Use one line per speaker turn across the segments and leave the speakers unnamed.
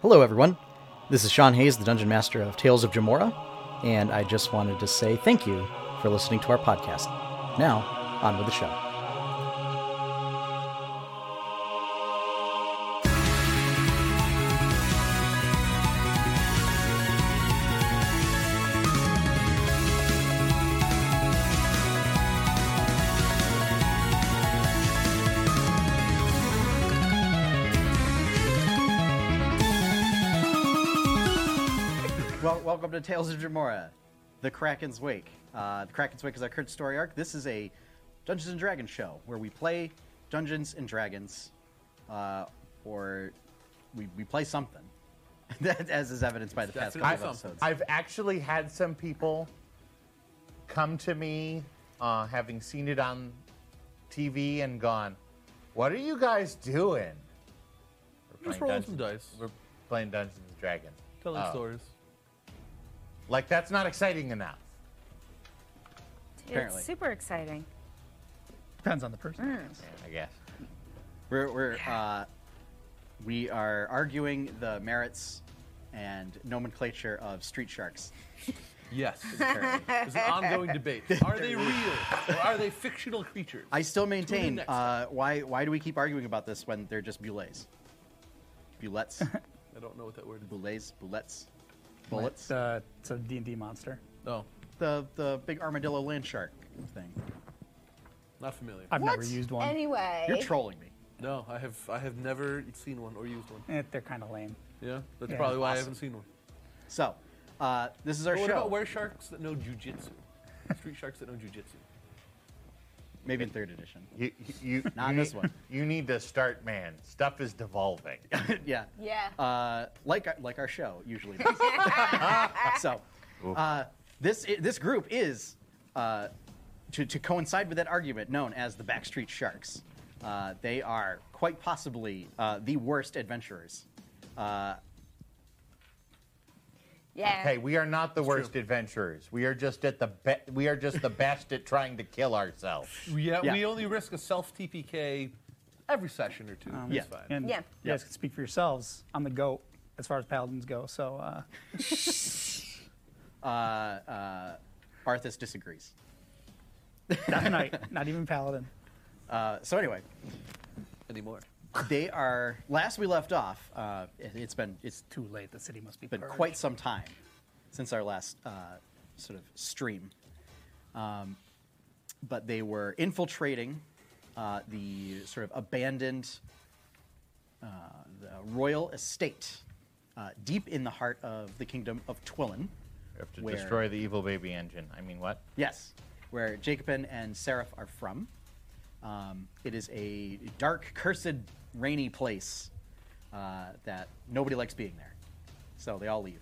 Hello, everyone. This is Sean Hayes, the Dungeon Master of Tales of Jamora, and I just wanted to say thank you for listening to our podcast. Now, on with the show. Well, welcome to Tales of Jamora, The Kraken's Wake. Uh, the Kraken's Wake is our current story arc. This is a Dungeons and Dragons show where we play Dungeons and Dragons, uh, or we, we play something, That- as is evidenced by the past couple
I,
of episodes.
I've actually had some people come to me, uh, having seen it on TV, and gone, "What are you guys doing?" We're
Just
playing
rolling
Dungeons-
some dice,
We're playing Dungeons and Dragons.
telling
Oh.
stories.
Like that's not exciting enough.
Apparently.
It's super exciting.
Depends on the person. I guess.
I guess.
We're, we're uh, we are arguing the merits and nomenclature of street sharks.
Yes,
Apparently.
it's an ongoing debate. Are they real or are they fictional creatures?
I still maintain
next
uh, why why do we keep arguing about this when they're just boulets, bullets,
I don't know what that word is.
boulets, bullets, bullets.
Uh, it's a D&D monster.
No,
the the big armadillo land shark thing.
not familiar.
I've never used one.
Anyway.
You're trolling me.
No, I have I have never seen one or used one.
Eh, they're kind of lame.
Yeah, that's
Yeah.
probably why I
Awesome.
haven't seen one.
So, uh, this is our
But what
show.
about were sharks that know jujitsu? Street sharks that know jujitsu.
Maybe in third edition.
You, you,
Not
you
this
need-
one.
You need to start, man. Stuff is devolving.
yeah.
Yeah.
Uh, like like our show usually. Does. so, uh, this i- this group is uh, to to coincide with that argument known as the Backstreet Sharks. Uh, they are quite possibly uh, the worst adventurers. Uh,
yeah.
Hey, we are not the worst adventurers. We are just at the be- we are just the best at trying to kill ourselves.
Yeah,
Yeah.
we only risk a self TPK every session or two. It's
Um, yeah.
fine.
And
Yeah.
you guys can speak for yourselves. I'm the goat as far as paladins go. So uh,
Arthas disagrees.
not tonight. Not even paladin.
Uh, so anyway,
Anymore.
they are. Last we left off, uh, it, it's been it's
Too late. The city must be
been
purged.
quite some time since our last uh, sort of stream. Um, but they were infiltrating uh, the sort of abandoned uh, the royal estate uh, deep in the heart of the kingdom of Twillin.
We have to
Where-
destroy the evil baby engine. I mean, what?
Yes, where Jacobin and Seraph are from. Um, it is a dark, cursed, rainy place uh, that nobody likes being there. So they all leave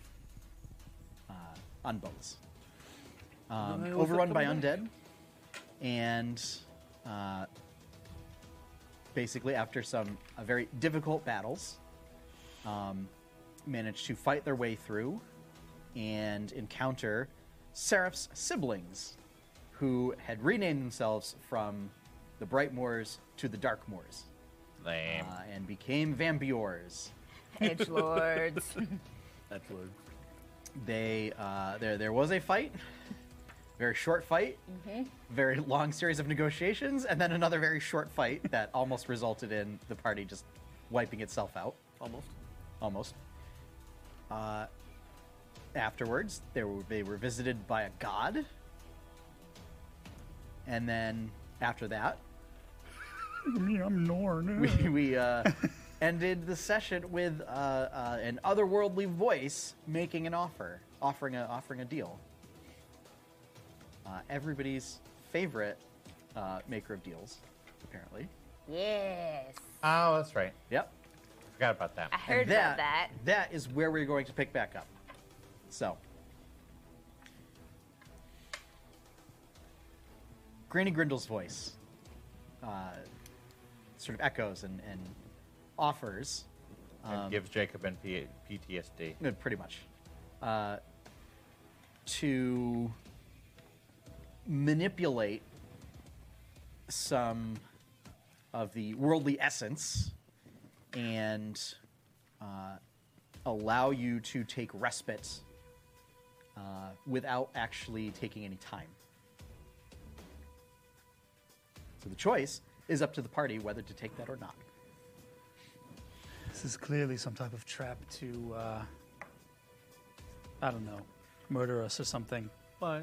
uh, on boats. Um,
Why was
overrun
that
by
coming
undead. And uh, basically, after some uh, very difficult battles, um, managed to fight their way through and encounter Seraph's siblings, who had renamed themselves from the Bright Moors to the Dark Moors
Lame.
uh, and became Vampiors.
Edge lords.
That's word.
They uh, there there was a fight, very short fight, very long series of negotiations, and then another very short fight that almost resulted in the party just wiping itself out,
Almost.
almost. Uh, afterwards, they were they were visited by a god, and then after that,
Me, I'm Norn.
we, we uh, ended the session with uh, uh, an otherworldly voice making an offer, offering a offering a deal. Uh, everybody's favorite uh, maker of deals, apparently.
yes.
Oh, that's right.
Yep.
Forgot about
I
that.
heard about that.
That is where we're going to pick back up. So, Granny Grindel's voice uh, sort of echoes and, and offers
It gives Jacob and P- PTSD.
No, pretty much. Uh, to manipulate some of the worldly essence and uh, allow you to take respite uh, without actually taking any time. So the choice is up to the party whether to take that or not.
This is clearly some type of trap to, uh, I don't know, murder us or something. Why?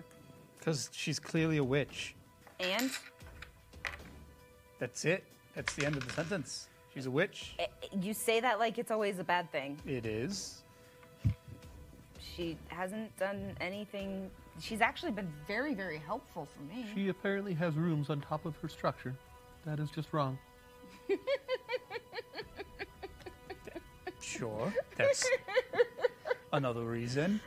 Because she's clearly a witch.
And
That's it. That's the end of the sentence. She's a witch.
eh, you say that like it's always a bad thing.
It is.
She hasn't done anything. She's actually been very, very helpful for me.
She apparently has rooms on top of her structure. That is just wrong.
Sure. That's another reason.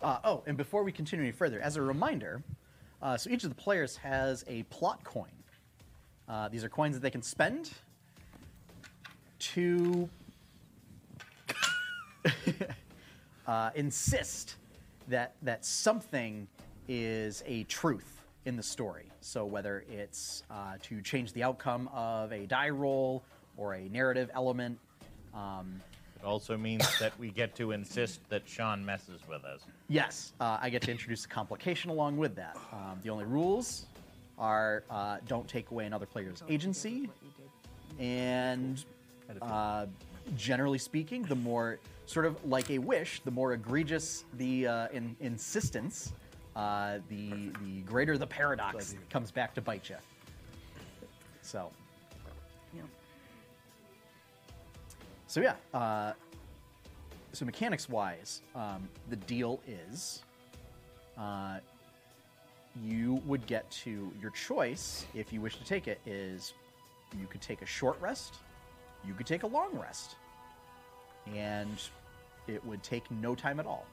Uh, oh, and before we continue any further, as a reminder, uh, so each of the players has a plot coin. Uh, these are coins that they can spend to uh, insist that that something is a truth in the story. So whether it's uh, to change the outcome of a die roll or a narrative element,
It also means that we get to insist that Sean messes with us.
Yes, uh, I get to introduce a complication along with that. Um, the only rules are uh, don't take away another player's agency, and uh, generally speaking, the more sort of like a wish, the more egregious the uh, in- insistence, uh, the the greater the paradox that comes back to bite you. So,
Yeah.
so yeah. Uh, so mechanics wise, um, the deal is uh, you would get to your choice if you wish to take it is you could take a short rest, you could take a long rest, and it would take no time at all.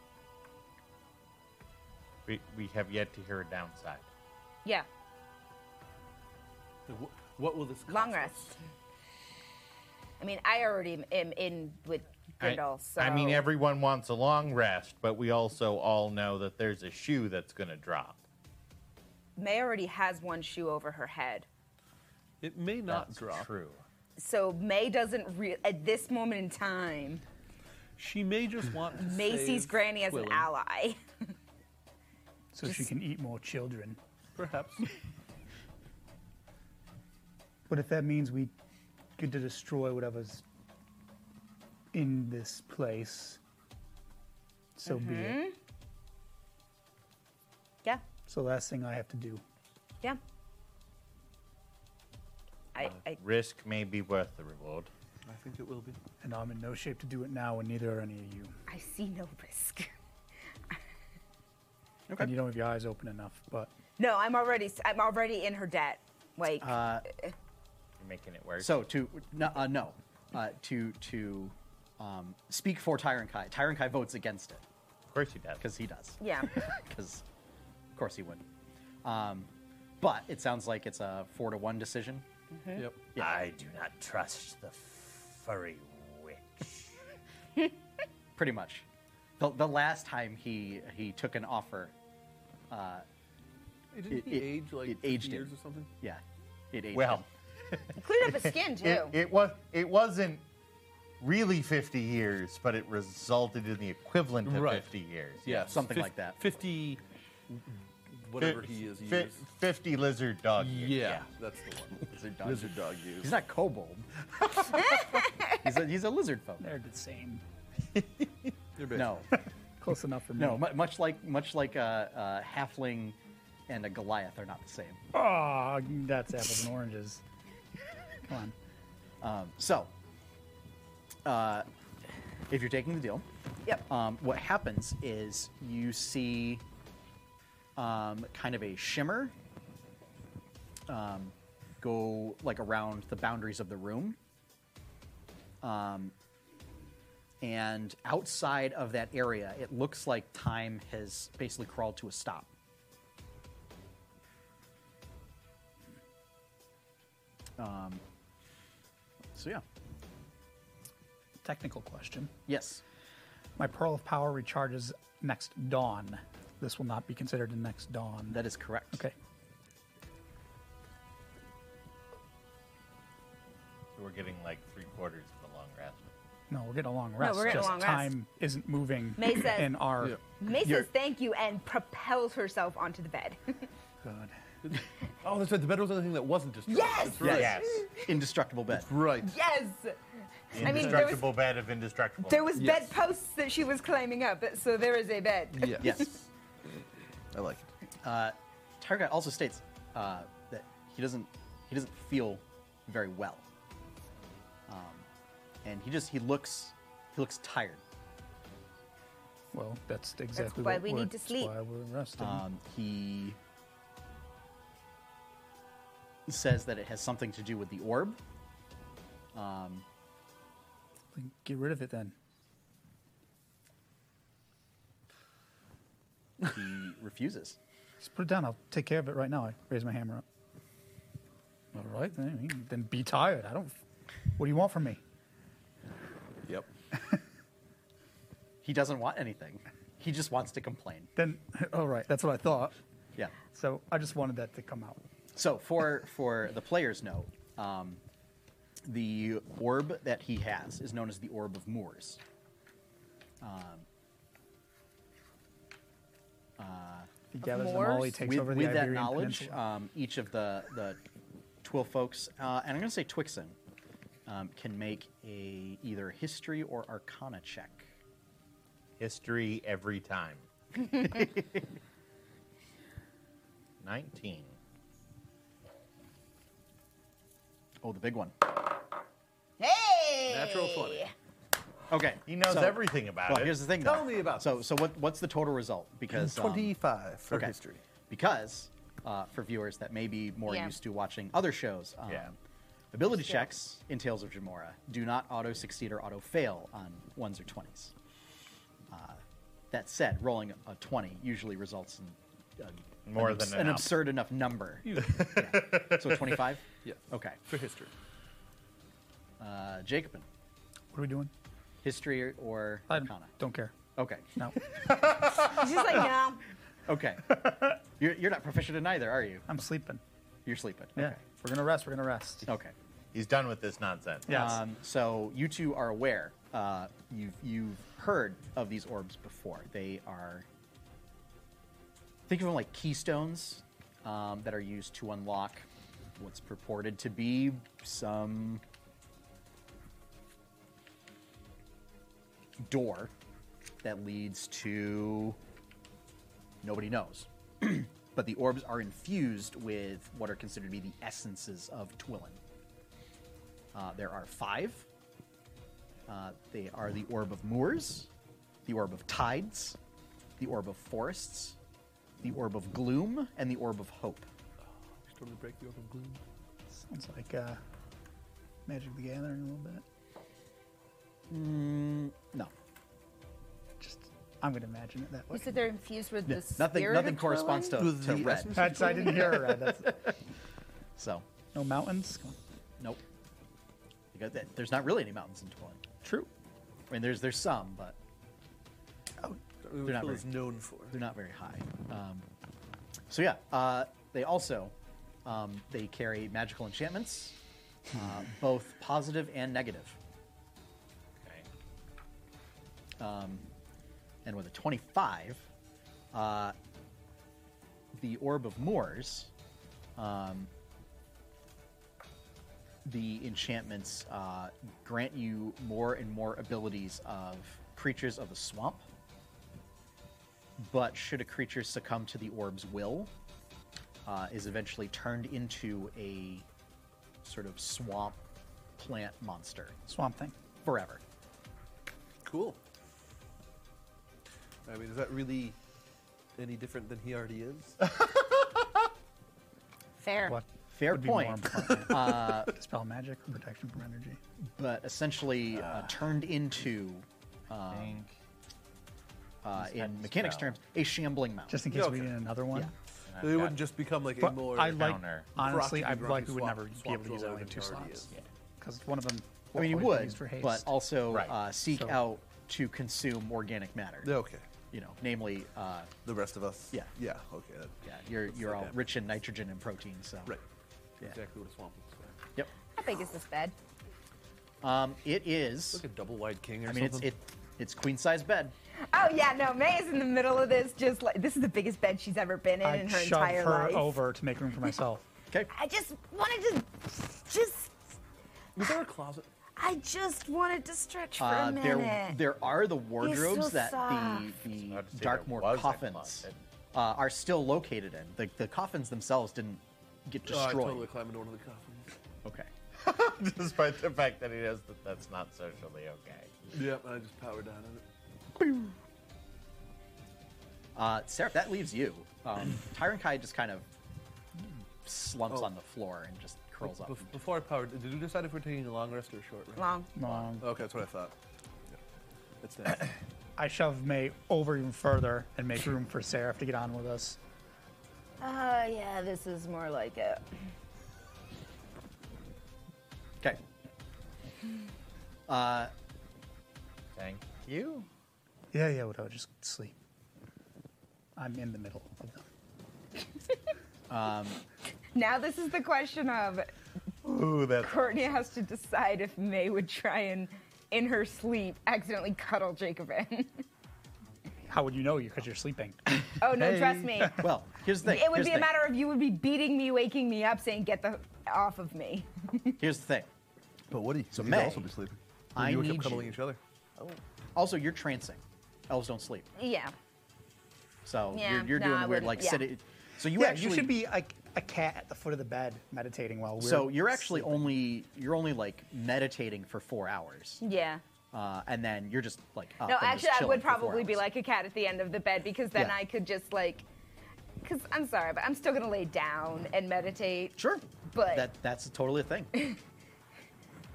We, we have yet to hear a downside.
Yeah.
What will this cost
Long
us?
rest. I mean, I already am- am in with Grindel,
I,
so.
I mean, everyone wants a long rest, but we also all know that there's a shoe that's going to drop.
May already has one shoe over her head.
It may not
That's
drop.
true.
So May doesn't re- at this moment in time.
She may just want to
Macy's
save
granny as an
Quillen,
ally.
So she can eat more children.
Perhaps.
But if that means we get to destroy whatever's in this place, so be it.
Yeah,
So last thing I have to do.
yeah. I, I
Risk may be worth the reward.
I think it will be.
And I'm in no shape to do it now, and neither are any of you.
I see no risk.
And you don't have your eyes open enough, but
No, I'm already I'm already in her debt. Like
You're making it worse.
So to no, uh, no uh, to to um, speak for Tyron Kai. Tyron Kai votes against it
of course he does.
because he does.
yeah.
because of course he would. Um, but it sounds like it's a four to one decision.
Yep.
I do not trust the furry witch.
pretty much. The, the last time he he took an offer,
Didn't
It-
he
it-
age like
it aged
50 years
him.
or something?
yeah, it aged
well,
him.
Cleared up his skin too.
it, it was it wasn't really 50 years, but it resulted in the equivalent of
Right.
50 years.
Yes.
something
fif-
like that.
Fifty, whatever he is.
Fi-
years.
50 lizard dog years.
yeah, that's the one. Lizard
dog
Lizard dog years.
he's not kobold. he's a he's a lizard folk.
they're the same.
You're big.
No,
Close enough for me.
no, mu much like much like a, a halfling and a Goliath are not the same.
Ah, that's apples and oranges. Come on.
So, uh, if you're taking the deal,
yep.
um, what happens is you see um, kind of a shimmer um, go like around the boundaries of the room. Um, and outside of that area, it looks like time has basically crawled to a stop. Um, so, yeah.
Technical question.
Yes.
My Pearl of Power recharges next dawn. This will not be considered the next dawn.
That is correct.
okay.
So we're getting like three quarters of a long rest.
No, we're getting a long rest.
we're getting a
Just
long rest.
time isn't moving
May says-
in our
Yeah.
May
You're-
says thank you and propels herself onto the bed.
good.
Oh, that's right. The bed was the only thing that wasn't destroyed.
Yes!
That's right.
Yes.
Indestructible bed.
Right.
yes!
The
I mean, there was-
indestructible bed of indestructible.
There was
Yes.
bedposts that she was climbing up, so there is a bed.
Yes.
Yes.
I like it.
Uh, Targat also states uh, that he doesn't he doesn't feel very well, um, and he just he looks he looks tired.
Well, that's exactly
why
what
we
we're-
need to
that's
sleep.
Why we're resting.
Um, he says that it has something to do with the orb.
Then Get rid of it then.
He refuses.
Just put it down. I'll take care of it right now. I raise my hammer up. All right, then, I mean, then be tired. I don't. What do you want from me?
Yep.
He doesn't want anything. He just wants to complain.
Then, all right, that's what I thought.
Yeah.
So I just wanted that to come out.
So for for the player's note, um, the orb that he has is known as the Orb of Moors.
He gathers them all. He
Moors?
takes
with,
over the
with that
Iberian
knowledge,
Peninsula.
um, each of the the Twill folks, uh, and I'm going to say Twixen, um, can make a either history or Arcana check.
History every time. 19.
Oh, the big one.
Hey!
Natural 20.
Okay,
He knows
so-
everything about
Well,
it.
here's the thing. though.
Tell me about
so
this.
so what what's the total result? Because um,
25 for
okay.
history.
Because uh, for viewers that may be more
Yeah.
used to watching other shows, um,
Yeah.
ability checks in Tales of Jamora do not auto succeed or auto fail on ones or twenties. Uh, That said, rolling a 20 usually results in uh,
More
an,
than
an
enough.
absurd enough number. Yeah. So 25?
Yes.
Okay.
For history.
Uh, Jacobin,
what are we doing?
history or
I
arcana?
don't care.
Okay.
No,
She's just like, no.
Okay. you're, you're not proficient in either, are you?
I'm sleeping.
You're sleeping.
Yeah,
Okay.
we're gonna rest. We're gonna rest.
Okay.
He's done with this nonsense.
Yes.
Um, so you two are aware. Uh, you've you've heard of these orbs before. They are think of them like keystones um, that are used to unlock what's purported to be some door that leads to nobody knows. but the orbs are infused with what are considered to be the essences of Twillin. Uh, there are five. Uh, they are the Orb of Moors, the Orb of Tides, the Orb of Forests, the Orb of Gloom, and the Orb of Hope.
Storm to break the open gloom.
Sounds like uh, Magic the Gathering a little bit.
No,
Just I'm gonna imagine it that way.
You said they're infused with the
nothing.
spirit
Nothing
of
corresponds to,
Krillin?
With
to
the
red.
essence?
That's, I didn't hear her. right. That's,
So,
no mountains. Come on.
nope. You got that. There's not really any mountains in Twin.
True.
I mean, there's there's some, but
Oh,
They're not
Phil is
very-
known for.
they're not very high. Um, so yeah, uh, they also um, they carry magical enchantments, uh, both positive and negative.
Okay.
and with a 25, uh, the Orb of Moors, um, the enchantments uh, grant you more and more abilities of creatures of the swamp. But should a creature succumb to the orb's will, uh, is eventually turned into a sort of swamp plant monster
Swamp Thing.
forever.
Cool. I mean, is that really any different than he already is?
Fair.
What?
Fair
would be more
point. Uh,
important. Spell magic or protection from energy.
but essentially uh, turned into,
Um,
Think.
uh,
had
in
to
mechanics
spell.
terms, a shambling mountain.
Just in case
Yeah,
we
okay.
need another one.
Yeah.
So he wouldn't just become like a
But
more.
I like
counter.
honestly,
Rocky
I
Rocky
like we would
swamp-
never be
swamp
able to use
dweller
only
than
two
he already
slots
is.
because one of them.
I mean, you
will always be
would,
used for haste.
but also
Right.
uh, seek
So-
out to consume organic matter.
Okay.
You know, namely, uh,
The rest of us.
Yeah.
Yeah. Okay. that-
yeah, you're you're
like
all
that.
rich in nitrogen and protein. So
Right.
Yeah.
Exactly what a swamp looks like.
Yep.
How big is this bed?
Um, it is.
Like a double wide king or
I mean, it's
something.
it, it's queen size bed.
Oh yeah, no, May is in the middle of this. Just like this is the biggest bed she's ever been in
I
in her
shove
entire
her
life.
over to make room for myself.
Okay.
I just wanted to, just
Was there a closet?
I just wanted to stretch for
Uh,
a minute.
there, there are the wardrobes
so
that the,
soft.
the
about to say there
Darkmoor
was a
coffins
closet.
uh, are still located in. The, the coffins themselves didn't get
Oh, I
destroyed.
totally climbed into one of the coffins.
Okay.
Despite the fact that he knows that that's not socially okay.
Yep, I just powered down on it.
Uh, Seraph, that leaves you. Um, Tyron Kai just kind of slumps
Oh.
on the floor and just curls up.
Bef- before I powered, did you decide if we're taking a long rest or a short rest?
Long.
Long.
Okay, that's what I thought. Yeah. That's that.
I shove May over even further and make room for Seraph to get on with us.
Oh yeah, this is more like it.
Okay. Uh,
Thank you.
Yeah, yeah, whatever. Just sleep. I'm in the middle of them.
Now this is the question of
Ooh, that's
Courtney has to decide if May would try and, in her sleep, accidentally cuddle Jacob in.
How would you know? You because you're sleeping.
oh no, trust me.
Well, here's the thing.
It would
here's
be
the
a
thing.
matter of you would be beating me, waking me up, saying "Get the off of me."
Here's the thing.
But Woody, so you
May,
could also be sleeping.
I
you were
need
kept cuddling
you.
each other.
Also, you're trancing. Elves don't sleep,
Yeah.
so
Yeah,
you're, you're
no,
doing
I
the weird
wouldn't-
like
yeah.
sitting. So you
yeah,
actually
you should be like a cat at the foot of the bed meditating while we're.
So you're actually
sleeping.
only you're only like meditating for four hours,
Yeah.
uh, and then you're just like up
No,
and just
actually, I
chilling
would
for four
probably be
hours.
like a cat at the end of the bed because then
Yeah.
I could just like, because I'm sorry, but I'm still gonna lay down and meditate.
sure,
but-
that that's totally a thing.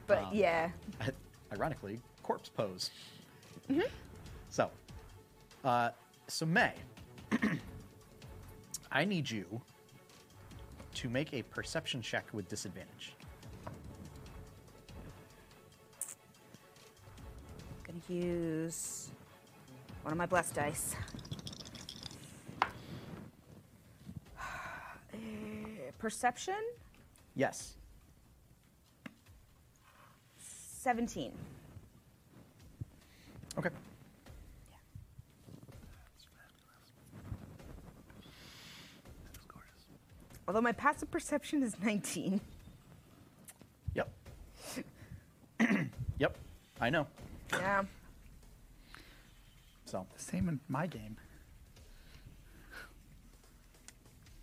But
Um,
yeah,
Ironically, corpse pose. So, uh, so May, I need you to make a perception check with disadvantage.
I'm gonna use one of my blessed dice. Eh, Perception,
Yes,
seventeen.
Okay.
Although my passive perception is nineteen.
Yep. yep. I know.
Yeah.
So
same in my game.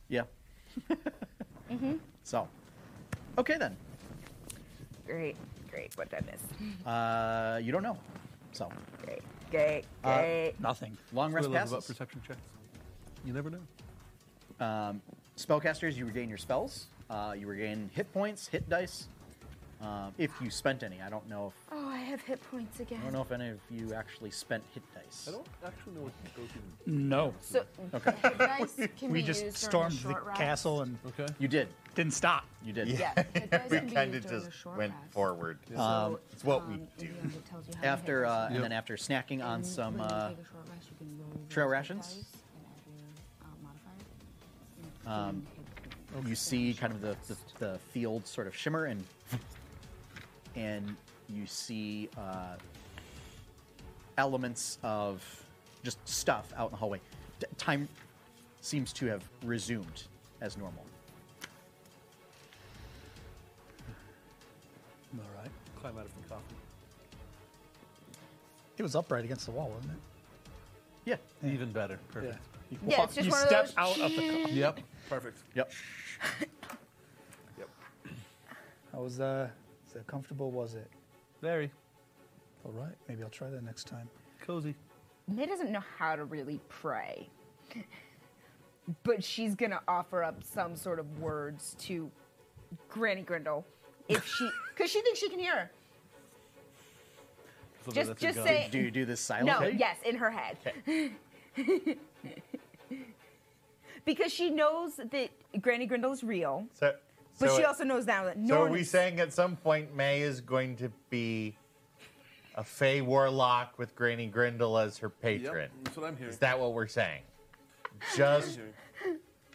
yeah. So, okay then.
Great, great. What did I miss?
Uh, you don't know. So
Great, great,
Uh,
great.
Nothing.
long
That's
rest
what I love about
passes.
perception checks. You never know.
Spellcasters, you regain your spells. Uh, you regain hit points, hit dice. Um, if you spent any, I don't know. If,
oh, I have hit points again.
I don't know if any of you actually spent hit dice.
I don't actually know what those even.
No.
So
Okay.
dice can
we
be
just
used during
stormed
a
the
short rest.
castle and
Okay.
You did.
didn't stop.
You did.
Yeah, the dice
we
can be
kind of
used during a
just
short
went
rest.
forward.
So,
it's what we
um,
do.
yeah, it tells you how many
After
hit
uh,
points
and
Yep.
then after snacking on
and
some
when you
uh,
take a short rest, you can roll
trail
those
rations.
dice uh, and add your, uh, modifier. And you can
Um, you
hit
see
short
kind of the, the,
rest.
the field sort of shimmer and and you see uh, elements of just stuff out in the hallway. D- time seems to have resumed as normal.
All right.
Climb out of the coffin.
It was upright against the wall, wasn't it?
Yeah.
Even better. Perfect.
You
Yeah, it's just
you
one of
step
those-
out of the. Co-
Yep. Perfect.
Yep.
Yep.
How was uh, so comfortable was it?
Very
All right. Maybe I'll try that next time.
cozy.
May doesn't know how to really pray. But she's gonna offer up some sort of words to Granny Grindle. If she because she thinks she can hear her.
Something
Just-
that's a
just
gun.
say-
Do you do this
No,
silently?
yes, in her head. because she knows that Granny Grindle is real,
So,
but
so
she
it-
also knows now that no
So are
one
we
is-
saying at some point May is going to be a Fey warlock with Granny Grindle as her patron?
Yep. That's what I'm hearing.
Is that what we're saying? Just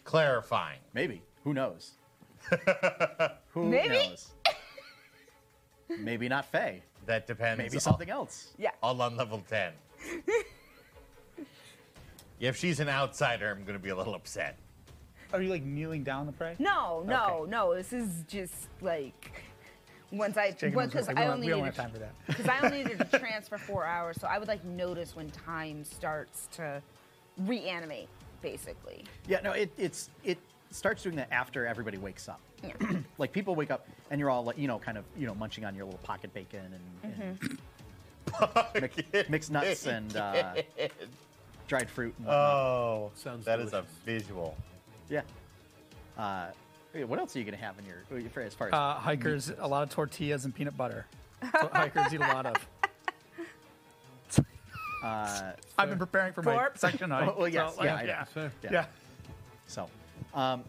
clarifying.
Maybe. Who knows? Who
Maybe.
knows? Maybe not Faye.
That depends.
Maybe
on-
something else.
Yeah.
All on level 10. if she's an outsider, I'm going to be a little upset.
Are you like kneeling down to pray?
No, no,
Okay.
no. This is just like once I
Jacob was gonna
because
say, we
I
don't-
only
we don't
needed
have time for that.
because I only needed to transfer four hours, so I would like notice when time starts to reanimate, basically.
Yeah, no, it, it's it starts doing that after everybody wakes up. like people wake up and you're all like, you know, kind of, you know, munching on your little pocket bacon and, and
Mm-hmm.
mix- mixed nuts and uh, dried fruit and whatnot.
Oh,
Sounds
that is a
delicious.
visual.
yeah. Uh, hey, what else are you gonna have in your for- as far as
Uh, hikers, a lot of tortillas and peanut butter. So hikers eat a lot of.
uh,
I've been preparing for my
Forp.
section. I,
Oh, well, yes,
so,
yeah,
like,
I-
yeah,
Fair.
yeah.
yeah.
So, um,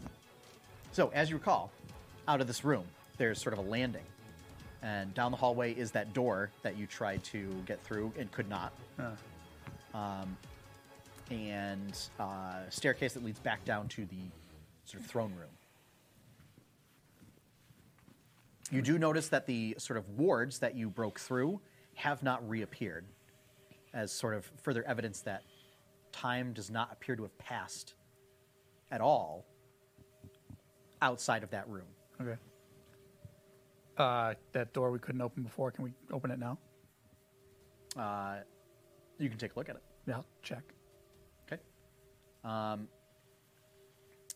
so as you recall, out of this room, there's sort of a landing, and down the hallway is that door that you tried to get through and could not. Um, and uh, staircase that leads back down to the sort of throne room. You do notice that the sort of wards that you broke through have not reappeared, as sort of further evidence that time does not appear to have passed at all outside of that room.
Okay. Uh, that door we couldn't open before. Can we open it now?
You can take a look at it.
Yeah, I'll check.
Okay. Um,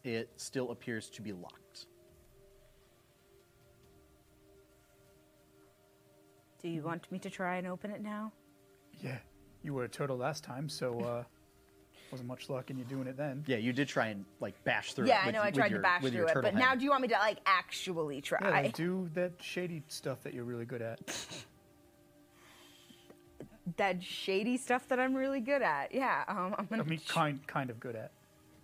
it still appears to be locked.
Do you want me to try and open it now?
Yeah, you were a turtle last time, so uh, wasn't much luck in you doing it then.
Yeah, you did try and like bash through
yeah,
it.
I
with-
know I
with
tried
your-
to bash
with your
through it,
turtle
but now
hand.
do you want me to like actually try?
Yeah, like, do that shady stuff that you're really good at.
that shady stuff that I'm really good at. Yeah, um, I'm
I
gonna.
mean, kind kind of good at.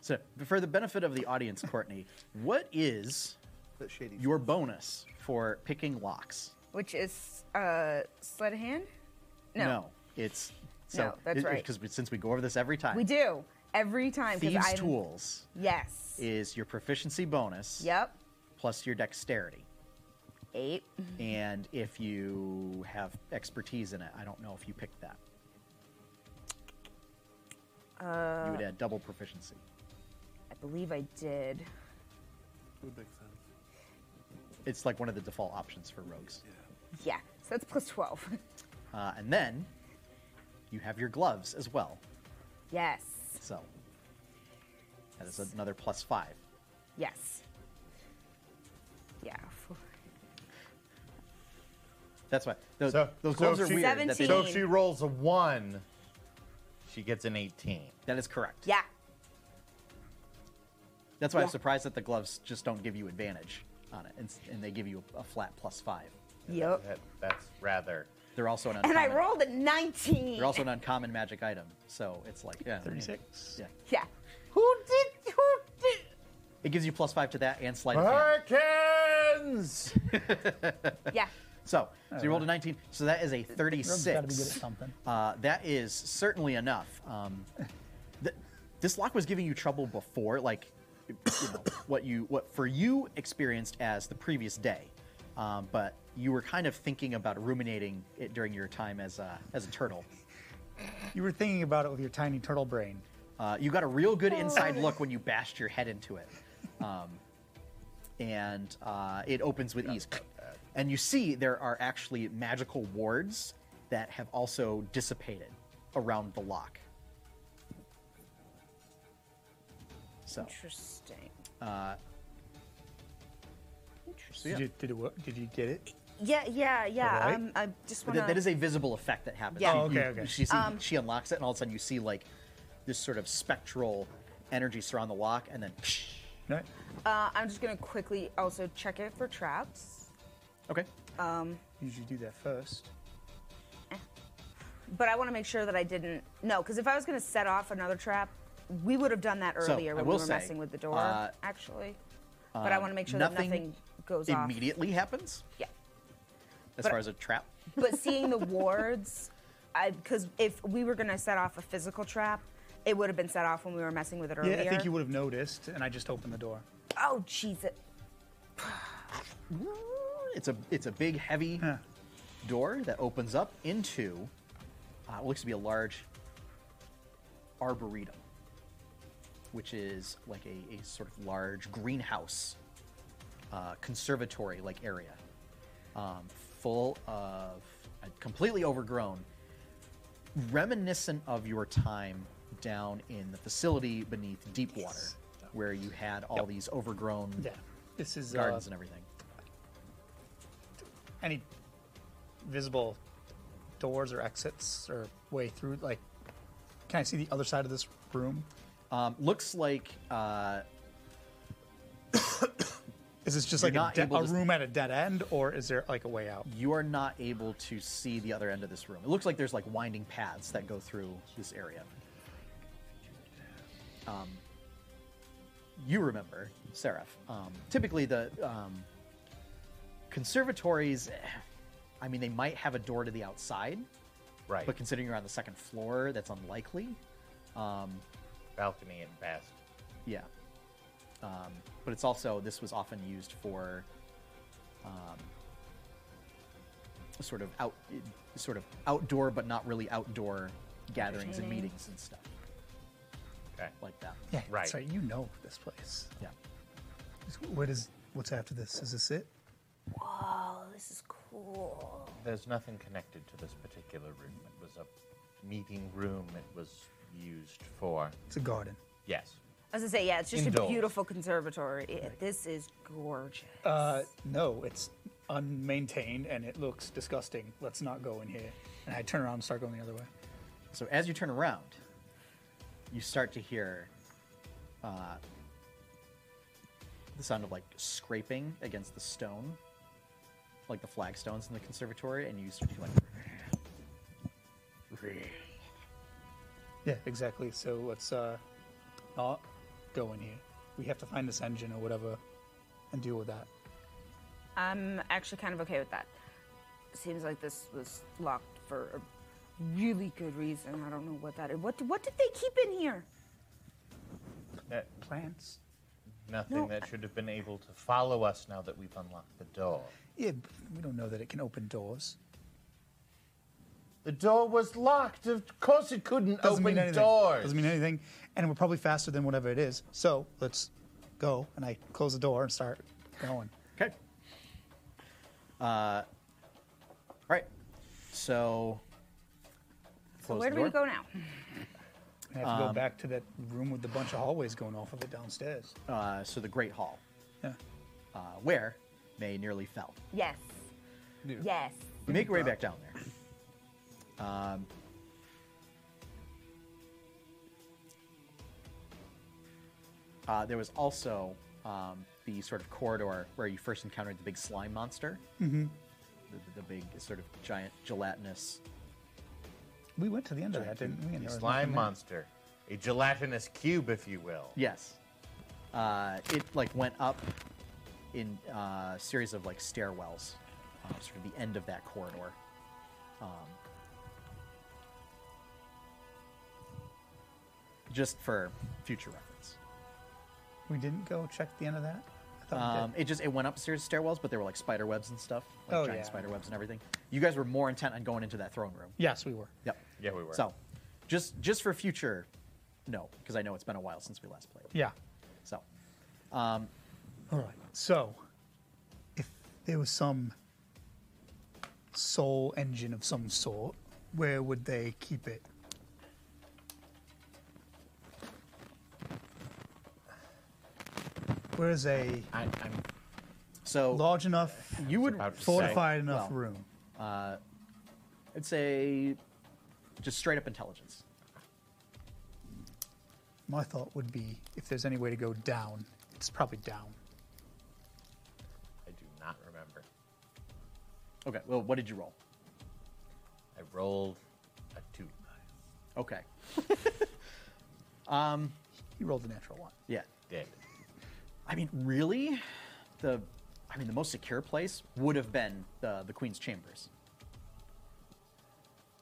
So, for the benefit of the audience, Courtney, what is
That shady.
your bonus for picking locks?
Which is uh, sleight of hand? No,
it's so
No, that's right.
Because since we go over this every time,
we do every time. 'cause
Thieves'
I'm-
tools
Yes.
is your proficiency bonus
Yep.
plus your dexterity.
Eight.
and if you have expertise in it, I don't know if you picked that. you
Uh,
would add double proficiency.
I believe I did.
Would make sense.
It's like one of the default options for rogues.
Yeah. So that's plus twelve.
Uh, and then you have your gloves as well.
yes.
So that is another plus five.
Yes. Yeah. four-
That's why those,
So-
those
so
gloves
if
are
she-
weird. That, they
Seventeen.
So
don't-
if she rolls a 1, she gets an 18.
that is correct.
Yeah.
That's why I'm
Yeah.
surprised that the gloves just don't give you advantage on it, and, s- and they give you a, a flat plus five.
Yep.
That, that's rather.
They're also an
And
uncommon,
I rolled a nineteen.
They're also an uncommon magic item, so it's like yeah,
Thirty-six.
Yeah.
Yeah. Who did? Who did?
It gives you plus five to that and sleight of hand.
Hurricanes!
Yeah.
So, so you rolled a 19. So that is a
Everyone's gotta be good at
36.
something.
Uh, that is certainly enough. Um, th- this lock was giving you trouble before, like you know, what you what for you experienced as the previous day, um, but you were kind of thinking about ruminating it during your time as a, as a turtle.
You were thinking about it with your tiny turtle brain.
Uh, you got a real
Oh.
good inside look when you bashed your head into it. Um, and uh, it opens with ease. And you see there are actually magical wards that have also dissipated around the lock. So,
Interesting.
uh,
Interesting.
so yeah.
Did, you, did, it, wo- did you get it?
Yeah. Yeah. Yeah.
Alright.
Um, I just
But
want to.
that, that is a visible effect that happens.
Yeah.
You-
Oh,
okay,
you-
okay.
She, see- she unlocks it, and all of a sudden you see like this sort of spectral energy surround the lock, and then.
No.
Uh, I'm just gonna quickly also check it for traps,
Okay.
Usually do that first.
but I want to make sure that I didn't. No, because if I was gonna set off another trap, we would have done that earlier
I
when we
will
were
say,
messing with the door,
uh, um,
actually. But I want to make sure that
nothing
nothing goes off.
Immediately happens
Yeah.
as
But-
far as a trap.
But seeing the wards, I because if we were gonna set off a physical trap, it would have been set off when we were messing with it earlier.
Yeah, I think you would have noticed, and I just opened the door.
Oh, Jesus.
It's a it's a big heavy door that opens up into uh, what looks to be a large arboretum, which is like a, a sort of large greenhouse, uh, conservatory like area, um, full of uh, completely overgrown, reminiscent of your time down in the facility beneath Deepwater, where you had all these overgrown
Yeah. This is uh,
gardens and everything.
any visible doors or exits or way through. Like, can I see the other side of this room?
Um, looks like uh,
Is this just
You're
like a,
not
de-
able
a
to s-
room at a dead end, or is there like a way out?
you are not able to see the other end of this room. It looks like there's like winding paths that go through this area. Um, you remember, Seraph. Um, typically, the um, conservatories, eh, I mean, they might have a door to the outside,
Right.
but considering you're on the second floor, that's unlikely.
Balcony at best.
Yeah. Um, but it's also, this was often used for um, sort of out, sort of outdoor, but not really outdoor gatherings and
Entertaining.
meetings and stuff
Okay.
like that.
Yeah,
Right.
So you know this place.
Yeah.
What is? What's after this? Is this it?
Whoa, this is cool.
There's nothing connected to this particular room. It was a meeting room. It was used for.
It's a garden.
Yes.
I was gonna say, yeah, it's just
Indoors.
a beautiful conservatory. It- This is gorgeous.
Uh, no, it's unmaintained and it looks disgusting. Let's not go in here. And I turn around and start going the other way.
So as you turn around, you start to hear uh, the sound of like scraping against the stone, like the flagstones in the conservatory, and you start to feel like.
Yeah, exactly. So let's uh, not go in here. We have to find this engine or whatever and deal with that.
I'm actually kind of okay with that. Seems like this was locked for a really good reason. I don't know what that is. What, what did they keep in here?
That-
Plants?
Eh, nothing
No,
that should have been able to follow us now that we've unlocked the door.
Yeah, b- we don't know that it can open doors.
The door was locked. Of course it couldn't open
anything.
doors.
Doesn't mean anything. And we're probably faster than whatever it is. So let's go. And I close the door and start going.
Okay. Uh, all right. So.
So
close
where
the
do we
door.
go now?
I have to go back to that room with the bunch of hallways going off of it downstairs.
Uh, so the Great Hall,
Yeah.
uh, where they nearly fell.
Yes. Yes.
You make your way back down Um, there. Um, uh, there was also um, the sort of corridor where you first encountered the big slime monster. Mm-hmm. The, the big sort of giant gelatinous.
We went to the end of that, didn't we? And
A
there was
slime
nothing there.
monster. A gelatinous cube, if you will.
Yes. Uh, it like went up in a uh, series of like stairwells, uh, sort of the end of that corridor. Um, just for future reference.
We didn't go check the end of that. I thought
Um,
we did.
it just it went up a series of stairwells, but there were like spider webs and stuff, like
Oh,
giant
yeah.
spider webs and everything. You guys were more intent on going into that throne room.
Yes, we were.
Yep.
Yeah, we were.
So, just just for future, no, because I know it's been a while since we last played.
Yeah.
So,
All right. So, if there was some soul engine of some sort, where would they keep it? Where is a
I, I'm
so
large enough,
you would
about to
fortified enough
well,
room?
I'd say just straight up intelligence.
My thought would be if there's any way to go down, it's probably down.
say. I do not remember.
Okay. Well, what did you roll?
I rolled a two.
Okay.
You rolled the natural one.
Yeah.
Dead.
I mean, really, the I mean, the most secure place would have been the the queen's chambers.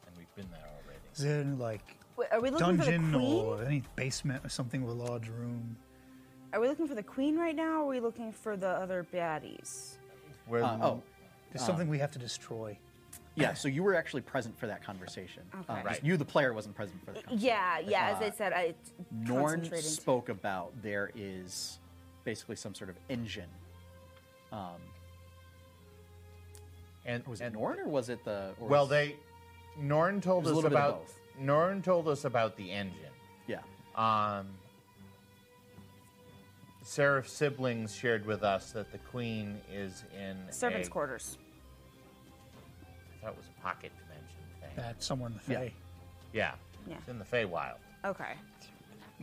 And we've been there already.
Is there any like
Wait, are we looking for
dungeon
the queen?
or any basement or something with a large room?
Are we looking for the queen right now? Or are we looking for the other baddies?
Where
Uh, oh,
There's something we have to destroy.
Yeah, so you were actually present for that conversation.
Okay. Uh,
Um,
Right.
just you, the player, wasn't present for that conversation. Uh,
Yeah, yeah. As I said, I
Norn
concentrating.
spoke about there is basically some sort of engine.
And
Was it
and
Norn or was it the? Or
well,
was-
they Norn told
It was a
us
little bit of
about
both.
Norn told us about the engine.
Yeah.
Um, Seraph siblings shared with us that the queen is in
servants'
a-
quarters.
I thought it was a pocket dimension thing.
That's somewhere in the
Yeah.
Fae.
yeah,
Yeah.
it's in the Feywild.
Okay.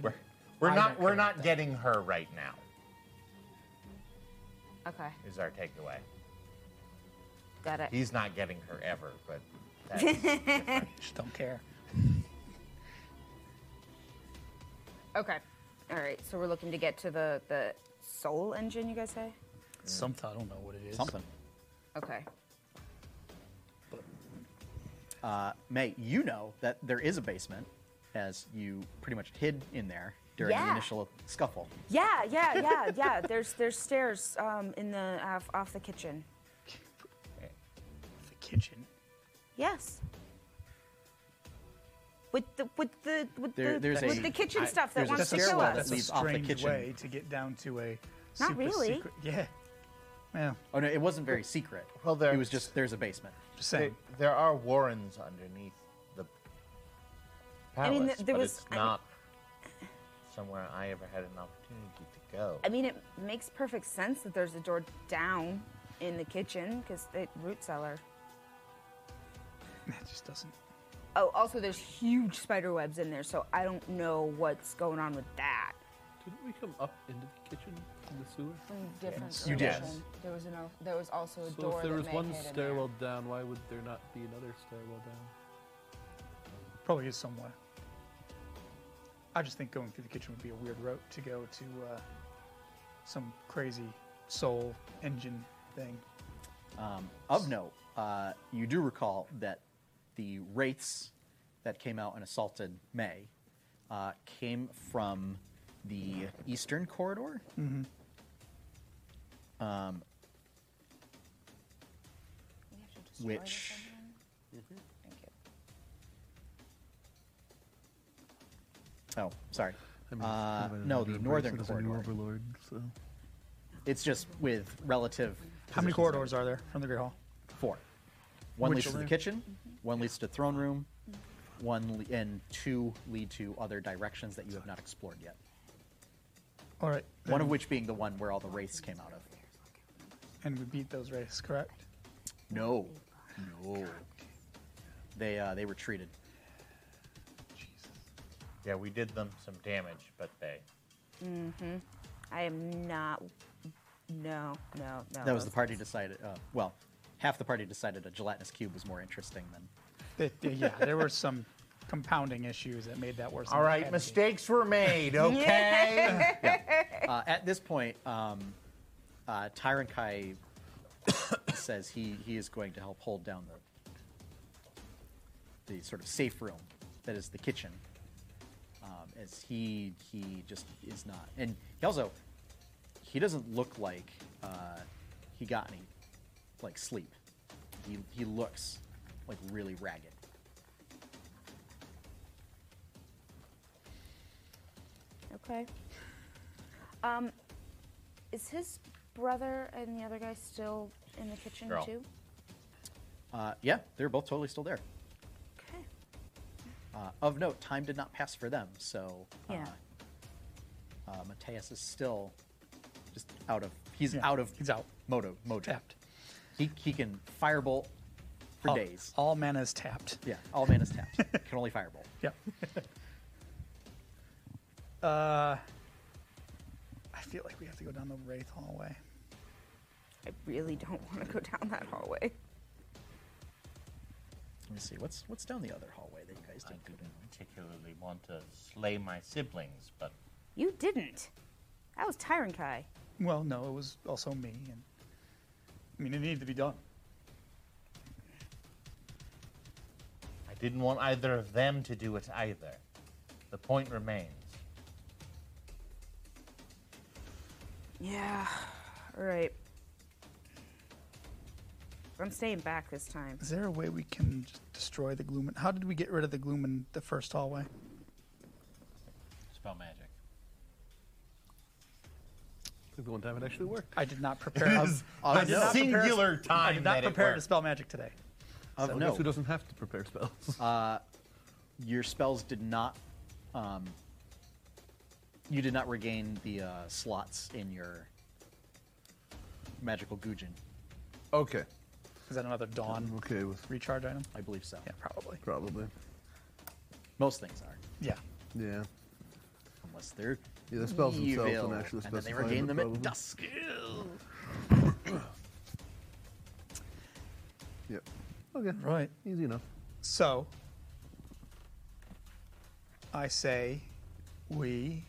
We're, we're
I
not
don't
we're
care
not
about that.
getting her right now.
Okay.
Is our takeaway.
Got it.
He's not getting her ever, but that's different.
Just don't care.
Okay. All right. So we're looking to get to the the soul engine. You guys say?
Something I don't know what it is.
Something.
Okay.
Uh, May, you know that there is a basement, as you pretty much hid in there during the
Yeah.
initial scuffle.
Yeah, yeah, yeah, yeah. There's there's stairs um, in the off, off the kitchen.
The kitchen.
Yes. With the with the with
There-
the
there's
with
a-
the kitchen
I-
stuff that
there's a
wants to kill
stairwell
us.
That's a
leads off the
strange
kitchen.
way to get down to a
Not
super
really.
secret. Yeah. Well,
Oh no, it wasn't very secret.
Well, there-
it was just there's a basement.
just
There-
saying.
there are warrens underneath the palace,
mean, th- there
but
was-
it's
I-
not somewhere I ever had an opportunity to go.
I mean, it makes perfect sense that there's a door down in the kitchen because the root cellar.
That just doesn't.
Oh, also there's huge spider webs in there, so I don't know what's going on with that.
Didn't we come up into the kitchen in the sewer?
Different
You did.
direction. There was, an, o- there was also a
So
door
if there
that
was
May
one
hid in there.
stairwell down, why would there not be another stairwell down?
Probably is somewhere. I just think going through the kitchen would be a weird route to go to uh, some crazy soul engine thing.
Of note, uh, you do recall that the wraiths that came out and assaulted May uh, came from the eastern corridor. Um, which. Oh, sorry. Uh, no, the northern corridor.
overlord, so.
It's just with relative.
How many
positions.
corridors are there from the Great Hall?
Four. One
Which
leads to the
are-
kitchen, one leads to throne room, one le- and two lead to other directions that you have not explored yet.
All right.
One of which being the one where all the wraiths came out of.
And we beat those races, correct?
No, no. They uh, they retreated.
Yeah, we did them some damage, but they.
I am not. No, no, no.
That was the party decided. Uh, well, half the party decided a gelatinous cube was more interesting than.
They- they- yeah, there were some compounding issues that made that worse. than
All
it
right,
had to be.
mistakes were made, okay?
Uh, at this point, um, uh, Tyrant Kai says he he is going to help hold down the the sort of safe room that is the kitchen. Um, as he he just is not, and he also he doesn't look like uh, he got any like sleep. He he looks like really ragged.
Okay. Um, is his brother and the other guy still in the kitchen
Girl.
too?
Uh, yeah, they're both totally still there.
Okay.
Uh, of note, time did not pass for them, so uh,
Yeah.
uh, Mateus is still just out of he's
Yeah,
out of
he's out.
moto mojo.
Tapped.
He he can firebolt for
all,
days.
All mana is tapped.
yeah, all man is tapped. can only firebolt.
Yep. uh, I feel like we have to go down the Wraith hallway.
I really don't want to go down that hallway.
Let me see what's what's down the other hallway that you guys
I
didn't go down.
didn't particularly want to slay my siblings, but
You didn't. That was Tyron Kai.
Well, no, it was also me, and I mean, it needed to be done.
I didn't want either of them to do it either. The point remains.
Yeah. All right. I'm staying back this time.
Is there a way we can just destroy the gloom? How did we get rid of the gloom in the first hallway?
Spell magic.
Maybe one time it actually worked.
I did not prepare. I was- I
A
did not prepare-
singular
I
time
did not
that it
prepare to
worked.
spell magic today.
Of
Someone
Uh, no,
else who doesn't have to prepare spells.
your spells did not. Um, you did not regain the uh, slots in your magical gujin.
okay.
Is that another
I'm
dawn
okay with
recharge item?
I believe so.
Yeah, probably.
probably.
Most things are,
Yeah.
Yeah.
unless they're
Yeah, the spells themselves
evil,
don't actually
and then they
specify,
regain
but
them
probably.
at dusk.
Yep. Okay.
Right.
Easy enough.
So, I say we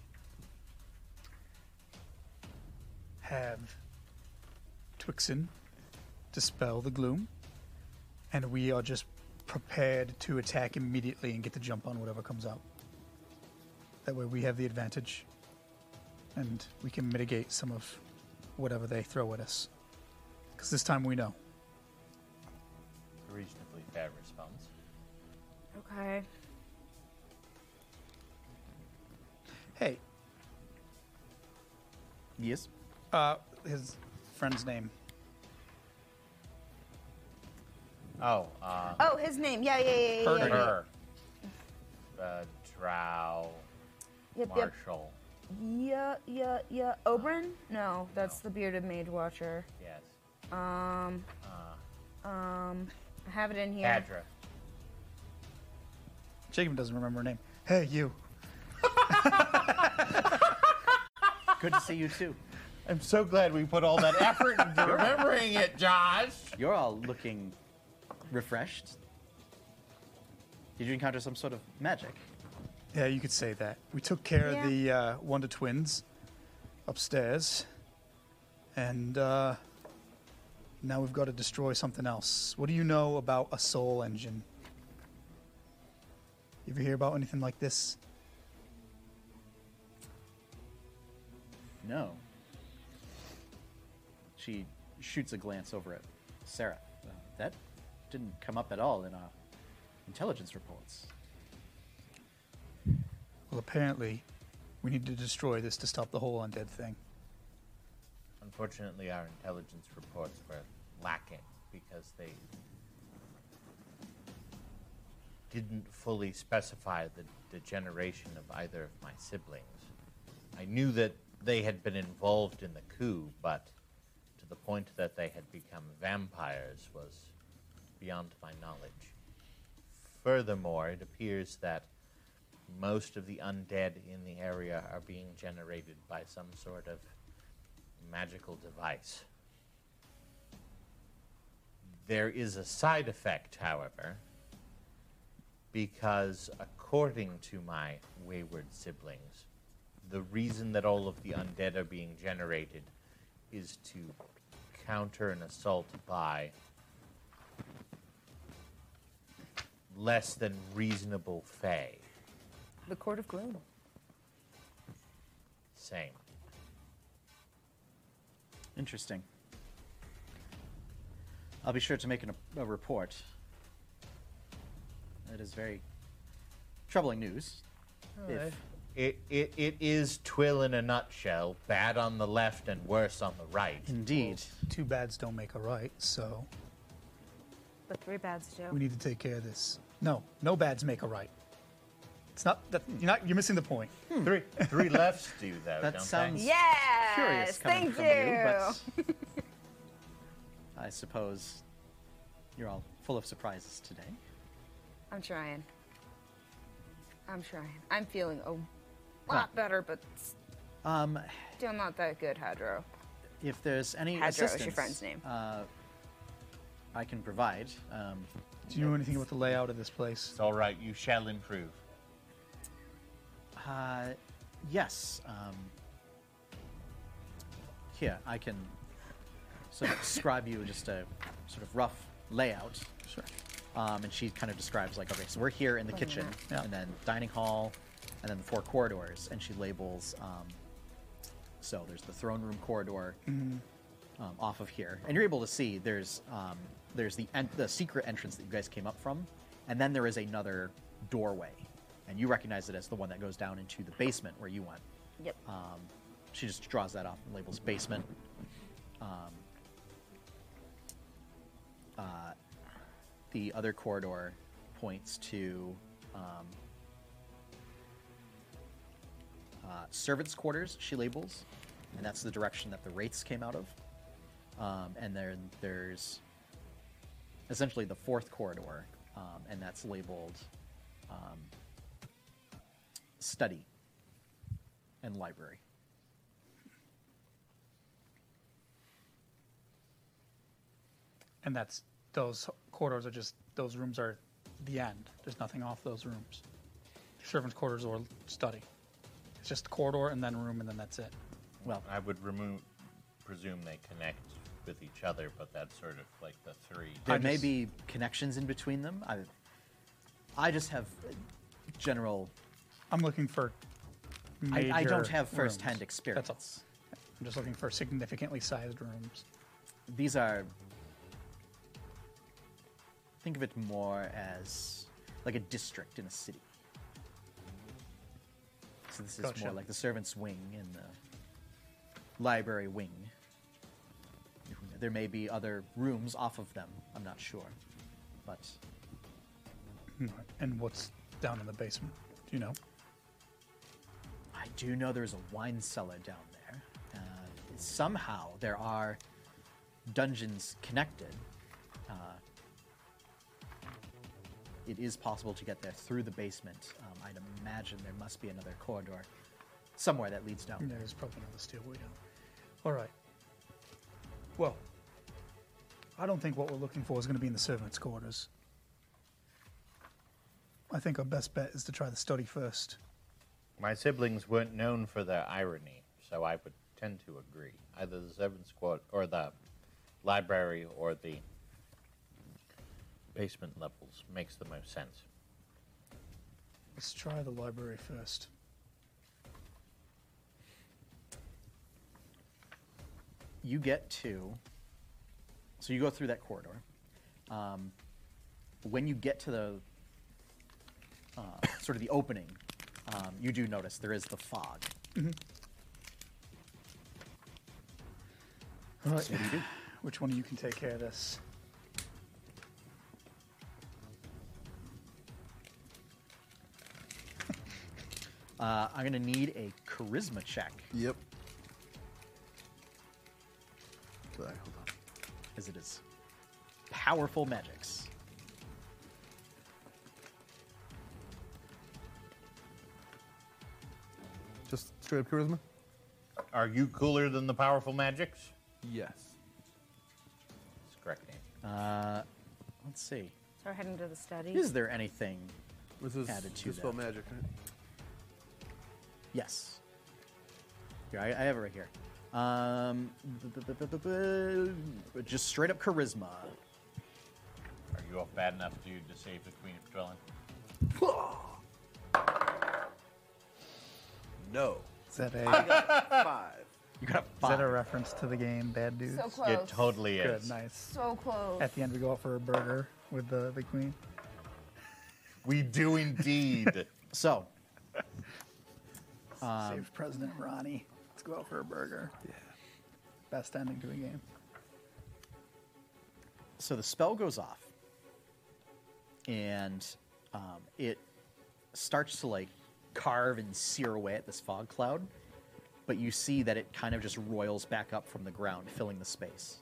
have Twixen dispel the gloom, and we are just prepared to attack immediately and get the jump on whatever comes out. That way, we have the advantage, and we can mitigate some of whatever they throw at us. Because this time we know.
Reasonably fair response.
Okay.
Hey,
Yes.
uh, his friend's name.
Oh, uh,
Oh, his name. Yeah, yeah, yeah, yeah. yeah.
Ernie.
her. The drow
Yep, yep.
marshal.
Yeah, yeah, yeah. Oberon? No, that's the bearded maid watcher.
Yes.
Um, um, I have it in here.
Adra.
Jacob doesn't remember her name. Hey, you.
Good to see you too.
I'm so glad we put all that effort into remembering it, Josh.
You're all looking refreshed. Did you encounter some sort of magic?
Yeah, you could say that. We took care
Yeah.
of the uh, Wonder Twins upstairs, and uh, now we've got to destroy something else. What do you know about a soul engine? You ever hear about anything like this?
No. She shoots a glance over at Sarah. Uh, that didn't come up at all in our intelligence reports.
Well, apparently, we need to destroy this to stop the whole undead thing.
Unfortunately, our intelligence reports were lacking because they didn't fully specify the, the generation of either of my siblings. I knew that they had been involved in the coup, but to the point that they had become vampires was beyond my knowledge. Furthermore, it appears that most of the undead in the area are being generated by some sort of magical device. There is a side effect, however, because according to my wayward siblings, the reason that all of the undead are being generated is to counter an assault by less than reasonable fae.
The Court of Gloom.
Same.
Interesting. I'll be sure to make an, a report. That is very troubling news. If
It, it, it is twill in a nutshell, bad on the left and worse on the right.
indeed.
Two bads don't make a right, so
But three bads, Joe.
we need to take care of this. No, no bads make a right. It's not that you're not you're missing the point.
Three three lefts do though,
That
don't
sounds-
they?
Yes!
curious coming
thank
from
you!
you, but I suppose you're all full of surprises today.
I'm trying. I'm trying. I'm feeling a lot better, but
Um,
still not that good, Hadro.
if there's any
Hadro is your
assistance,
friend's name.
Uh, I can provide. Um,
Do you know anything about the layout of this place?
It's all right. You shall improve.
uh, yes. Um, here, I can sort of describe you just a sort of rough layout.
Sure.
Um, and she kind of describes like, okay, so we're here in the kitchen,
Yeah.
and then dining hall, and then the four corridors, and she labels. Um,
Mm-hmm.
so there's the throne room corridor um, off of here, and you're able to see there's um, there's the en- the secret entrance that you guys came up from, and then there is another doorway, and you recognize it as the one that goes down into the basement where you went.
Yep.
She just draws that off and labels basement. Um, uh, the other corridor points to um, uh, servants' quarters. She labels, and that's the direction that the wraiths came out of. Um, and then there's essentially the fourth corridor, um, and that's labeled um, study and library.
And that's those corridors are just those rooms are the end. There's nothing off those rooms. Servants' quarters or study. It's just corridor and then room and then that's it.
Well,
I would remove, presume they connect with each other, but that's sort of like the three.
there
I
may
just-
be connections in between them. I, I just have uh, general.
I'm looking for.
I, I don't
major
have firsthand
rooms.
experience.
That's all. I'm just looking for significantly sized rooms.
These are. Think of it more as like a district in a city. So this is
Gotcha.
more like the servants' wing and the library wing. There may be other rooms off of them. I'm not sure, but
Hmm. And what's down in the basement? Do you know?
I do know there's a wine cellar down there. Uh, somehow there are dungeons connected. Uh, it is possible to get there through the basement. Um, I'd imagine there must be another corridor somewhere that leads down.
There's probably another stairway down. All right. Well, I don't think what we're looking for is going to be in the servants' quarters. I think our best bet is to try the study first.
My siblings weren't known for their irony, so I would tend to agree. Either the servants' quarter or the library or the basement levels makes the most sense.
Let's try the library first.
you get to so you go through that corridor um, when you get to the uh, sort of the opening um, you do notice there is the fog
All right. Which one of you can take care of this?
uh, i'm going to need a charisma check
Yep. Sorry, hold on.
as it is powerful magics
Just straight up charisma?
Are you cooler than the powerful magics?
Yes.
That's the correct answer.
let's see
So we're heading to the study.
is there anything
This is
Added to
dispel
that.
magic, right?
yes here i, I have it right here um, b- b- b- b- b- just straight up charisma
Are you up bad enough, dude, to save the Queen of Drilling?
No.
Is that a,
Five.
you got a
is
five
that a reference to the game Bad Dudes?
So close.
It totally
Good,
is.
nice.
So close.
At the end, we go out for a burger with the, the queen.
We do indeed.
so Um,
Save President Ronnie. Let's go out for a burger. Yeah. Best ending to a game.
so the spell goes off and um, it starts to like carve and sear away at this fog cloud but you see that it kind of just roils back up from the ground filling the space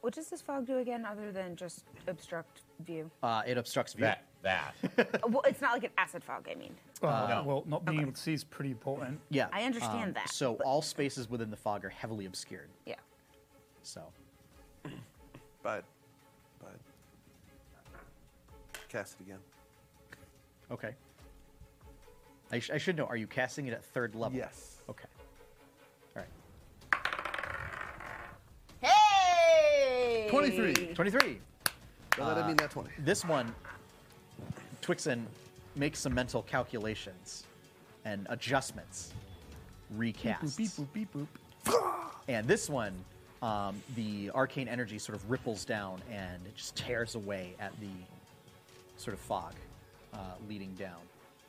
What does this fog do again, other than just obstruct view?
uh, it obstructs view
that, that.
Uh, well, it's not like an acid fog. I mean,
Well,
No.
Uh, well, not being able to see is pretty important.
yeah
I understand that,
so
but-
all spaces within the fog are heavily obscured
yeah.
so
Bud. Bud. Cast it again.
okay I, sh- I should know are you casting it at third level
Yes.
okay all right
Hey!
23.
23
Don't let it mean that 20.
this one, Twixen makes some mental calculations and adjustments recasts.
Beep boop beep boop.
And this one, um, the arcane energy sort of ripples down and it just tears away at the sort of fog uh, leading down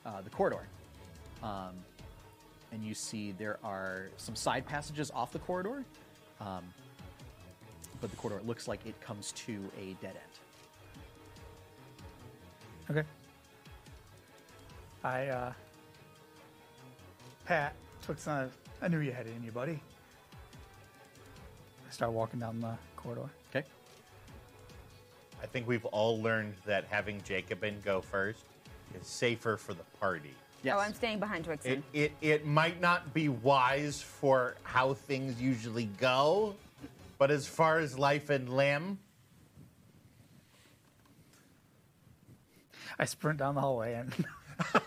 uh, the corridor. Um, and you see there are some side passages off the corridor, um, but the corridor it looks like it comes to a dead end.
Okay. I, uh. Pat, Twix, I, I knew you had it in you, buddy. I start walking down the corridor.
Okay.
I think we've all learned that having Jacobin go first is safer for the party.
Yes.
Oh, I'm staying behind Twixen.
It, it, it might not be wise for how things usually go, but as far as life and limb,
I sprint down the hallway and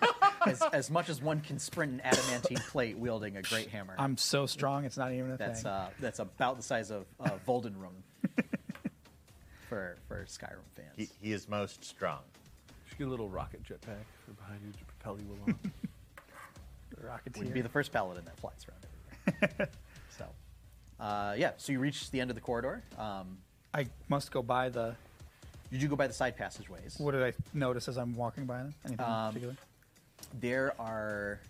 as, as much as one can sprint an adamantine plate wielding a great hammer.
I'm so strong, it's not even a
That's
thing.
uh, that's about the size of uh, Voldenrum for for Skyrim fans.
he, he is most strong.
Just get a little rocket jetpack from behind you to propel you along.
Rocketeer.
Wouldn't be the first paladin that flies around everywhere. so, uh, yeah. So you reach the end of the corridor. Um,
I must go by the.
you do go by the side passageways.
What did I notice as I'm walking by them? Anything
Um,
in particular?
There are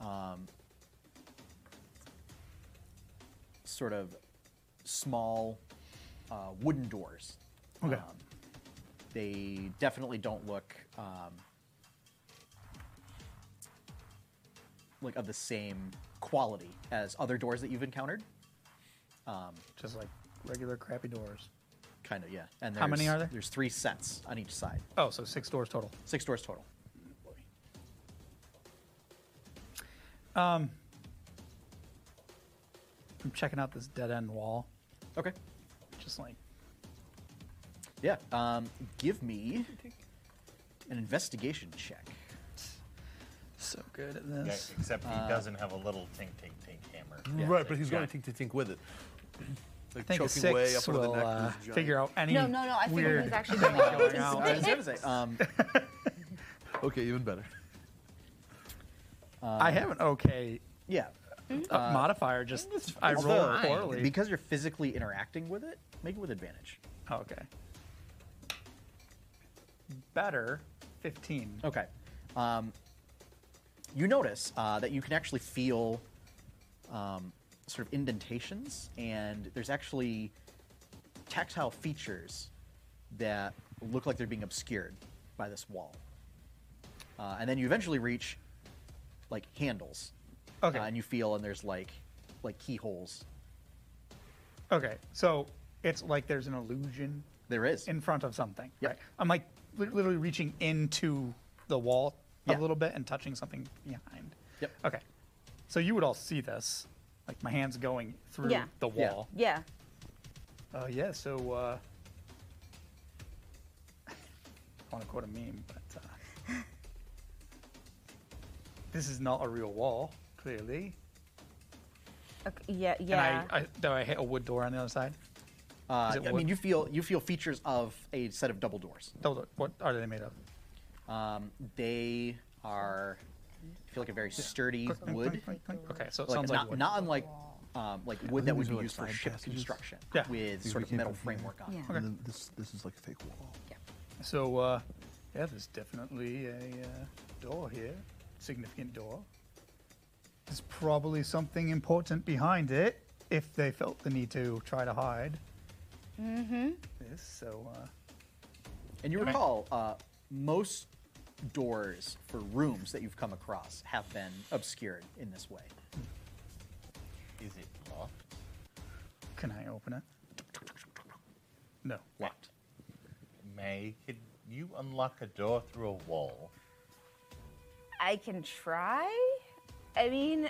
um, sort of small uh, wooden doors. Um,
Okay.
They definitely don't look um, like of the same quality as other doors that you've encountered.
Just like regular crappy doors.
Kind of, yeah. And
How many
there's-
are there?
There's three sets on each side.
Oh, so six doors total.
Six doors total.
I'm checking out this dead end wall.
Okay.
Just like
Yeah. Um, give me an investigation check.
so good at
Yeah,
this.
except he doesn't have a little tink tink tink hammer.
right, but he's
yeah.
going to think to think with it. Like
I think a
choking way
six
up under the
will
neck.
uh,
of this giant-
figure out any.
no, no, no. I figured
weird
he was actually
thing
going
going
to
on.
I was gonna say, um,
Okay, even better.
I have an okay
yeah.
Mm-hmm.
uh, modifier. Just I roll
Although,
poorly.
Because you're physically interacting with it, make it with advantage.
Oh, okay. Better, fifteen.
Oh.
Okay. Um, you notice uh, that you can actually feel um, sort of indentations, and there's actually tactile features that look like they're being obscured by this wall. Uh, and then you eventually reach like handles.
Okay.
Uh, and you feel, and there's like like keyholes.
Okay, so it's like there's an illusion
There is.
in front of something.
Yep.
Right. I'm like li- literally reaching into the wall
Yeah.
a little bit and touching something behind.
Yep.
Okay. So you would all see this, like my hands going through
Yeah.
the
Yeah.
wall.
Yeah.
Uh, yeah, so uh, I want to quote a meme, but uh, this is not a real wall, clearly.
Okay, yeah. Yeah.
And I, I, do I hit a wood door on the other side?
Uh,
Is it
I
wood?
mean, you feel you feel features of a set of double doors.
Double door- What are they made of?
Um, they are I feel like a very sturdy wood,
Clink, clink. Okay, so it
like,
sounds
not,
like wood.
not unlike um, like wood that would
these are
be
like
used for
side
ship
passages.
construction
Yeah.
with
These
sort
we
of
came
metal
from here.
framework on.
Yeah.
it.
And
Okay.
then this this is like a fake wall.
So, uh, yeah, there's definitely a uh, door here, significant door. There's probably something important behind it if they felt the need to try to hide. Mm-hmm. This, so, uh,
And you recall uh, most doors for rooms that you've come across have been obscured in this way.
Is it locked?
can I open it? No.
Locked.
May, could you unlock a door through a wall?
I can try. I mean,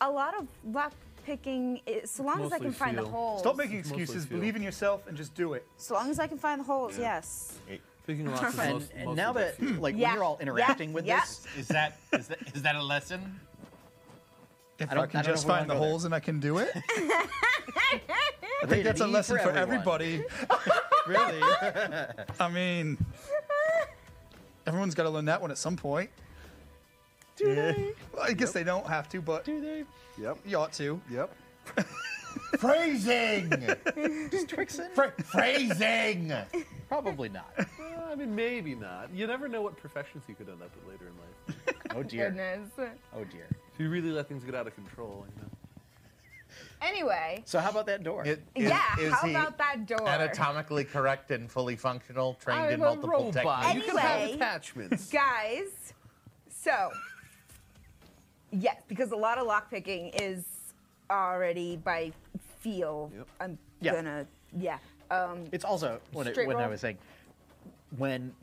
a lot of lock picking. i- So long as I
Mostly
can find the
feel.
holes.
Stop making
It's mostly
excuses.
feel.
Believe in yourself and just do it.
So long as I can find the holes. Yes.
It-
Thinking lots of
And,
most,
and
mostly
now
good
that
food.
like
Yeah.
when you're all
Yeah.
interacting with
Yeah.
this,
Is that is that is that a lesson?
If
I
I,
don't- I
can
don't know
just
if we wanna
find the
go there.
holes and I can do it, I
I
think that's a lesson for everybody.
Really?
I mean, everyone's got to learn that one at some point. Do they? Well, I guess they don't have to, but
Do they?
Yep.
you ought to.
Yep.
Phrasing!
Just Twixen?
Fra- phrasing!
Probably not.
Well, Uh, I mean, maybe not. You never know what professions you could end up with later in life.
Oh dear.
Goodness.
Oh dear.
If you really let things get out of control, you know.
Anyway,
So how about that door?
It-
yeah.
is
how
he
about that door?
Anatomically correct and fully functional, trained in
I'm a
multiple
robot.
techniques.
Uh, You can have
Anyway.
attachments.
guys. So, yes, because a lot of lockpicking is already by feel.
Yep.
I'm
Yeah.
gonna, yeah. Um,
It's also when, it,
Straight
when I
roll.
was saying when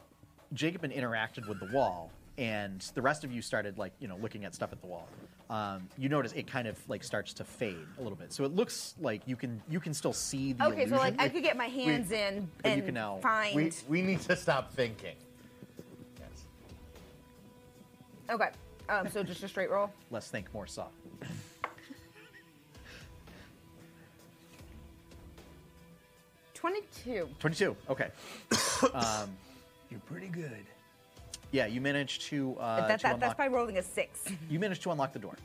Jacobin interacted with the wall and the rest of you started like you know looking at stuff at the wall. Um, you notice it kind of like starts to fade a little bit, so it looks like you can you can still see the
okay, so like
illusion.
I could get my hands in
but you
and
can now-
find.
We, we need to stop thinking. Yes.
Okay, um, so just a straight roll.
Let's think more soft.
Twenty-two.
Twenty-two. Okay. Um,
You're pretty good.
Yeah, you managed to uh,
that,
to
that, that's
unlock.
by rolling a six.
You managed to unlock the door.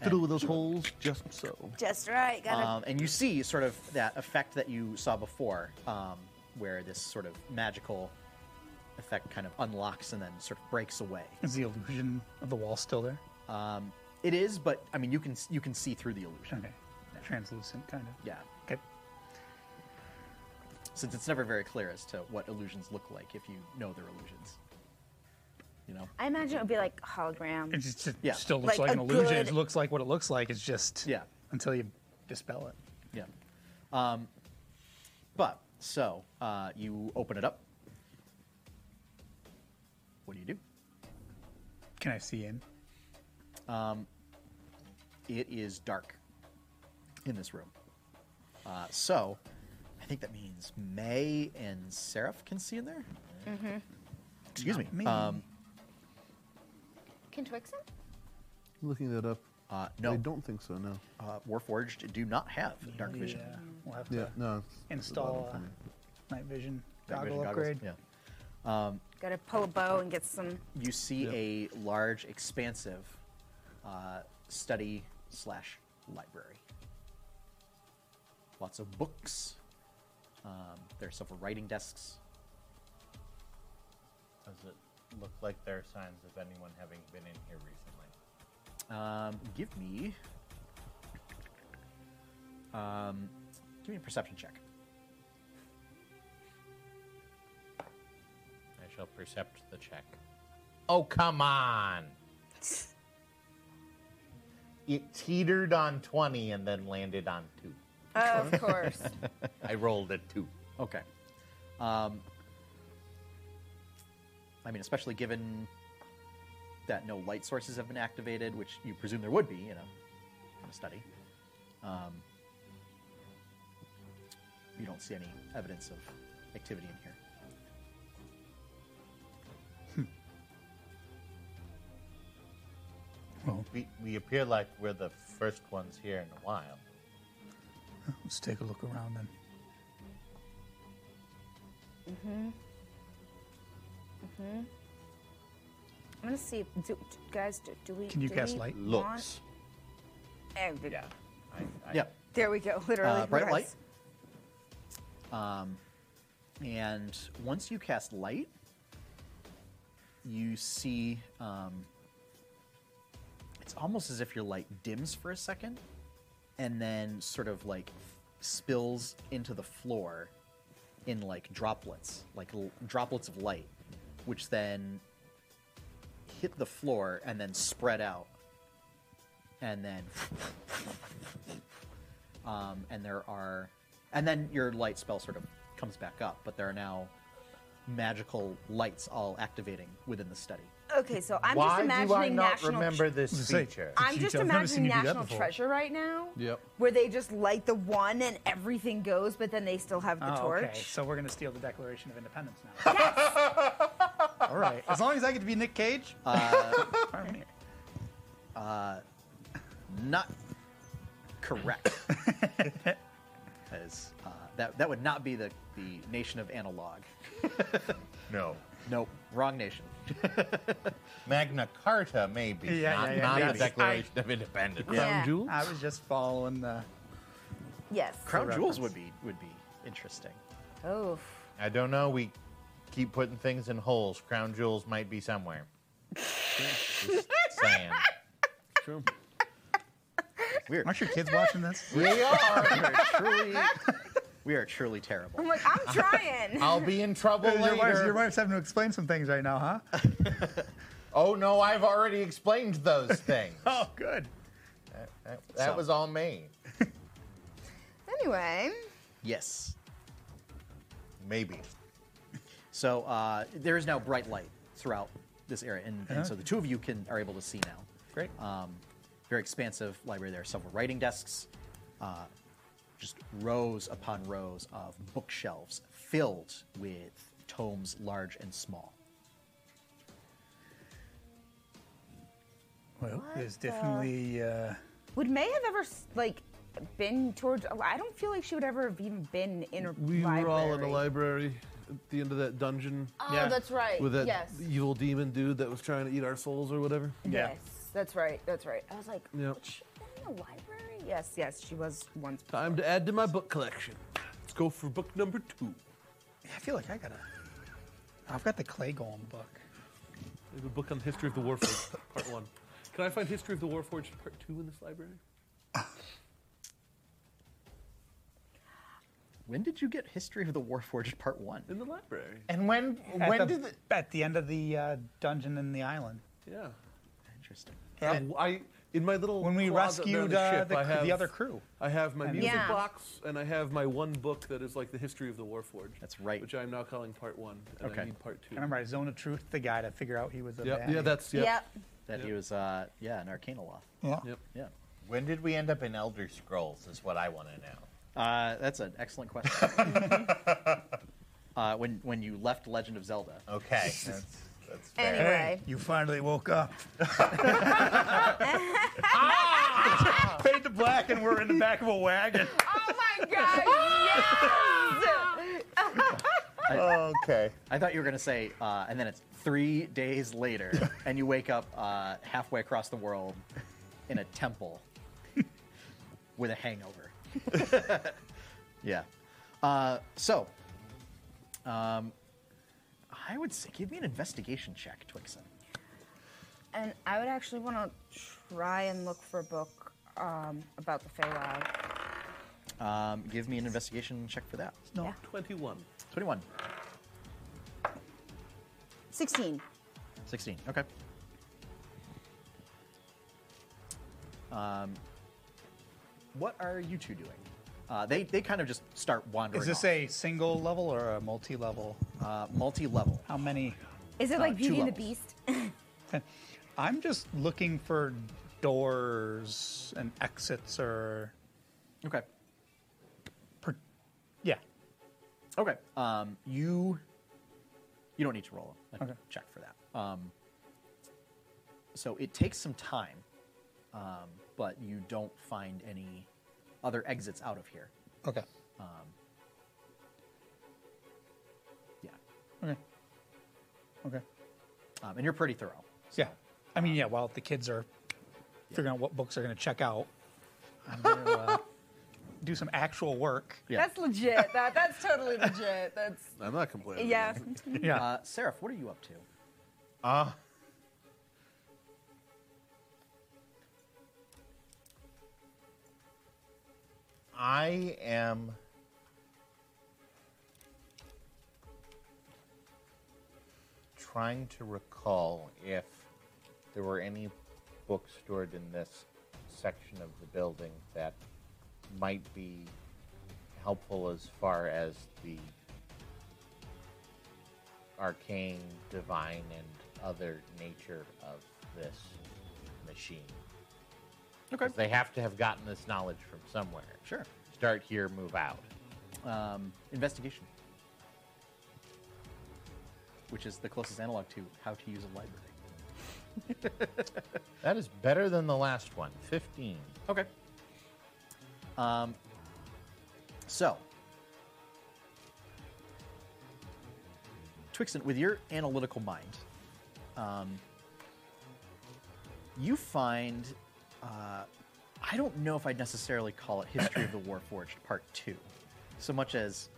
Fiddle with those holes just so.
Just right. Gotta
Um, and you see sort of that effect that you saw before, um, where this sort of magical effect kind of unlocks and then sort of breaks away.
Is the illusion of the wall still there?
It is, but I mean, you can you can see through the illusion.
Okay. Translucent, kind of.
Yeah,
Okay.
since it's never very clear as to what illusions look like if you know they're illusions. You know.
I imagine it would be like hologram.
It just it
Yeah.
still looks
Like
like,
a
an illusion.
good-
It looks like what it looks like. It's just
Yeah.
until you dispel it.
Yeah. Um, but so uh, you open it up. What do you do?
Can I see in?
It is dark in this room. Uh, so I think that means May and Seraph can see in there. Mm-hmm. Excuse me.
me.
Um,
Can Twixen?
Looking that up.
uh, no,
I don't think so, no.
uh, Warforged do not have dark vision.
Yeah. We'll have
Yeah,
to
no.
install uh, night vision
Dark
goggle
vision goggles,
upgrade.
Yeah.
Gotta pull a bow and get some.
You see
Yep.
a large, expansive uh, study slash library. Lots of books. Um, there are several writing desks.
Does it look like there are signs of anyone having been in here recently?
Um, give me. Um, give me a perception check.
I shall percept the check. Oh, come on! It teetered on 20 and then landed on 2.
Of course.
I rolled a 2.
Okay. Um, I mean, especially given that no light sources have been activated, which you presume there would be in a, in a study. Um, you don't see any evidence of activity in here.
We, we appear like we're the first ones here in a while.
Let's take a look around then.
I'm gonna see. if- Do, do- guys, do, do we?
Can you
do
cast
we
light?
want-
Looks.
Eh, we-
Yeah. I, I,
Yeah.
There we go. Literally.
Uh, bright
Yes.
light. Um, And once you cast light, you see um, it's almost as if your light dims for a second and then sort of like spills into the floor in like droplets, like l- droplets of light, which then hit the floor and then spread out. And then um, and there are and then your light spell sort of comes back up but there are now magical lights all activating within the study
Okay, so I'm
Why
just imagining
do I not
national.
remember
Tre-
I
this
was gonna say,
feature?
I-
I'm
Gee,
just
I've never seen
imagining
you do that
National
before.
Treasure right now.
Yep.
Where they just light the one and everything goes, but then they still have the torch.
Oh, okay. So we're gonna steal the Declaration of Independence now. All right. As long as I get to be Nick Cage.
Uh,
Fine with me.
not correct because uh, that, that would not be the, the nation of analog
No.
Nope. Wrong nation.
Magna Carta, maybe.
Yeah,
not
yeah, yeah,
not
maybe.
the Declaration of Independence.
Yeah.
Jewel?
I was just following the.
Yes.
Crown jewels
reference.
would be would be interesting.
Oh.
I don't know. We keep putting things in holes. Crown jewels might be somewhere. Just saying.
True.
We're
Aren't your kids watching this?
We are.
truly we are truly terrible.
I'm like, I'm trying.
I'll be in trouble
Your wife's,
later.
your wife's having to explain some things right now, huh?
Oh no, I've already explained those things.
Oh, good.
That, that was all me.
anyway.
Yes.
Maybe.
So uh, there is now bright light throughout this area, and, and so the two of you can are able to see now.
Great.
Um, very expansive library. There are several writing desks, uh, just rows upon rows of bookshelves filled with tomes, large and small.
Well, there's definitely. Uh,
Would May have ever like been towards? oh, I don't feel like she would ever have even been in a
We
library.
were all in a library at the end of that dungeon
Oh,
Yeah.
that's right.
with that
yes.
evil demon dude that was trying to eat our souls or whatever.
yeah.
Yes, that's right. That's right.
I was like,
Yep.
"Would she go in the library?
Yes, yes, she was once.
Time to add to my book collection. Let's go for book number two.
I feel like I gotta. I've got the clay golem book.
There's a book on the history of the Warforged, part one. Can I find History of the Warforged, part two, in this library?
When did you get History of the Warforged Part One?
In the library.
And when
At
when
the,
did the,
at the end of the uh, dungeon in the island?
Yeah.
Interesting.
I, I in my little
When we
closet there on
rescued
the
uh,
ship,
the,
I
cr-
have,
the other crew.
I have my music
Yeah.
box and I have my one book that is like the history of the Warforged.
That's right.
Which I'm now calling part one. And
Okay.
I need part two.
I remember I zoned a truth the guy to figure out he was a
Yep.
bad
Yeah, that's yep.
Yep.
That he was, uh, yeah, an Arcana Law.
yeah.
Yep.
Yeah.
when did we end up in Elder Scrolls? Is what I want to know.
Uh, that's an excellent question. uh, when when you left Legend of Zelda,
Okay. That's, that's fair.
Anyway.
Hey, you finally woke up. Paint the black, and we're in the back of a wagon.
Oh my God! yes!
okay.
I thought you were gonna say, uh, and then it's three days later, and you wake up uh, halfway across the world in a temple with a hangover. yeah. Uh, so, um, I would say give me an investigation check, Twixen.
And I would actually want to try and look for a book um, about the Feywild.
Um, give me an investigation check for that.
No.
Yeah.
Twenty-one.
21,
Sixteen.
16. Okay. Um, Um, what are you two doing? Uh, they, they kind of just start wandering.
Is this
off.
a single level or a multi-level?
uh, multi-level.
How many?
Is it like
Uh, two
Beauty and the
levels.
Beast?
I'm just looking for doors and exits, or
Okay.
per- yeah.
Okay. Um, you you don't need to roll a
Okay.
check for that. Um, so it takes some time, um, but you don't find any other exits out of here.
Okay.
Yeah.
Okay. Okay.
Um, and you're pretty thorough.
Yeah. I mean, yeah. While the kids are figuring out what books they're going to check out, I'm going to uh, do some actual work.
Yeah.
That's legit. That, that's totally legit. That's
I'm not complaining.
yeah.
Yeah.
Uh, Seraph, what are you up to?
Uh, I am. Trying to recall if there were any books stored in this section of the building that might be helpful as far as the arcane, divine, and other nature of this machine.
Okay.
'Cause They have to have gotten this knowledge from somewhere.
Sure.
Start here, move out.
Um, investigation, which is the closest analog to how to use a library.
That is better than the last one. 15.
Okay. Um, so, Twixen, with your analytical mind, um, you find. Uh, I don't know if I'd necessarily call it History of the Warforged Part 2, so much as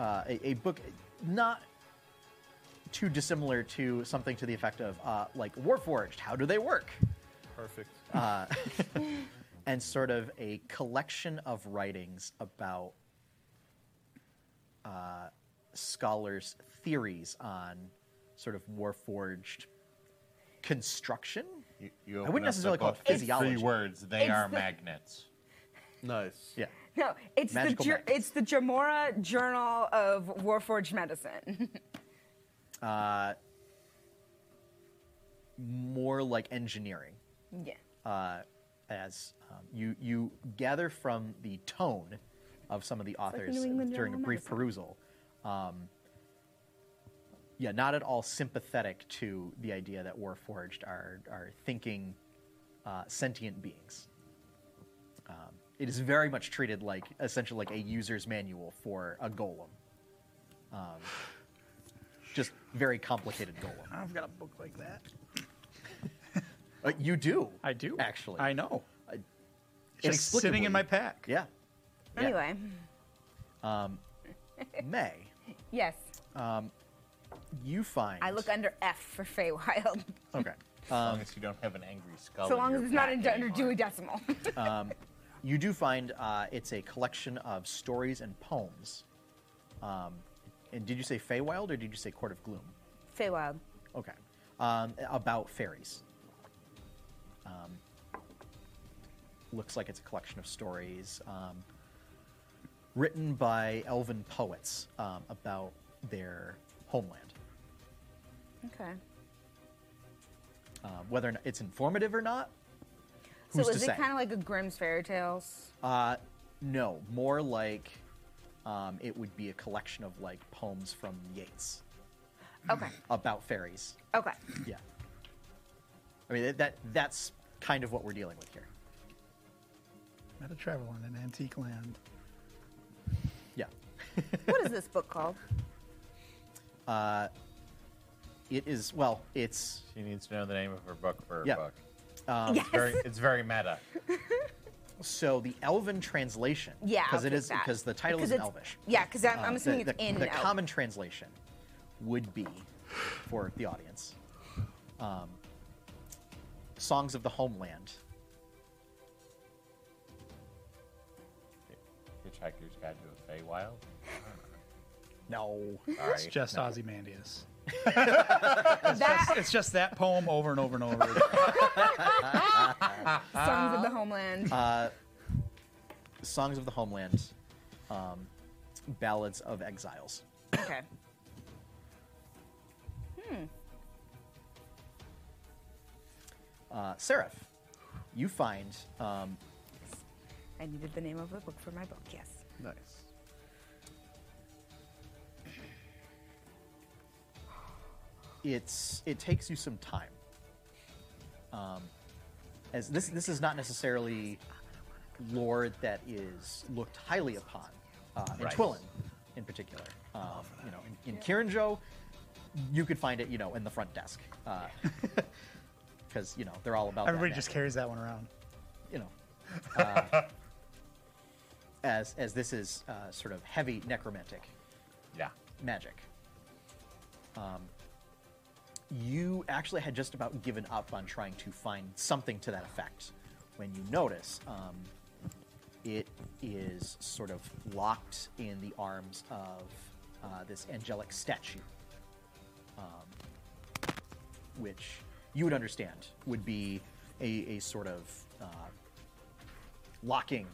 uh, a, a book not too dissimilar to something to the effect of, uh, like, Warforged, how do they work?
Perfect.
and sort of a collection of writings about uh, scholars' theories on sort of warforged construction.
You, you
wouldn't
open up the
necessarily call it
book,
physiology.
Three words. They
It's
are
the-
magnets.
Nice.
Yeah.
No, it's
Magical
the jur-
magnets.
it's the Jamora Journal of Warforged Medicine.
More like engineering,
yeah.
uh, as um, you you gather from the tone of some of the authors
New England
during a
Journal of
brief
Medicine.
perusal. Um, yeah, not at all sympathetic to the idea that Warforged are are thinking uh, sentient beings. Um, it is very much treated like essentially like a user's manual for a golem. Um, just very complicated golem.
I've got a book like that.
Uh, you do.
I do
actually.
I know.
I-
It's just sitting in
inexplicably.
my pack.
Yeah. Yeah.
Anyway,
May
yes,
you find?
I look under F for Feywild,
Okay.
As long as you don't have an angry
Oh,
skull.
so
in
long
your
as it's not
pack
in- under
anymore.
Duodecimal.
You do find uh, it's a collection of stories and poems. Um, and did you say Feywild or did you say Court of Gloom?
Feywild.
Okay. Um, about fairies. Um, looks like it's a collection of stories um, written by elven poets um, about their homeland.
Okay.
Um, whether or not it's informative or not,
So
who's to
is it
say?
kind of like a Grimm's fairy tales?
Uh, no, more like um, it would be a collection of like poems from Yeats Uh,
Okay.
about fairies.
Okay.
Yeah, I mean that that's kind of what we're dealing with here.
Met a traveler in an antique land.
Yeah,
what is this book called?
it is. Well, it's
She needs to know the name of her book for her
Yeah. Um,
book. It's very, it's very meta.
so the Elven translation.
Yeah, I'll
because it
take
is
that.
because the title
Because
is in
it's-
Elvish.
Yeah, because I'm,
Uh,
I'm
the-
assuming
the,
it's in
the
Elf.
common translation would be for the audience um, songs of the homeland
Hitchhiker's Guide to a Feywild.
no
All right.
It's just Ozymandias.
Oh, That
It's just that poem over and over and over. again.
Songs
uh,
of the Homeland.
songs of the homeland um, ballads of exiles
okay.
uh, seraph you find um,
I needed the name of a book for my book. Yes.
Nice.
it's it takes you some time um, as this this is not necessarily lore that is looked highly upon uh, in
Right.
Twillin in particular um, you know in, in Kirinjo you could find it you know in the front desk because you know they're all about that
Everybody
now.
just carries that one around.
you know, uh, as as this is uh, sort of heavy necromantic
Yeah.
magic. Um, you actually had just about given up on trying to find something to that effect when you notice um, it is sort of locked in the arms of uh, this angelic statue, um, which you would understand would be a, a sort of uh, locking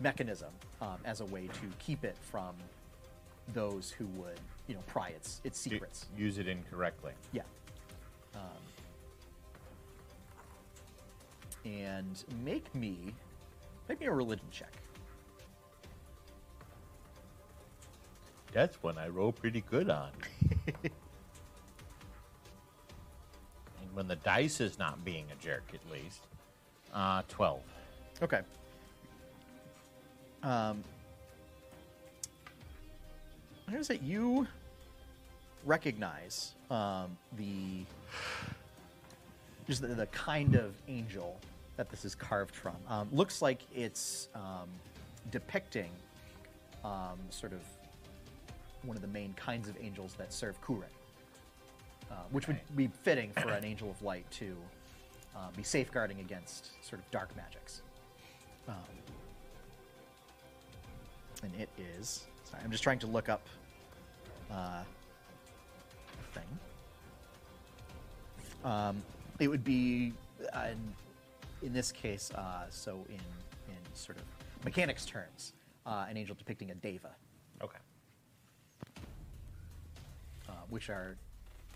mechanism um, as a way to keep it from those who would, you know, pry its its
Do-
secrets.
use it incorrectly.
Yeah. Um, and make me make me a religion check.
That's one I roll pretty good on. and when the dice is not being a jerk, at least. Uh, 12.
Okay. Um, notice that you recognize um, the just the, the kind of angel that this is carved from. Um, looks like it's um, depicting um, sort of one of the main kinds of angels that serve Kuren, uh, which would be fitting for an angel of light to uh, be safeguarding against sort of dark magics. Um, and it is. Sorry, I'm just trying to look up uh, a thing. Um, It would be, uh, in, in this case, uh, so in in sort of mechanics terms, uh, an angel depicting a deva,
Okay.
uh, which are,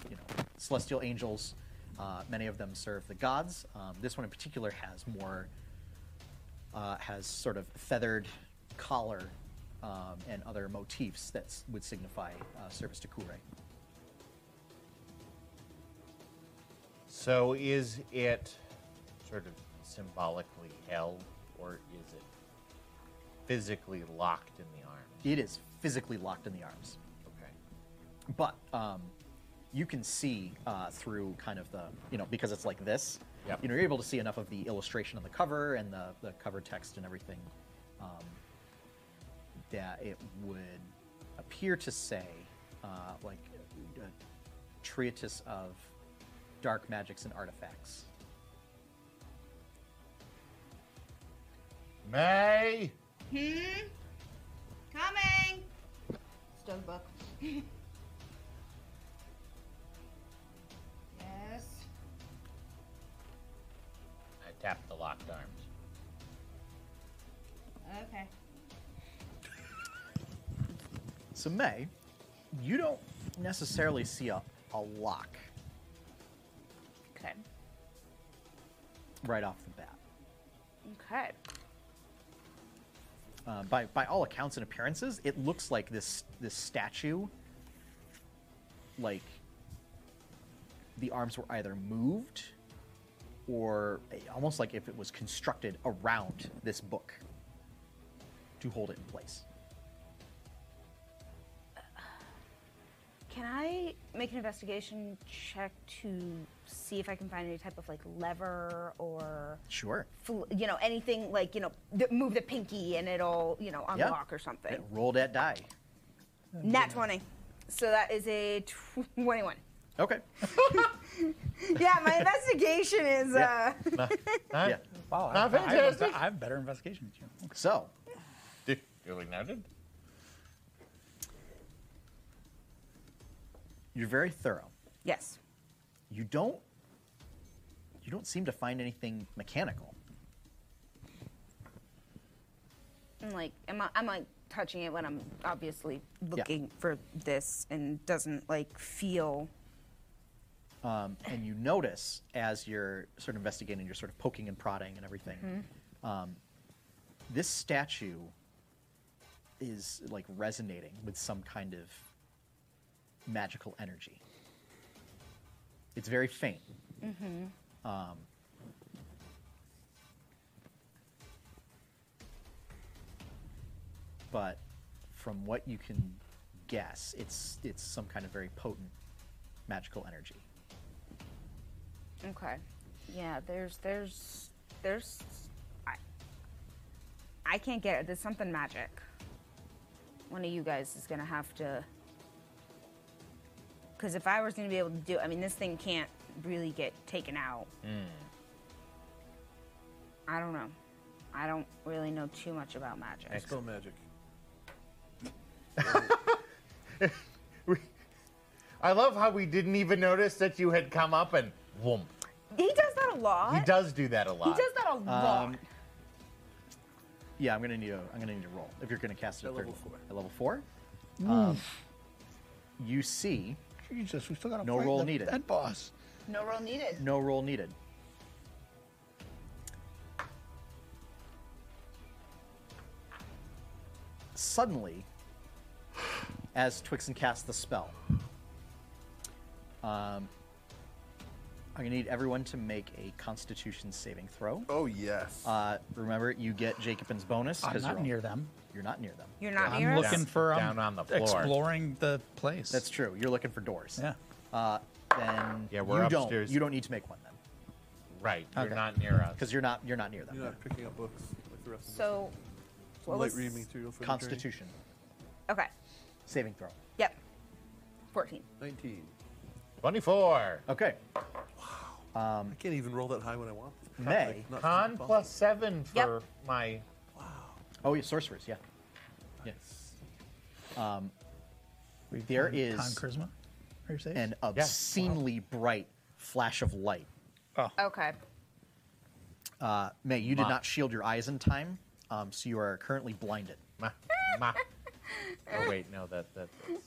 you know, celestial angels. Uh, many of them serve the gods. Um, this one in particular has more, uh, has sort of feathered collar um, and other motifs that s- would signify uh, service to Kure.
So is it sort of symbolically held, or is it physically locked in the arm?
It is physically locked in the arms.
Okay.
but um, you can see uh, through kind of the you know because it's like this
Yep.
you know you're able to see enough of the illustration on the cover and the, the cover text and everything um, that it would appear to say uh, like a treatise of dark magics and artifacts
May.
Coming! Still the book. yes.
I tap the locked arms.
Okay.
So May, you don't necessarily see a, a lock
Okay.
right off the bat.
Okay.
Uh, by by all accounts and appearances, it looks like this this statue. Like the arms were either moved, or almost like if it was constructed around this book to hold it in place.
Can I make an investigation check to see if I can find any type of like lever or,
Sure.
fl- you know, anything like, you know, th- move the pinky and it'll, you know,
Yeah.
unlock or something?
Yeah, roll that die.
Nat 20. So that is a 21.
Okay.
Yeah, my investigation is.
Yeah.
uh
Huh?
yeah.
Wow,
Not
I, I, have,
fantastic.
I have better investigation than you. Okay.
So
Du- Duly noted.
you're very thorough.
Yes.
You don't. You don't seem to find anything mechanical.
I'm like, I'm, I'm like touching it when I'm obviously looking for this and doesn't like feel.
um, and you notice as you're sort of investigating, you're sort of poking and prodding and everything. Um, this statue is like resonating with some kind of magical energy. It's very faint. Um, but from what you can guess, it's it's some kind of very potent magical energy.
Okay. Yeah, there's, there's, there's. I, I can't get it. There's something magic. One of you guys is gonna have to. Because if I was gonna be able to do, I mean, this thing can't really get taken out. I don't know. I don't really know too much about magic.
Let's go magic.
I love how we didn't even notice that you had come up and whoom.
He does that a lot.
He does do that a lot.
He does that a lot.
Yeah, I'm gonna need a. I'm gonna need a roll if you're gonna cast it at,
At
third
level
level. At level four.
Mm.
Um, you see,
Jesus, we still got
No fight roll the needed. bad
That boss.
No roll needed.
no roll needed. Suddenly, as Twixen casts the spell, um, I'm gonna need everyone to make a Constitution saving throw.
Oh yes.
Uh, remember, you get Jacobin's bonus
I'm
you're
not
on-
near them.
You're not near them.
You're not near
I'm looking
us.
for um,
down on the floor.
exploring the place.
That's true. You're looking for doors.
yeah.
Uh, then
Yeah, we're
you
upstairs.
don't. You don't need to make one then,
Right. You're
Okay.
not near us.
because you're not. You're not near them.
You're not picking up books like the rest of us.
So,
Some
what
light
was-
reading material for the journey.
Constitution
okay.
saving throw.
Yep. 14.
19.
24.
Okay.
I can't even roll that high when I want.
May.
Not
Con
possible.
plus seven
Yep.
for my.
Oh, yeah, sorcerers. Yeah. Yes. Um, there is
Con charisma. Are you safe?
an obscenely bright flash of light.
Oh,
Oh,
Okay.
Uh, May, you did
Ma.
not shield your eyes in time, um, so you are currently blinded.
my, my. Oh wait, no, that that. That's,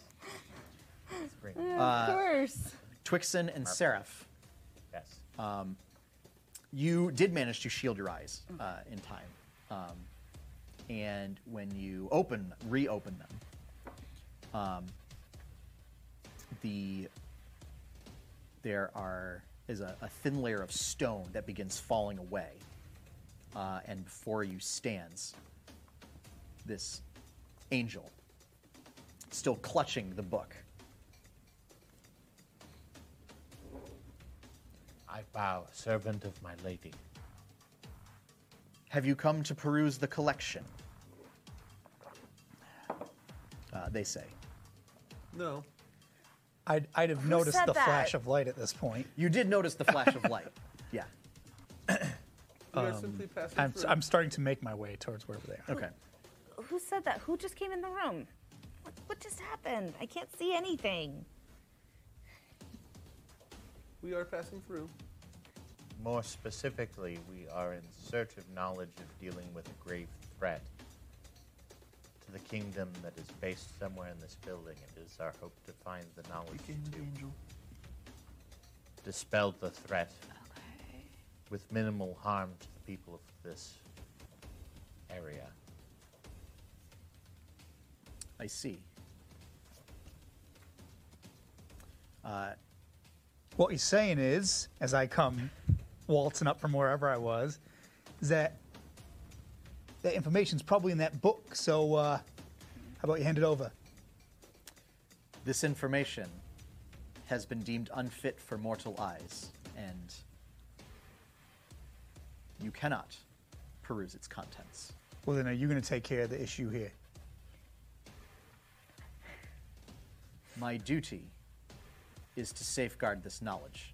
that's green.
of course.
Twixen and Seraph,
yes.
you did manage to shield your eyes uh, in time. Um, and when you open, reopen them, um, the there are is a, a thin layer of stone that begins falling away, uh, and before you stands this angel, still clutching the book.
I bow, servant of my lady.
Have you come to peruse the collection? Uh, they say.
No.
I'd, I'd have noticed
said
the
that?
flash of light at this point.
You did notice the flash of light. Yeah.
You are simply passing
I'm,
through.
I'm starting to make my way towards wherever they are.
Okay.
Who said that? Who just came in the room? What, what just happened? I can't see anything.
We are passing through.
More specifically, we are in search of knowledge of dealing with a grave threat to the kingdom that is based somewhere in this building. It is our hope to find the knowledge to dispel the threat with minimal harm to the people of this area.
I see.
What he's saying is, as I come waltzing up from wherever I was, is that that information's probably in that book. So, uh, how about you hand it over?
This information has been deemed unfit for mortal eyes, and you cannot peruse its contents.
Well, then, are you going to take care of the issue here?
My duty is to safeguard this knowledge.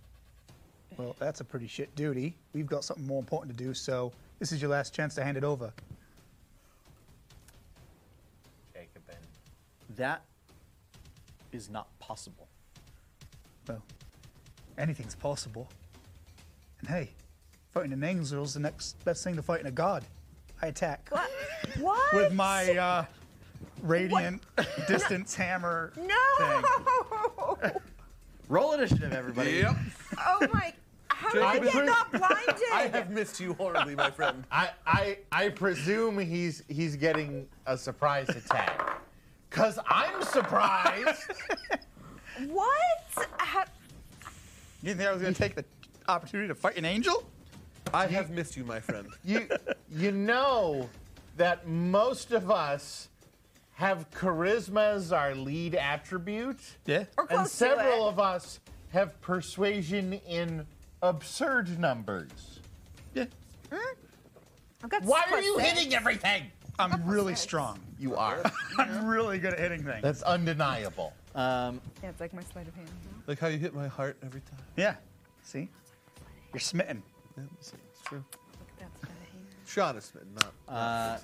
Well, that's a pretty shit duty. We've got something more important to do, so this is your last chance to hand it over.
Jacobin,
That is not possible.
Well, anything's possible. And hey, fighting an angel is the next best thing to fighting a god. I attack
What? What?
with my uh, radiant distance hammer.
no!
thing.
Roll initiative, everybody.
Yep.
Oh my! How did I
Jacob,
get not
I
blinded?
have missed you horribly, my friend.
I, I I presume he's he's getting a surprise attack. Cause I'm surprised.
What? How,
You think I was going to take the opportunity to fight an angel?
I have missed you, my friend.
you you know that most of us have charisma as our lead attribute.
Yeah.
Or close
and
to
several
it.
of us have persuasion in absurd numbers.
Yeah.
I've got
Why are you
twisted.
hitting everything?
I'm really strong.
You are.
I'm really good at hitting things.
That's undeniable.
Yeah, it's like my sleight of hand.
Like how you hit my heart every time.
yeah. See? You're smitten.
Yeah, it's it's true.
Look at that sleight of hand.
Sean is smitten, not.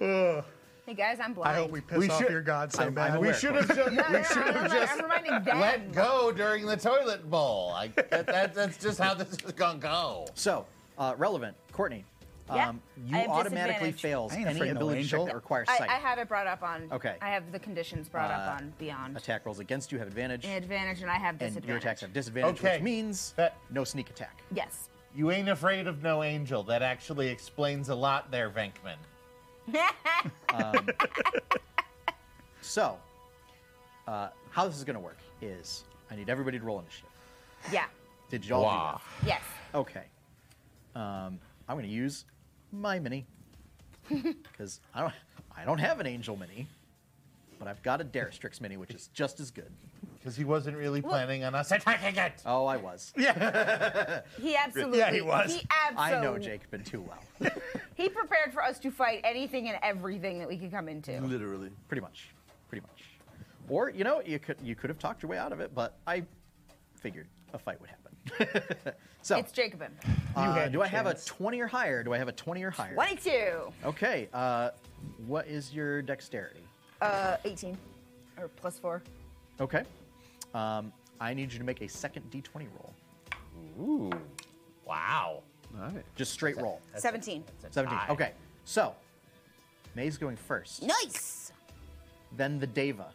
Hey guys, I'm blind.
I hope we piss
We
off
should-
your god so
I'm-
bad.
I'm
we
aware.
should have just, we should have just
I'm reminding them.
let go during the toilet bowl. I, that, that, that's just how this is gonna go.
So, uh, relevant, Courtney.
Yeah,
Um,
I
you
have
automatically
disadvantage.
fails
I ain't
any
afraid of no
ability check
angel.
that requires
I,
sight.
I have it brought up on.
Okay.
I have the conditions brought up on Beyond.
Attack rolls against you have advantage,
An advantage, and I have
and
disadvantage.
your attacks have disadvantage,
Okay.
which means
That-
no sneak attack.
Yes.
You ain't afraid of no angel. That actually explains a lot there, Venkman.
So, uh, how this is going to work is I need everybody to roll initiative.
Yeah.
Did y'all
Wah.
do
Yes.
that? Okay. Um, I'm going to use my mini because I don't I don't have an angel mini, but I've got a Daristrix mini, which is just as good.
Because he wasn't really planning on us attacking it.
Oh, I was.
He absolutely.
Yeah, he was.
He
I know
absolutely-
Jake been too well,
He prepared for us to fight anything and everything that we could come into.
Literally.
pretty much, pretty much. Or you know, you could you could have talked your way out of it, but I figured a fight would happen. so
It's Jacobin.
Uh,
had
do
your
I have a
chance.
20 or higher? Do I have a 20 or higher?
22.
Okay. Uh, what is your dexterity?
Uh, 18. Or plus 4.
Okay. Um, I need you to make a second d20 roll.
Ooh. Wow.
All right.
Just straight roll.
That's a-
17.
that's a
17.
tie.
Okay. So, May's going first.
Nice.
Then the Deva.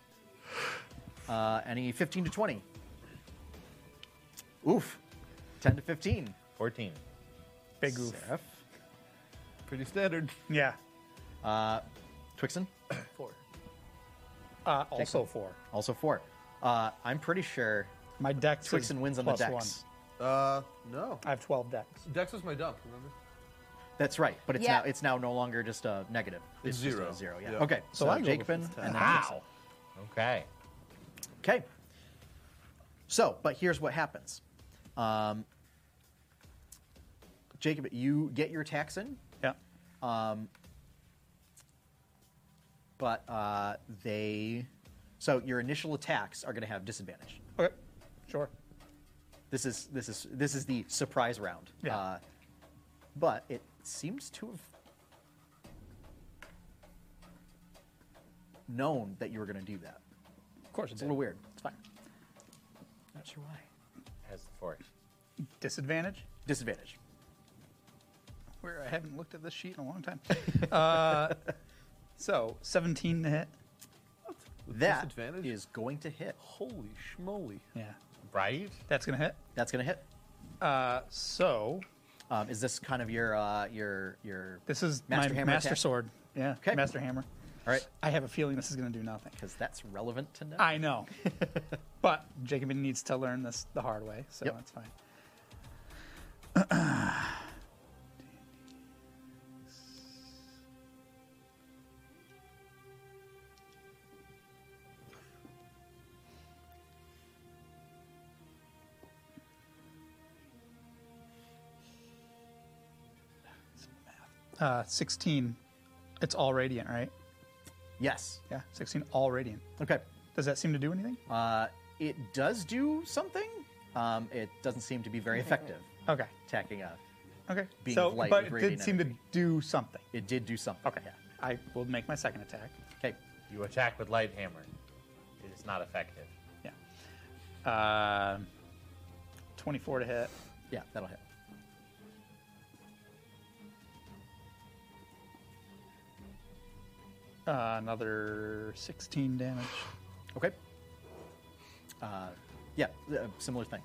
Uh, any 15 to 20? Oof. 10 to 15.
14.
Big oof.
Seraph.
Pretty standard.
Yeah.
Twixen.
Four.
Uh, also four.
Also four. Uh, I'm pretty sure
My dex is
Twixen wins on the
plus
dex.
one.
Uh, no.
I have 12 decks.
Dex was my dump, remember?
That's right, but it's
Yeah.
now it's now no longer just a negative.
It's
just
zero.
a zero. Yeah.
Yeah.
Okay. So,
So I go with
Jacobin
this
and then
Wow. Okay.
Okay. So, but here's what happens. Um, Jacob, you get your attacks in,
Yeah.
but uh, they so your initial attacks are going to have disadvantage.
Okay. Sure.
This is this is this is the surprise round. Uh,
Yeah.
but it seems to have known that you were going to do that.
Of course
It's
it's
a little weird. It's fine. Not sure why.
Has the force.
Disadvantage?
Disadvantage.
Where I haven't looked at this sheet in a long time. uh, so, 17 to hit.
With
That
disadvantage?
is going to hit.
Holy schmoly.
Yeah.
Right?
That's going to hit.
That's going to hit.
Uh, so,
Um, is this kind of your uh, your your?
this is
master
my
hammer
master
attack?
sword. Yeah.
Okay.
Master hammer.
All right,
I have a feeling this is going to do nothing.
because that's relevant to know.
I know. but Jacobin needs to learn this the hard way, so
Yep.
that's fine. Uh, 16. It's all radiant, right?
Yes.
Yeah, 16, all radiant.
Okay.
Does that seem to do anything?
Uh, it does do something. Um, it doesn't seem to be very effective
Okay.
attacking a.
Okay.
Being
so,
of light
but
with
it did
radiant
seem to
energy.
do something.
It did do something.
Okay. I will make my second attack.
Okay.
You attack with light hammer. It is not effective.
Yeah. Um 24 to hit.
Yeah, that'll hit.
Uh, another 16 damage.
Okay. Uh, yeah, uh, similar thing.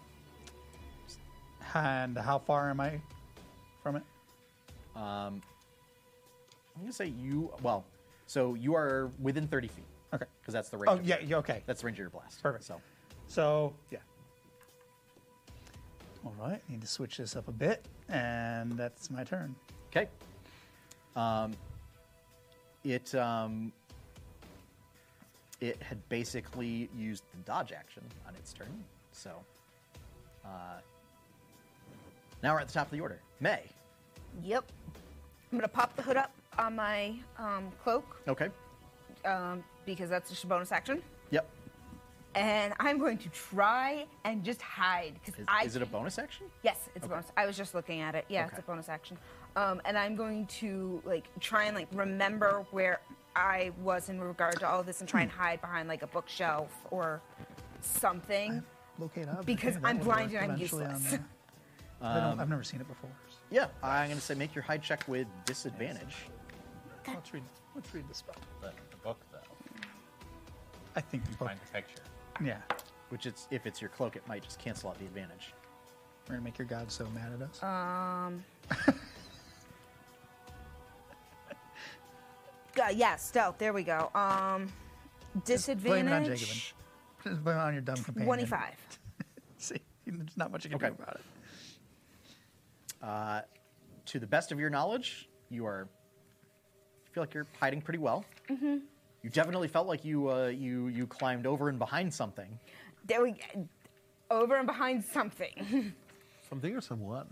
And how far am I from it?
I'm gonna say you. Well, so you are within 30 feet
Okay.
because that's the range.
Oh,
of
yeah,
your-
yeah, okay.
That's the range of your blast.
Perfect.
So
So, yeah. All right. Need to switch this up a bit. And that's my turn.
Okay. Um, it um, it had basically used the dodge action on its turn, so uh, now we're at the top of the order. May.
Yep.
I'm gonna pop the hood up on my um, cloak
Okay.
um, because that's just a bonus action,
Yep.
and I'm going to try and just hide because
Is,
I
is it a bonus action?
Yes, it's a bonus. I was just looking at it. Yeah, it's
Okay.
a bonus action. Um, and I'm going to like try and like remember where I was in regard to all of this and try and hide behind like a bookshelf or something.
Locate object.
Because
Yeah, that
I'm
would
blind
work
and I'm
eventually on
useless.
the- I
Um,
don't, I've never seen it before. so-
Yeah. I'm gonna say make your hide check with disadvantage.
Let's read. Let's read the spell.
The, the book, though.
I think. the book-
Find the picture.
Yeah,
Which it's if it's your cloak, it might just cancel out the advantage.
we're gonna make your god so mad at us.
Uh, yeah, stealth. There we go. Um,
blame it on
disadvantage.
Just blame it on your dumb companion.
25.
See, there's not much you can
Okay.
do about it.
to the best of your knowledge, you are you feel like you're hiding pretty well. Mm-hmm. You definitely felt like you uh, you you climbed over and behind something.
There we over and behind something.
Something or someone?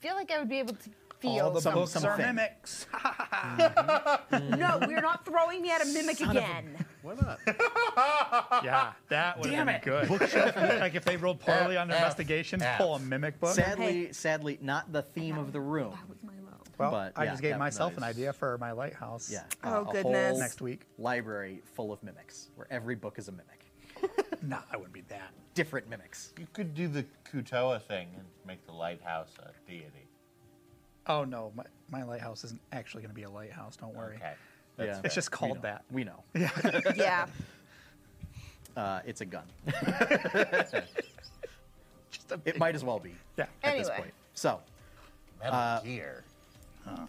feel like I would be able to
All
feel
the
some-
books are
something.
mimics.
Oh.
no, we're not throwing me at a mimic again.
Why not?
yeah, that would have been good. Bookshelf, like if they rolled poorly on their
F,
investigation,
F.
pull a mimic book.
Sadly, sadly, not the theme of the room.
That was my low.
well,
but
I
yeah,
just gave
that-
myself an
that is-
idea for my lighthouse.
Yeah.
Oh,
Uh, a
goodness.
whole
Next week.
Library full of mimics, where every book is a mimic.
No, I wouldn't be that.
Different mimics.
You could do the Kutoa thing and make the lighthouse a deity.
Oh no, my, my lighthouse isn't actually going to be a lighthouse. Don't worry.
Okay.
yeah.
It's just
We
called
know.
that.
We know.
Yeah.
Uh, it's a gun.
Just a
It might as well be
Yeah.
at this
Anyway.
point. So,
Metal Gear.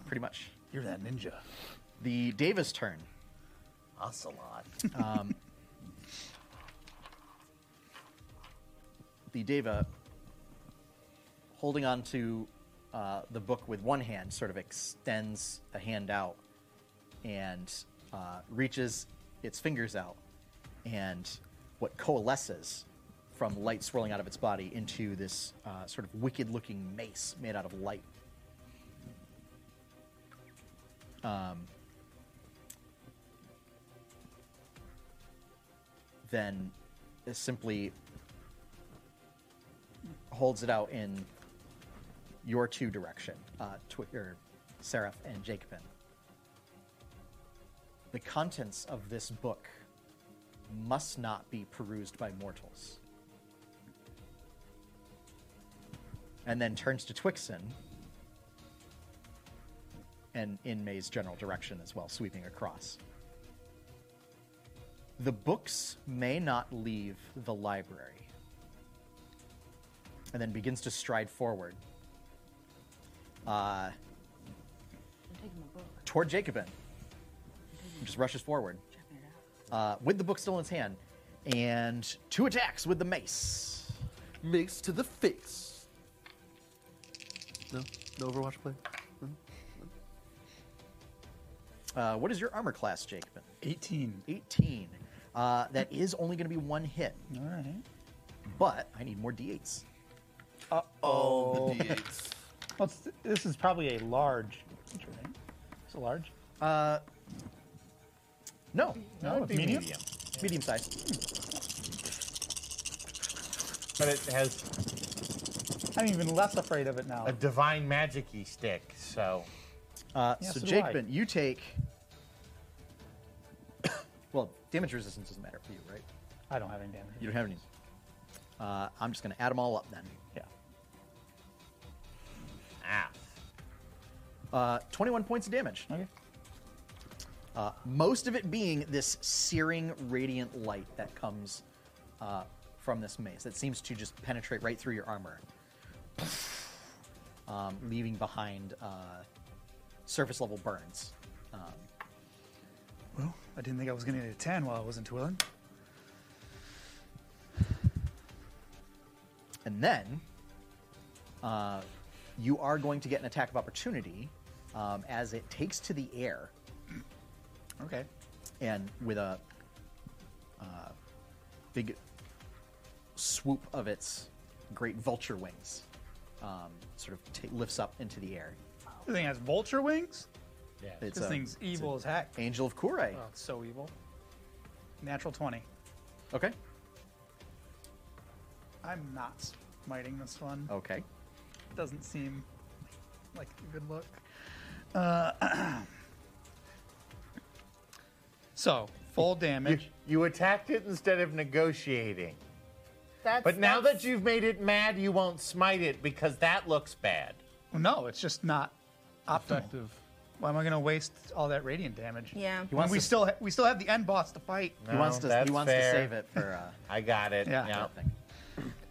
pretty much.
You're that ninja.
The Davis turn.
Ocelot.
the Deva holding on to uh, the book with one hand, sort of extends a hand out and uh, reaches its fingers out, and what coalesces from light swirling out of its body into this uh, sort of wicked looking mace made out of light. Um, then it simply holds it out in your two direction, uh, Twi- or Seraph and Jacobin. The contents of this book must not be perused by mortals. And then turns to Twixen and in May's general direction as well, sweeping across. The books may not leave the library and then begins to stride forward. Uh, toward Jacobin. And Just rushes forward. Uh, with the book still in his hand. And two attacks with the mace.
Mace to the face. No, no Overwatch play.
Uh, what is your armor class, Jacobin?
18.
18. Uh, that is only going to be one hit,
All right.
but I need more d8s.
All the d8s.
Well, it's, this is probably a large. Interesting. It's a large.
No,
No, it's medium.
medium size.
But it has
I'm even less afraid of it now.
a divine magic y stick, so.
Uh,
Yeah,
so,
so do I.
Jacobin, you take. well, damage resistance doesn't matter for you, right?
I don't have any damage.
You don't have any. Uh, I'm just going to add them all up then.
Yeah.
Ah.
Uh, 21 points of damage.
Okay.
Uh, Most of it being this searing, radiant light that comes uh, from this mace that seems to just penetrate right through your armor, um, leaving behind uh, surface level burns.
Well, I didn't think I was going to get a 10 while I wasn't twirling.
And then uh, you are going to get an attack of opportunity um, as it takes to the air
Okay.
and with a uh, big swoop of its great vulture wings, um, sort of ta lifts up into the air.
This thing has vulture wings?
Yeah.
It's
This
a-
thing's evil as heck.
Angel of Kure.
Oh, it's so evil. Natural 20.
Okay.
I'm not smiting this one.
Okay.
Doesn't seem like a good look. Uh, so, full
You,
damage.
you attacked it instead of negotiating.
That's,
But now
that's-
that you've made it mad, you won't smite it because that looks bad.
No, it's just not optimal.
Effective.
Why am I going to waste all that radiant damage?
Yeah. He
When
wants
we
to-
still ha- we still have the end boss to fight.
he
No,
wants to.
that's
He wants to
fair.
save it for uh,
I got it.
Yeah.
Yeah.
nothing.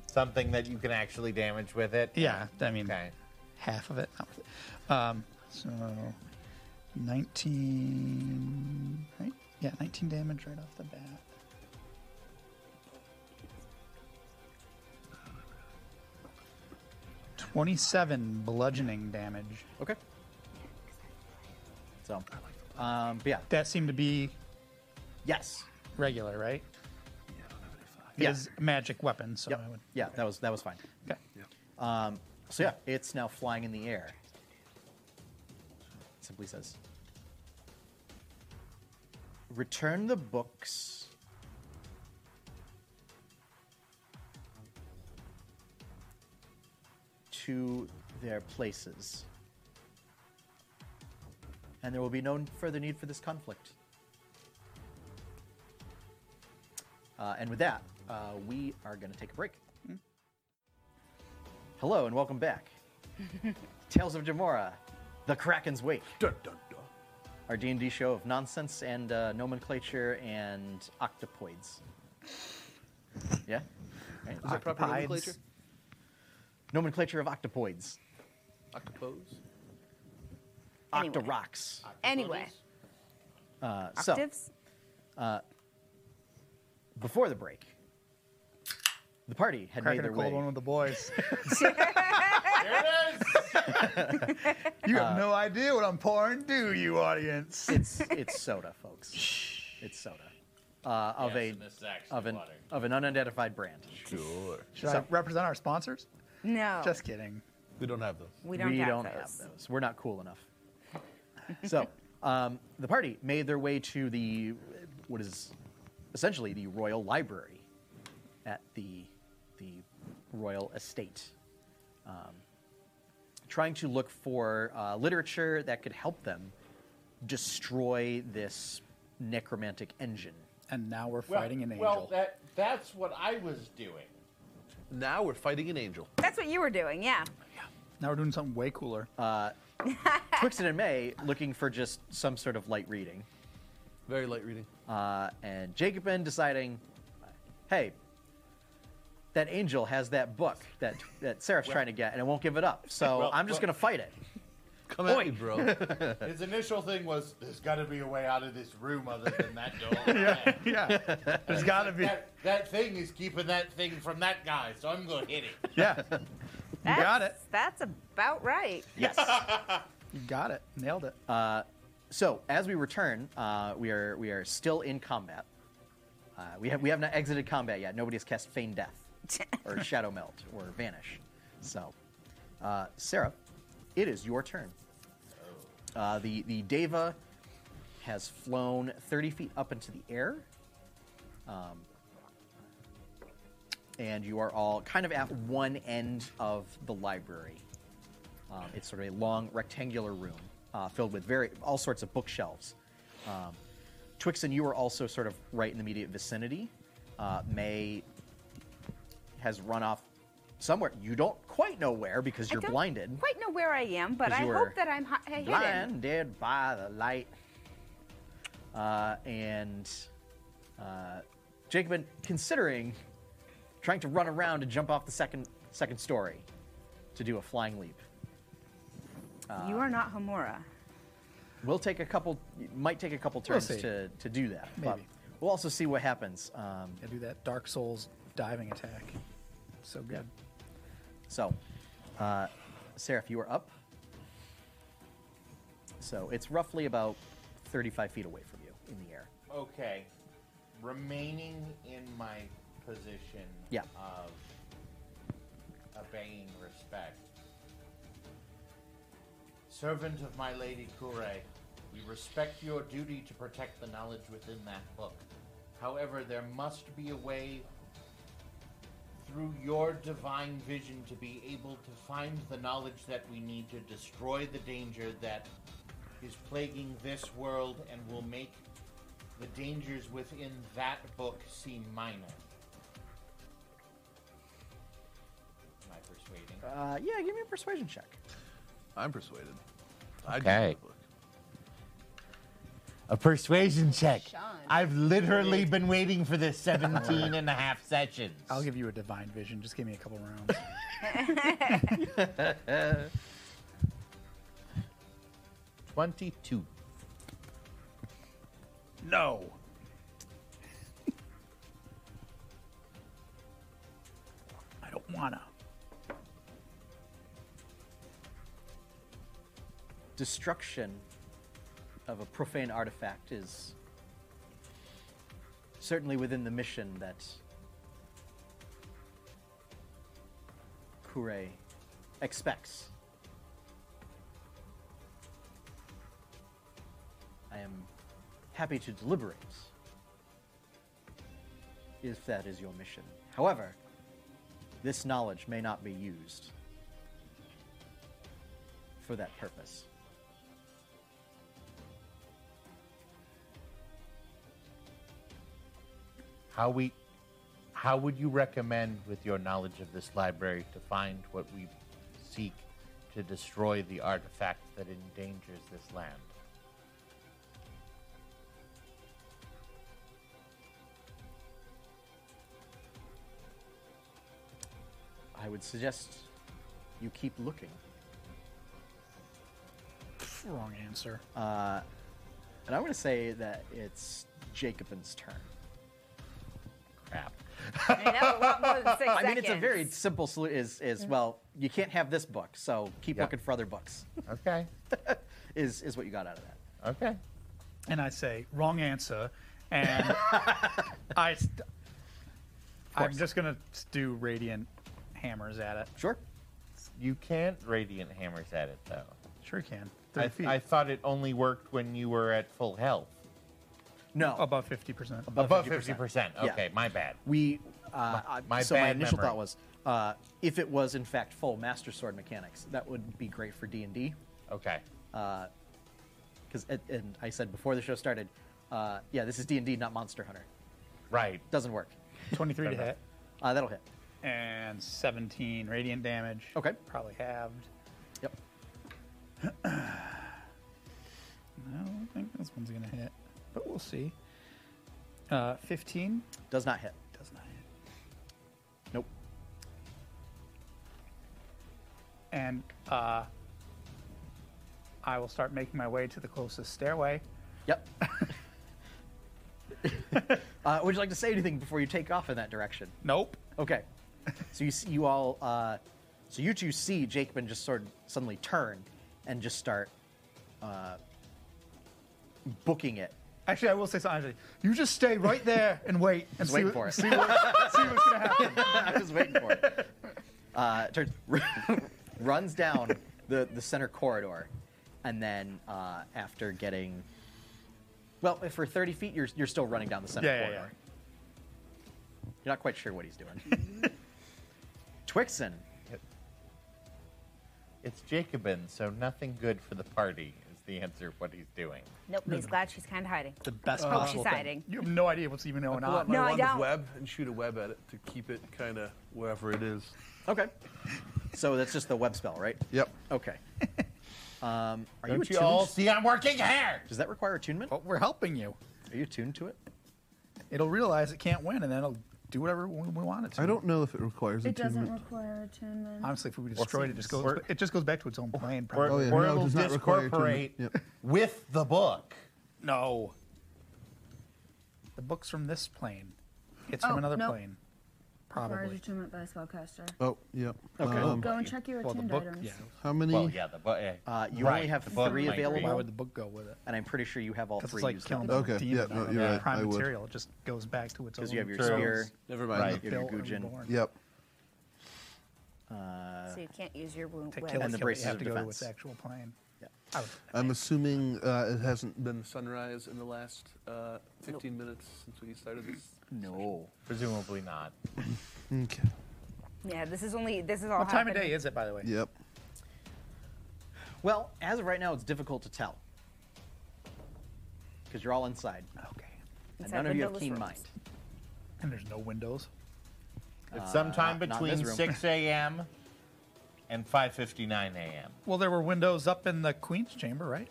Something that you can actually damage with it.
Yeah, I mean,
Okay.
half of it. Not worth it. Um, so, 19, right? Yeah, 19 damage right off the bat. Twenty-seven bludgeoning damage.
Okay. So, um, but yeah,
That seemed to be
yes,
regular, right?
Yeah.
It is a magic weapon, so
yep,
I would.
yeah, that was that was fine. Um,
Okay.
So yeah, it's now flying in the air. Simply says, "Return the books." To their places. And there will be no further need for this conflict. Uh, and with that, uh, we are going to take a break. Hello and welcome back. Tales of Jamora, The Kraken's Wake,
Dun, dun, dun.
our D&D show of nonsense and uh, nomenclature and octopoids. Yeah? Right?
Is that proper
Octopods.
nomenclature?
Nomenclature of octopoids.
Octopose?
Anyway.
Octorocks.
Anyway,
Uh, so,
octaves.
before the break, the party had made
Cracking a
their
cold
way.
one with the boys. You have no idea what I'm pouring, do you, audience?
Uh, it's it's soda, folks. It's soda. Uh, of
Yes,
a
and this is actually
of an
water.
of an unidentified brand.
Should I
So-
represent our sponsors?
Oh.
No,
Just kidding.
We don't have those.
we don't,
we
have,
don't
those.
have those. We're not cool enough. so, um, the party made their way to the what is essentially the royal library at the the royal estate, um, trying to look for uh, literature that could help them destroy this necromantic engine.
And now we're
Well-
fighting an angel.
Well, that, that's what I was doing.
Now we're fighting an angel.
That's what you were doing, yeah.
now we're doing something way cooler.
Twixen and May looking for just some sort of light reading.
Very light reading.
uh, and Jacobin deciding, hey, that angel has that book that that Seraph's trying to get, and it won't give it up. So
Well,
I'm just
well-
gonna fight it.
Come at me, bro.
His initial thing was, "There's got to be a way out of this room other than that door." yeah.
yeah, there's got to be.
That, that thing is keeping that thing from that guy, so I'm gonna hit it.
Yeah,
That's,
got it.
That's about right.
Yes.
you got it. Nailed it.
so as we return, uh, we are we are still in combat. Uh, we have we have not exited combat yet. Nobody has cast Feign Death, or Shadow Melt, or Vanish. So, uh, Sarah, it is your turn. Uh, the the Deva has flown 30 feet up into the air. Um, and you are all kind of at one end of the library. Um, it's sort of a long rectangular room uh, filled with very all sorts of bookshelves. Um, Twix and you are also sort of right in the immediate vicinity. Uh, May has run off somewhere. You don't quite know where because you're
I don't
blinded.
Quite know where I am, but
'Cause
I
you were
hope that I'm hi- hidden.
Blinded by the light. Uh, and uh, Jacobin considering trying to run around and jump off the second second story to do a flying leap.
you are not Homura.
We'll take a couple, might take a couple turns
see.
to, to do that. But
Maybe.
we'll also see what happens. Um,
I do that Dark Souls diving attack. So good.
So, uh, Seraph, you are up. So it's roughly about 35 feet away from you in the air.
Okay. Remaining in my position
Yeah.
of obeying respect. Servant of my lady Kure, we respect your duty to protect the knowledge within that book. However, there must be a way through your divine vision to be able to find the knowledge that we need to destroy the danger that is plaguing this world and will make the dangers within that book seem minor. Am I persuading?
Uh, yeah, give me a persuasion check.
I'm persuaded. I
Okay.
do book.
A persuasion check.
Sean.
I've literally
We've been waiting for this 17 and a half sessions.
I'll give you a divine vision. Just give me a couple rounds.
twenty-two.
No. I don't wanna.
destruction of a profane artifact is certainly within the mission that Kure expects. I am happy to deliberate if that is your mission. However, this knowledge may not be used for that purpose.
How we, how would you recommend, with your knowledge of this library, to find what we seek to destroy the artifact that endangers this land?
I would suggest you keep looking.
Wrong answer.
And I'm going to say that it's Jacobin's turn.
Crap.
And that was a lot more than six
I mean, it's a
seconds.
very simple solution. Is is well, you can't have this book, so keep
Yeah.
looking for other books.
Okay.
Is is what you got out of that?
Okay.
And I say, wrong answer. And I. St- I'm
course.
just gonna do radiant hammers at it.
Sure.
You can't radiant hammers at it though.
Sure can.
I,
30 feet.
I thought it only worked when you were at full health.
No.
Above 50%.
Above fifty percent.
Yeah.
Okay, my bad.
We. Uh, I-
my
so my
bad
initial
memory.
thought was, uh, if it was in fact full Master Sword mechanics, that would be great for D and D.
Okay.
Because and I said before the show started, uh, yeah, this is D and D, not Monster Hunter.
Right.
Doesn't work.
23 to
Fair enough.
hit.
Uh, that'll hit.
And 17 radiant damage.
Okay.
Probably halved.
Yep.
I don't think this one's gonna hit, but we'll see. Uh, 15
Does not hit.
does not hit.
Nope.
And uh, I will start making my way to the closest stairway.
Yep. uh, would you like to say anything before you take off in that direction?
Nope.
Okay. So you see, you all, uh, so you two see Jacobin just sort of suddenly turn and just start uh, booking it.
Actually, I will say something. Actually, you just stay right there and wait and
Just wait
see, what-
for it.
see what- see what's gonna happen.
I was waiting for it. Uh, turns, runs down the, the center corridor, and then uh, after getting, well, if for 30 feet, you're, you're still running down the center
Yeah, yeah,
corridor.
yeah.
You're not quite sure what he's doing. Twixen,
It's Jacobin, so nothing good for the party is the answer of what he's doing.
Nope,
Hmm.
he's glad she's kind of hiding.
The best
Oh,
possible
she's
thing.
hiding.
You have no idea what's even going
Pull out
on.
my
No, I
wand of
don't.
web and shoot a web at it to keep it kind of wherever it is.
Okay. So that's just the web spell, right?
Yep.
Okay. Um, are you
Don't you,
attuned?
all see I'm working hard?
Does that require attunement?
But we're helping you.
Are you attuned to it?
It'll realize it can't win, and then it'll do whatever we we want it to.
I don't know if it requires
It doesn't
attunement.
require attunement.
Honestly, if we destroyed it, it just goes.
We're-
It just goes back to its own plane.
Or,
Probably.
oh,
yeah,
or
no, it
it'll
does not
discorporate
require attunement. Yep.
with the book.
No. The book's from this plane. It's
Oh,
from another
nope.
plane.
Requires
Probably.
attunement by a spellcaster.
Oh, yep.
Okay.
Um,
Go and check your
Well, the
attuned
book.
items.
Yeah.
how many?
Well, yeah, the book. eh,
Uh, you
right,
only have
the book
three
might be.
available.
Why would the book go with it?
And I'm pretty sure you have all
Because
three
it's like
used
killing
up.
the
Okay,
demon.
yeah, no, you're
uh,
right, I
Prime
would.
material. It just goes back to its own.
Because you have your
True.
spear,
Never mind.
Right.
you have your
built and
Gujin,
born.
Yep.
so you can't use your wound
To
web.
kill
And Uh, the
it, kill it,
braces
you have
of
to go to
defense.
its actual plane.
Yeah.
I would-
I'm assuming uh, it hasn't been sunrise in the last uh, 15 minutes since we started this.
No.
Presumably not.
Okay.
Yeah, this is only this is all.
What time of
happening-
day is it, by the way?
Yep.
Well, as of right now, it's difficult to tell. Because you're all inside.
Okay.
And
Inside
none of you have
windowless
keen
rooms.
mind.
And there's no windows.
It's sometime
not- not in
between
this room.
6 a.m. and 5:59 a.m.
Well, there were windows up in the queen's chamber, right?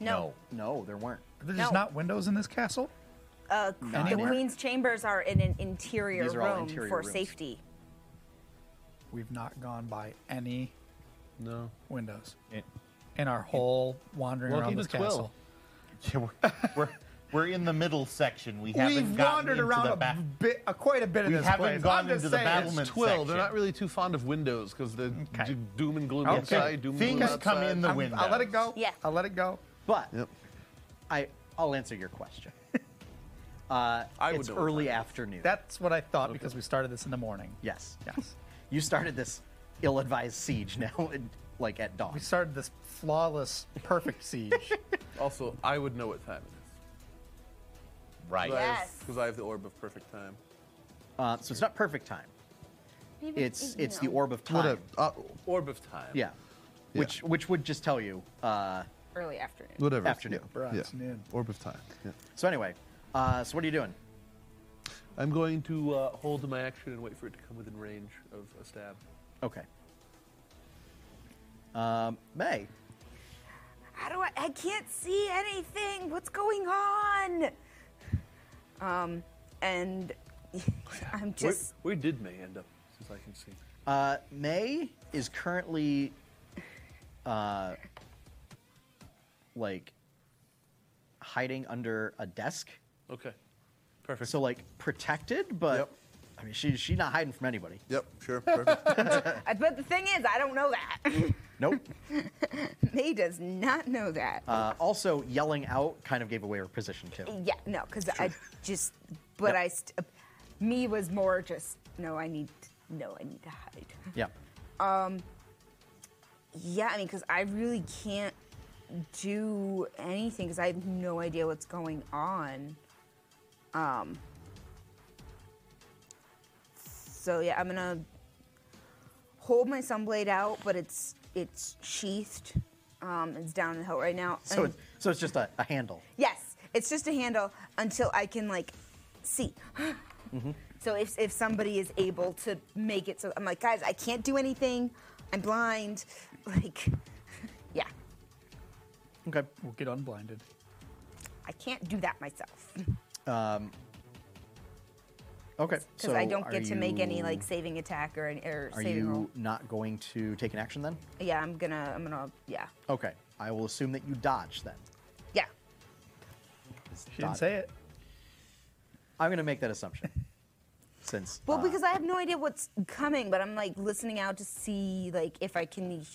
No,
No, there weren't.
There's
No.
just not windows in this castle.
Uh, the
anywhere.
queen's chambers are in an interior
These are all
room
interior
for
rooms.
safety.
We've not gone by any
No.
windows
It-
in our whole wandering
Welcome
around
to
this
Twill.
castle.
we're, we're, We're in the middle section. We haven't
We've
gotten
wandered
into
around
the
a
back.
bit, uh, quite a bit in
We
this
haven't
place.
gone
I'm just
into the
saying,
battle- Element
it's-
Twill,
section.
they're not really too fond of windows because the
Okay.
d- doom and gloom
Okay.
outside, doom and
Things
gloom
come
outside.
in the
I'm-
window.
I'll let it go.
Yeah.
I'll let it go.
But
Yep.
I, I'll answer your question. Uh,
I would
it's
know what
early afternoon.
That's what I thought because we started this in the morning.
yes.
Yes.
You started this ill-advised siege now, in, like at dawn.
We started this flawless, perfect siege.
Also, I would know what time it
Right.
is.
Yes.
Because I have the orb of perfect time.
Uh, so it's not perfect time.
Maybe
It's
you
it's the
know.
orb of
What
time.
a, uh,
Orb of time.
Yeah.
Yeah.
Which which would just tell you. Uh,
early afternoon.
whatever.
Afternoon.
Yeah.
Bright
yeah.
afternoon.
Orb of time. Yeah.
so anyway, uh, so what are you doing?
I'm going to uh, hold my action and wait for it to come within range of a stab.
Okay. Um, May.
How do I? I can't see anything. What's going on? Um, and I'm
Where,
just
where did May end up, since I can see?
Uh, May is currently, uh, like hiding under a desk.
Okay. Perfect.
So like protected, but
Yep.
I mean she she's not hiding from anybody.
Yep. Sure. Perfect.
I- but the thing is, I don't know that.
Nope.
May does not know that.
uh, also yelling out kind of gave away her position too.
yeah, no, because I just, but I, st- me was more just, no, I need, no, I need to hide.
Yeah.
Yeah, I mean, because I really can't do anything because I have no idea what's going on. Um. So yeah, I'm gonna hold my sunblade out, but it's it's sheathed. Um, it's down in the hilt right now.
So
and-
it's, so it's just a, a handle.
Yes, it's just a handle until I can like see.
Mm-hmm.
So if if somebody is able to make it, so I'm like, guys, I can't do anything. I'm blind. Like, yeah,
Okay.
We'll get unblinded.
I can't do that myself
Okay.
because I don't
are
get to make any
you-
like saving attack or any or
Are
saving roll.
you not going to take an action then?
Yeah, I'm gonna I'm gonna yeah
Okay. I will assume that you dodge then.
yeah.
She
Dot.
didn't say it.
I'm going to make that assumption. Since
Well,
uh,
because I have no idea what's coming, but I'm like listening out to see like if I can he-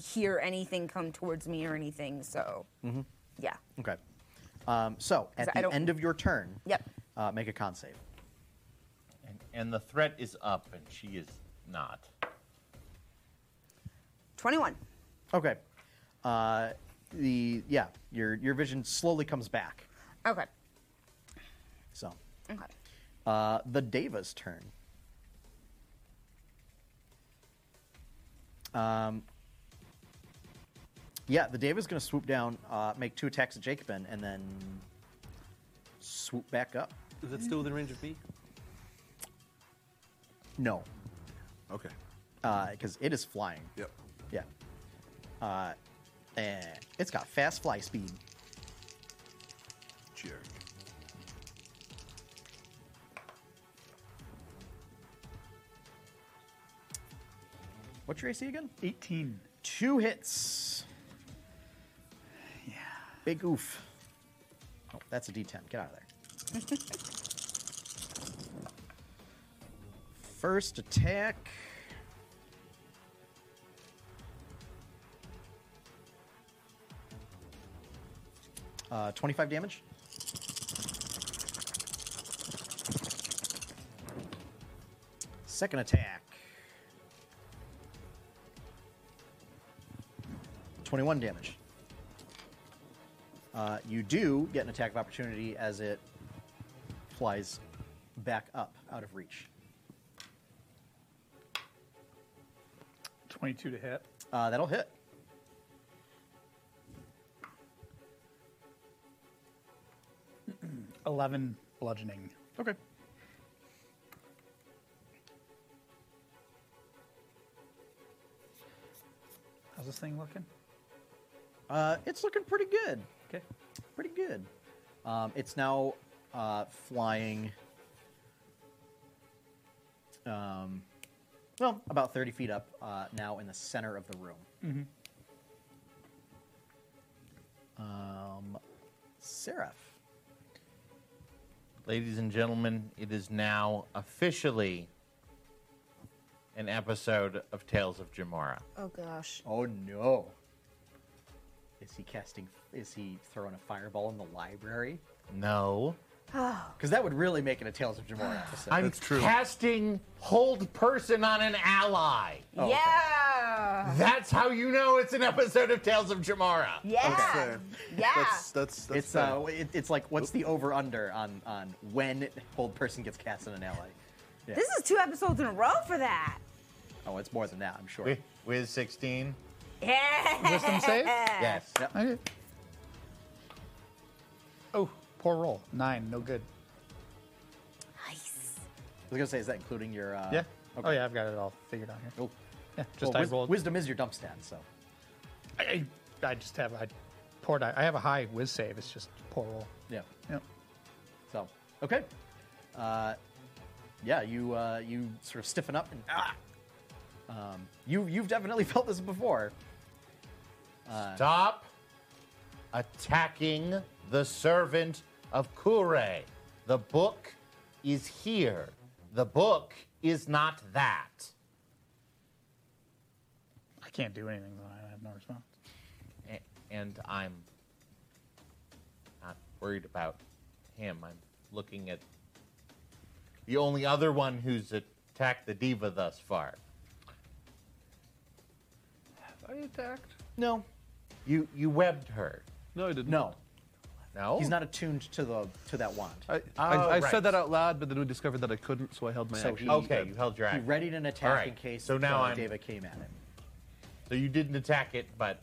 hear anything come towards me or anything. So
Mm-hmm.
yeah,
uh, okay. Um, so at
Because I
the
don't-
end of your turn,
Yep.
uh, make a con save.
And, and the threat is up, and she is not.
twenty one.
Okay. Uh, the yeah, your your vision slowly comes back.
Okay.
So
Okay.
uh, the Deva's turn. Um, yeah, the Deva's going to swoop down, uh, make two attacks at Jacobin, and then swoop back up.
Is it still within range of me?
No,
okay.
because it is flying.
Yep.
Yeah. Uh, and it's got fast fly speed.
Jerk.
What's your AC again?
18.
Two hits. Yeah. Big oof. Oh, that's a D10. Get out of there. First attack. Uh, 25 damage. Second attack. 21 damage. Uh, you do get an attack of opportunity as it flies back up out of reach.
22 to hit.
Uh, that'll hit.
Eleven bludgeoning.
Okay.
How's this thing looking?
Uh, it's looking pretty good.
Okay.
Pretty good. Um, it's now uh, flying. Um, well, about 30 feet up uh, now in the center of the room. Um, Seraph.
Ladies and gentlemen, it is now officially an episode of Tales of Jamora.
Oh gosh.
Oh no. Is he casting? Is he throwing a fireball in the library?
No.
Oh.
Because that would really make it a Tales of Jamora episode.
I'm casting Hold Person on an ally.
Oh,
yeah.
That's how you know it's an episode of Tales of Jamora.
Yeah. Yeah.
That's that's, that's
it's uh, it, it's like what's the over under on on when old person gets cast in an ally? Yeah.
This is two episodes in a row for that.
oh, it's more than that, I'm sure.
Wi- Wiz 16.
Yeah.
Wisdom save?
Yes.
Yep.
Okay. Oh, poor roll. Nine, no good.
I
Nice.
was gonna say, is that including your? Uh,
yeah.
Okay.
Oh yeah, I've got it all figured out here.
Oh.
Yeah, just
well,
I
wis-
rolled.
Wisdom is your dump stat, so
I, I, I just have I poor die. I have a high whiz save. It's just poor roll.
yeah.
Yep.
So okay. Uh, yeah, you uh, you sort of stiffen up and ah. Um, you you've definitely felt this before.
Stop Uh, attacking the servant of Kure. The book is here. The book is not that.
I can't do anything though. I have no response.
A- And I'm not worried about him. I'm looking at the only other one who's attacked the diva thus far.
Have I attacked?
No,
You you webbed her.
No, I didn't.
no,
No?
he's not attuned to the to that wand.
I, I,
Oh,
I
right.
said that out loud, but then we discovered that I couldn't, so I held my
So
action.
he-
Okay, you held your
He
action.
readied an attack
Alright,
in case
so now
uh,
I'm-
Deva came at him.
So you didn't attack it, but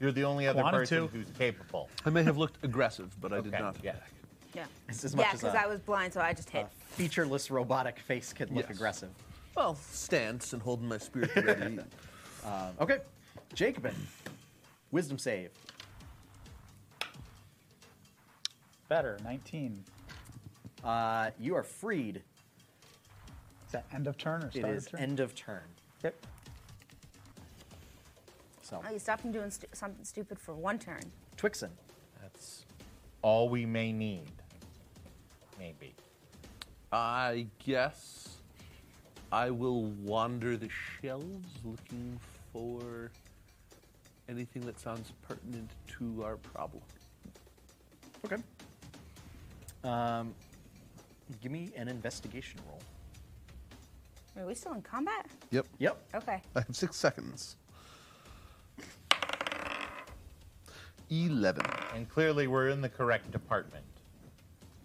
you're the only other
Wanted
person
to.
who's capable.
I may have looked aggressive, but I did
Okay,
not.
yeah.
attack.
Yeah.
It's as much
Yeah,
as uh,
because
a-
I was blind, so I just hit.
A featureless robotic face can look
Yes.
aggressive.
Well, stance and holding my spear at the ready.
Um, okay, Jacobin, wisdom save.
Better. Nineteen.
Uh, you are freed.
Is that end of turn or
It
start
is
of turn?
end of turn.
Yep.
So
Oh, you stopped him doing stu- something stupid for one turn.
Twixen,
That's all we may need. Maybe.
I guess I will wander the shelves looking for anything that sounds pertinent to our problem.
okay. Um, give me an investigation roll.
Are we still in combat?
Yep.
Yep.
Okay.
I
Uh,
have six seconds. Eleven.
And clearly we're in the correct department,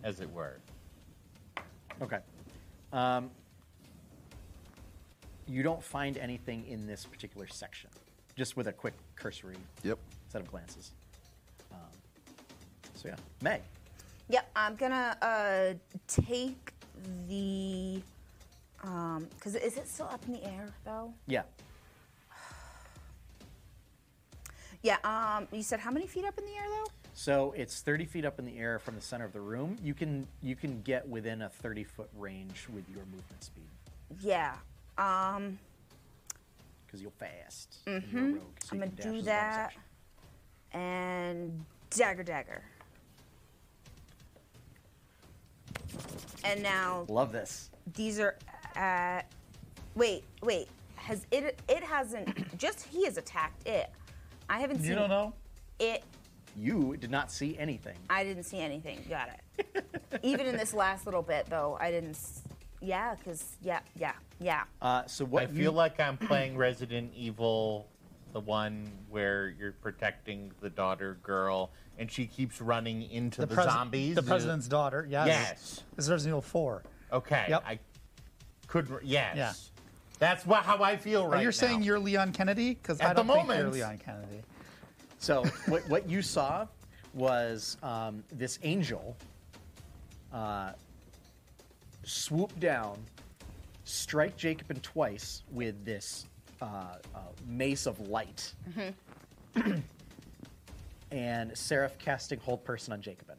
as it were.
Okay. Um, you don't find anything in this particular section, just with a quick cursory
Yep.
set of glances. Um, so yeah, May.
Yep, I'm gonna uh, take the. Um, cause is it still up in the air though?
Yeah.
Yeah. Um, you said how many feet up in the air though?
So it's 30 feet up in the air from the center of the room. You can you can get within a 30 foot range with your movement speed
Yeah. Um,
because you'll fast. and you're a rogue, so
I'm
you
gonna
can dash as a
Mm-hmm. do
bonus
that.
action.
And dagger, dagger. And now
Love this.
these are at. Wait, wait. Has it? It hasn't. Just he has attacked it. I haven't seen.
You don't know?
It.
You did not see anything.
I didn't see anything. Got it. Even in this last little bit, though, I didn't. S- yeah, because yeah, yeah, yeah.
Uh, so what
I
you-
feel like I'm playing Resident Evil, the one where you're protecting the daughter girl and she keeps running into the,
pres-
zombies.
The president's daughter. Yes.
Yes.
This is Resident Evil Four.
Okay.
Yep.
I could yes.
Yeah.
That's what, how I feel right
Are you
now.
saying you're Leon Kennedy? Because
At
I
the
don't think you're
moment.
Leon Kennedy.
So what, what you saw was um, this angel uh, swoop down, strike Jacobin twice with this uh, uh, mace of light, and Seraph casting hold person on Jacobin.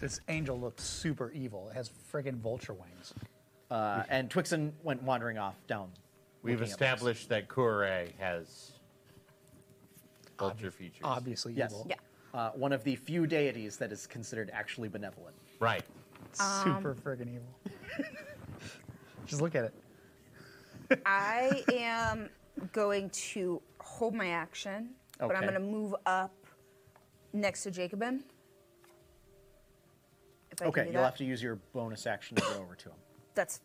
This angel looks super evil. It has friggin' vulture wings.
Uh, and Twixen went wandering off down.
We've
looking at this.
established that Kure has vulture features.
Obviously
Yes.
evil.
Yeah.
uh, one of the few deities that is considered actually benevolent.
Right.
Um,
Super friggin' evil. Just look at it.
I am going to hold my action, but I'm
Okay.
going to move up next to Jacobin. If I
Okay,
can do
you'll
that.
have to use your bonus action to go over to him.
That's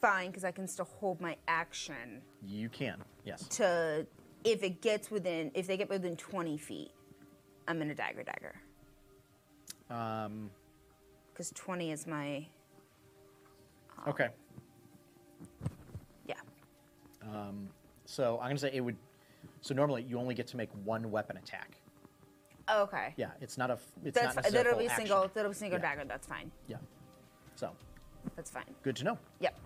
fine because I can still hold my action
You can, yes.
to if it gets within if they get within 20 feet, I'm going to dagger dagger
Um,
because 20 is my um,
okay.
yeah.
Um, so I'm gonna say it would. So normally you only get to make one weapon attack.
Okay.
Yeah, it's not a. f- It's
That's
not necessarily
that'll
a
be
full action.
single that'll be single
Yeah.
dagger. That's fine.
Yeah. So
That's fine.
good to know.
Yep.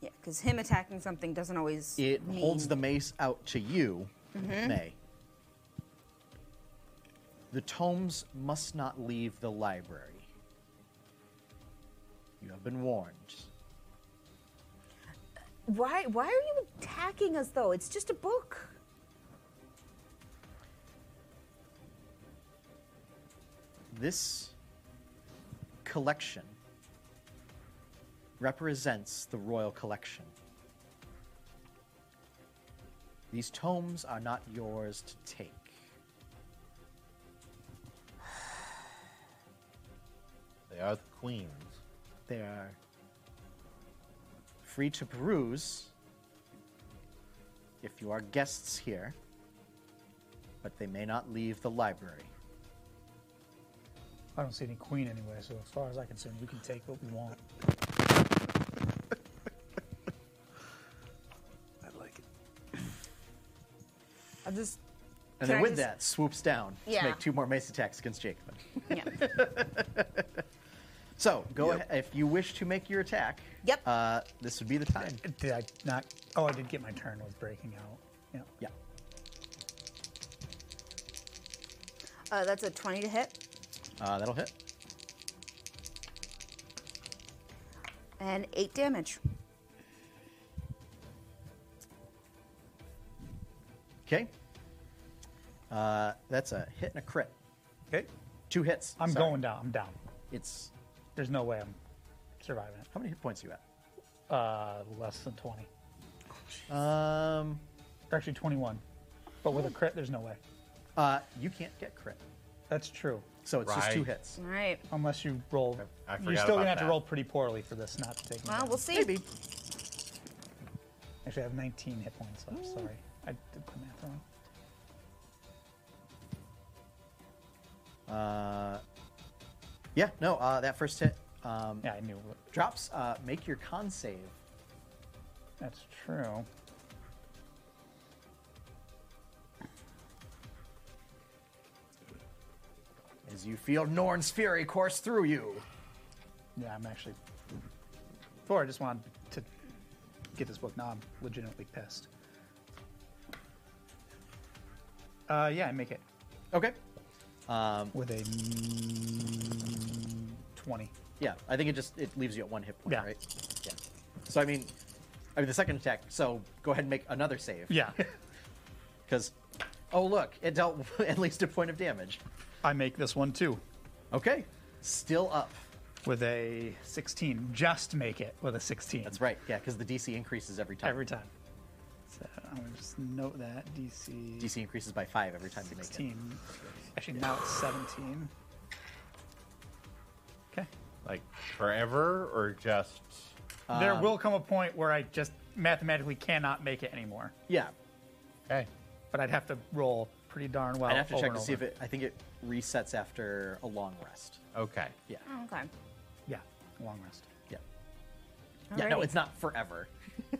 yeah, because him attacking something doesn't always.
It
mean...
holds the mace out to you,
Mhm.
May. The tomes must not leave the library. You have been warned.
Why? Why are you attacking us though? It's just a book.
This collection represents the royal collection. These tomes are not yours to take.
They are the queen's.
They are free to peruse if you are guests here, but they may not leave the library.
I don't see any queen anyway, so as far as I can see, we can take what we want.
I like it.
I'll just.
And
Can
then
I
with
just-
that, swoops down
Yeah.
to make two more mace attacks against Jacobin.
Yeah.
So go ahead if you wish to make your attack.
Yep.
Uh, this would be the time.
Did I not? Oh, I did get my turn with breaking out. Yeah.
Yeah.
Uh, that's a 20 to hit,
Uh, that'll hit.
and 8 damage.
Okay. Uh, that's a hit and a crit.
Okay.
Two hits.
I'm
sorry.
going down. I'm down.
It's
There's no way I'm surviving
how many hit points are you
it. Uh, less than 20.
at? Um,
Actually, 21. But with a crit, there's no way.
uh, you can't get crit,
That's true.
so it's just two
Right.
hits.
All right.
Unless you roll.
I
You're
forgot
still going
about
to have to
that.
roll pretty poorly for this not to take me
Well,
down.
we'll see.
Maybe.
Actually, I have 19 hit points left. Sorry. I did the math wrong.
Uh, yeah. No. Uh, that first hit um,
Yeah, I knew. it.
drops. Uh, make your con save.
That's true.
As you feel Norn's fury course through you.
Yeah, I'm actually. Before I just wanted to get this book. Now I'm legitimately pissed. Uh, yeah, I make it
Okay. Um,
with a n- twenty.
Yeah, I think it just it leaves you at one hit point,
Yeah.
right? Yeah. So I mean, I mean the second attack. So go ahead and make another save.
Yeah,
Because, oh look, it dealt at least a point of damage.
I make this one too
Okay, still up.
with a sixteen. Just make it with a sixteen.
That's right. Yeah, because the DC increases every time.
Every time. So I'm gonna just note that DC.
DC increases by five every time you make
16. Actually, now it's 17. Okay.
Like forever or just
there
Um,
will come a point where I just mathematically cannot make it anymore,
it. Yeah,
okay?
but I'd have to roll pretty darn well.
I'd have to
over
check
and
to see if
over.
it. I think it resets after a long rest.
Okay.
Yeah.
Oh, okay.
Yeah, long rest.
Yeah. Yeah. No,
Alrighty.
it's not forever.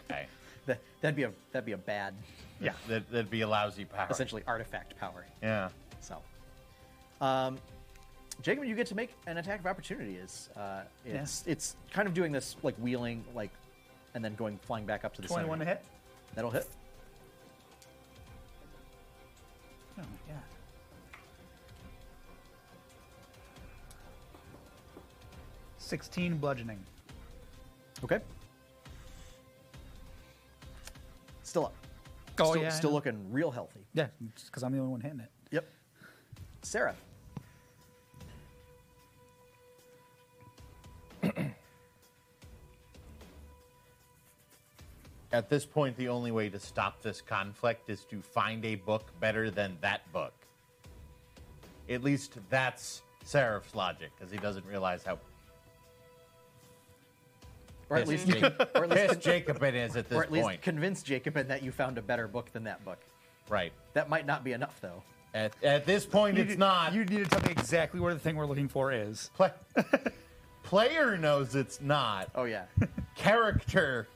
Okay.
That that'd be a that'd be a bad,
Yeah.
That, that'd be a lousy power.
essentially artifact power.
Yeah.
So, um, Jacob, you get to make an attack of opportunity. Is uh, it's it's kind of doing this like wheeling, like, and then going flying back up to the
21 to
center.
hit.
That'll hit.
Oh my god. Sixteen bludgeoning.
Okay. Still up.
Oh,
still,
yeah, I
Still
know.
looking real healthy.
Yeah, because I'm the only one hitting it.
Yep. Sarah.
At this point, the only way to stop this conflict is to find a book better than that book. At least that's Seraph's logic, because he doesn't realize how
Or at
Pissed
least,
Jacob-
or at least
pissed Jacobin is at this
or at least
point.
convince Jacobin that you found a better book than that book.
Right.
That might not be enough, though.
At, at this point,
You
it's
need-
not.
You need to tell me exactly where the thing we're looking for is.
Play, player knows it's not.
Oh yeah.
Character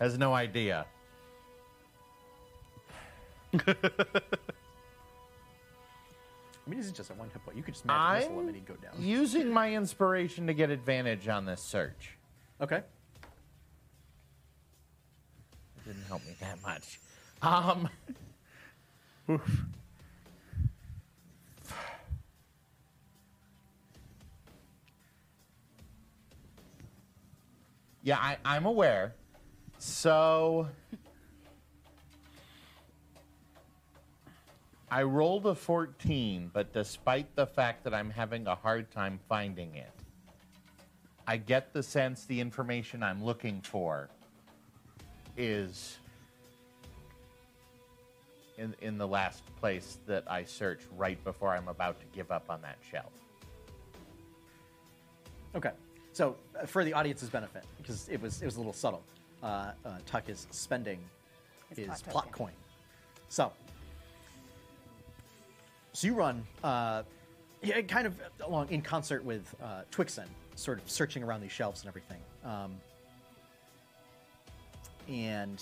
has no idea.
I mean, this is just a one hit point. You could just magic missile him and
I'm
he'd go down.
using my inspiration to get advantage on this search.
Okay.
It didn't help me that much. Um. Yeah, I, I'm aware. So. I rolled a 14, but despite the fact that I'm having a hard time finding it, I get the sense the information I'm looking for is in in the last place that I search right before I'm about to give up on that shelf.
Okay. So uh, for the audience's benefit, because it was it was a little subtle, uh, uh, Tuck is spending his,
plot
plot,
token.
coin. So, so you run, uh, yeah, kind of along in concert with uh, Twixen, sort of searching around these shelves and everything. Um, and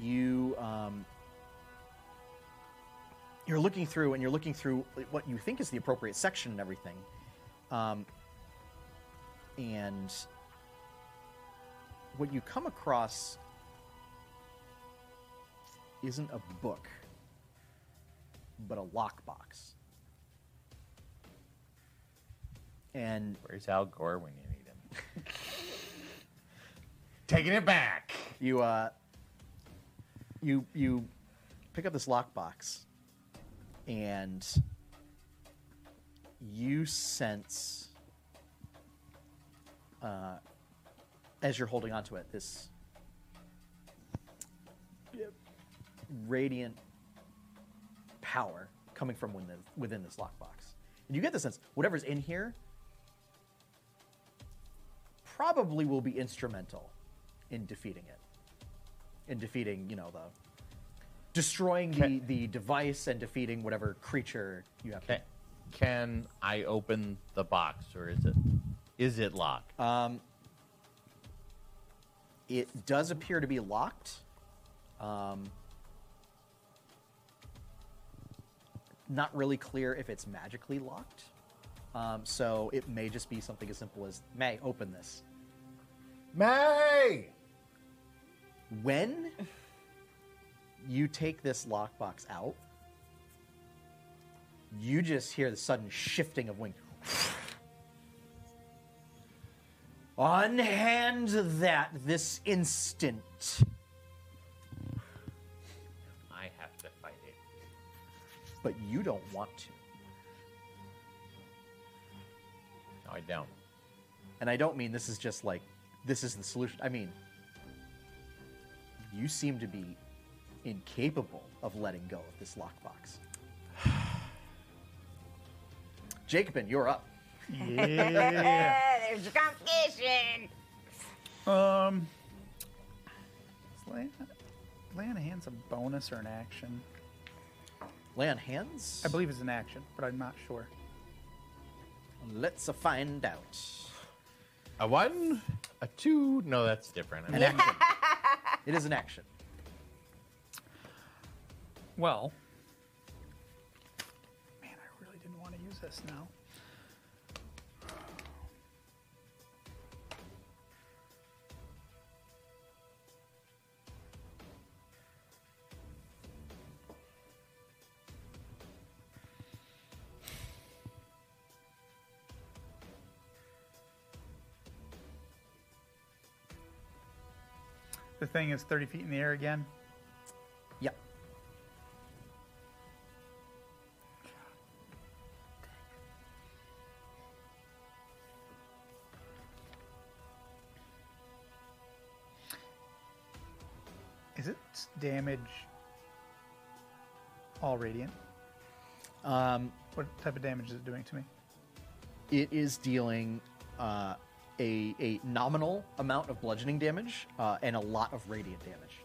you um, you're looking through and you're looking through what you think is the appropriate section and everything um, and what you come across isn't a book but a lockbox and
Where's Al Gore when you need him? Taking it back.
you uh you you pick up this lockbox and you sense uh as you're holding onto it this radiant power coming from within, within this lockbox and you get the sense whatever's in here probably will be instrumental in defeating it. In defeating, you know, the destroying the, the device and defeating whatever creature you have.
Can, can I open the box or is it is it locked?
Uh, To. It does appear to be locked. Um, not really clear if it's magically locked. Um, so it may just be something as simple as May, open this.
May.
when you take this lockbox out, you just hear the sudden shifting of wings. Unhand that this instant.
I have to fight it.
But you don't want to.
No, I don't.
And I don't mean this is just like, this is the solution. I mean, you seem to be incapable of letting go of this lockbox. Jacobin, you're up.
Yeah.
there's your complication.
um. Is lay, lay on hands a bonus or an action?
Lay on hands.
I believe it's an action, but I'm not sure.
Let's find out.
A one, a two. No, that's different. I'm
An action. it is an action.
Well, man, I really didn't want to use this now. The thing is 30 feet in the air again.
Yep.
Is it damage all radiant?
Um,
What type of damage is it doing to me?
It is dealing uh, a, a nominal amount of bludgeoning damage uh, and a lot of radiant damage.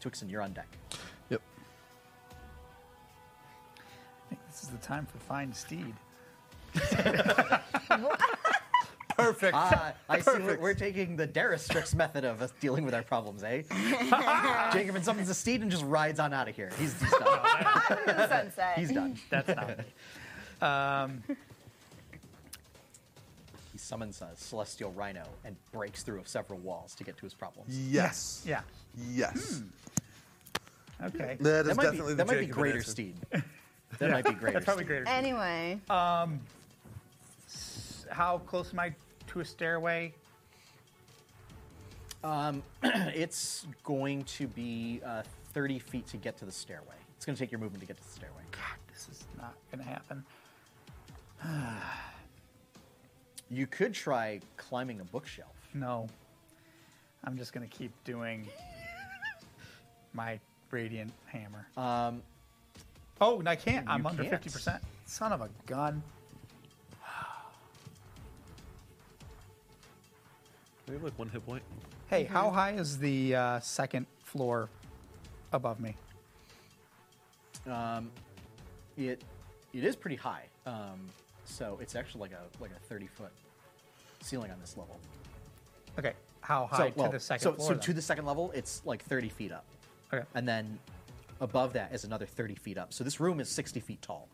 Twixen, you're on deck.
Yep.
I think this is the time for Fine Steed.
Perfect.
Ah, I see. We're, we're taking the Daristrix method of us dealing with our problems, eh? Jacobin summons a steed and just rides on out of here. He's, he's done.
Welcome to the sunset.
he's done.
That's not me. Um,
He summons a celestial rhino and breaks through several walls to get to his problems.
Yes.
yeah. Hmm.
Yes.
Okay.
That is
that might be,
definitely the
that might be
Jacobin
greater
answer.
steed. That might be greater.
That's probably
steed.
greater. Um,
Anyway,
How close am I to a stairway?
It's going to be uh, 30 feet to get to the stairway. It's going to take your movement to get to the stairway.
This is not going to happen.
You could try climbing a bookshelf.
No. I'm just going to keep doing my radiant hammer.
Um,
oh, and I can't. I'm
you
under
can't.
50%. Son of a gun.
We have like one hit point.
Hey,
Mm-hmm.
how high is the uh, second floor above me?
it it is pretty high. Um, so it's actually like a like a 30 foot ceiling on this level.
Okay. How
so
high
well,
to the second
so,
floor?
so
then?
to the second level, it's like 30 feet up,
Okay.
and then above that is another 30 feet up. So this room is 60 feet tall,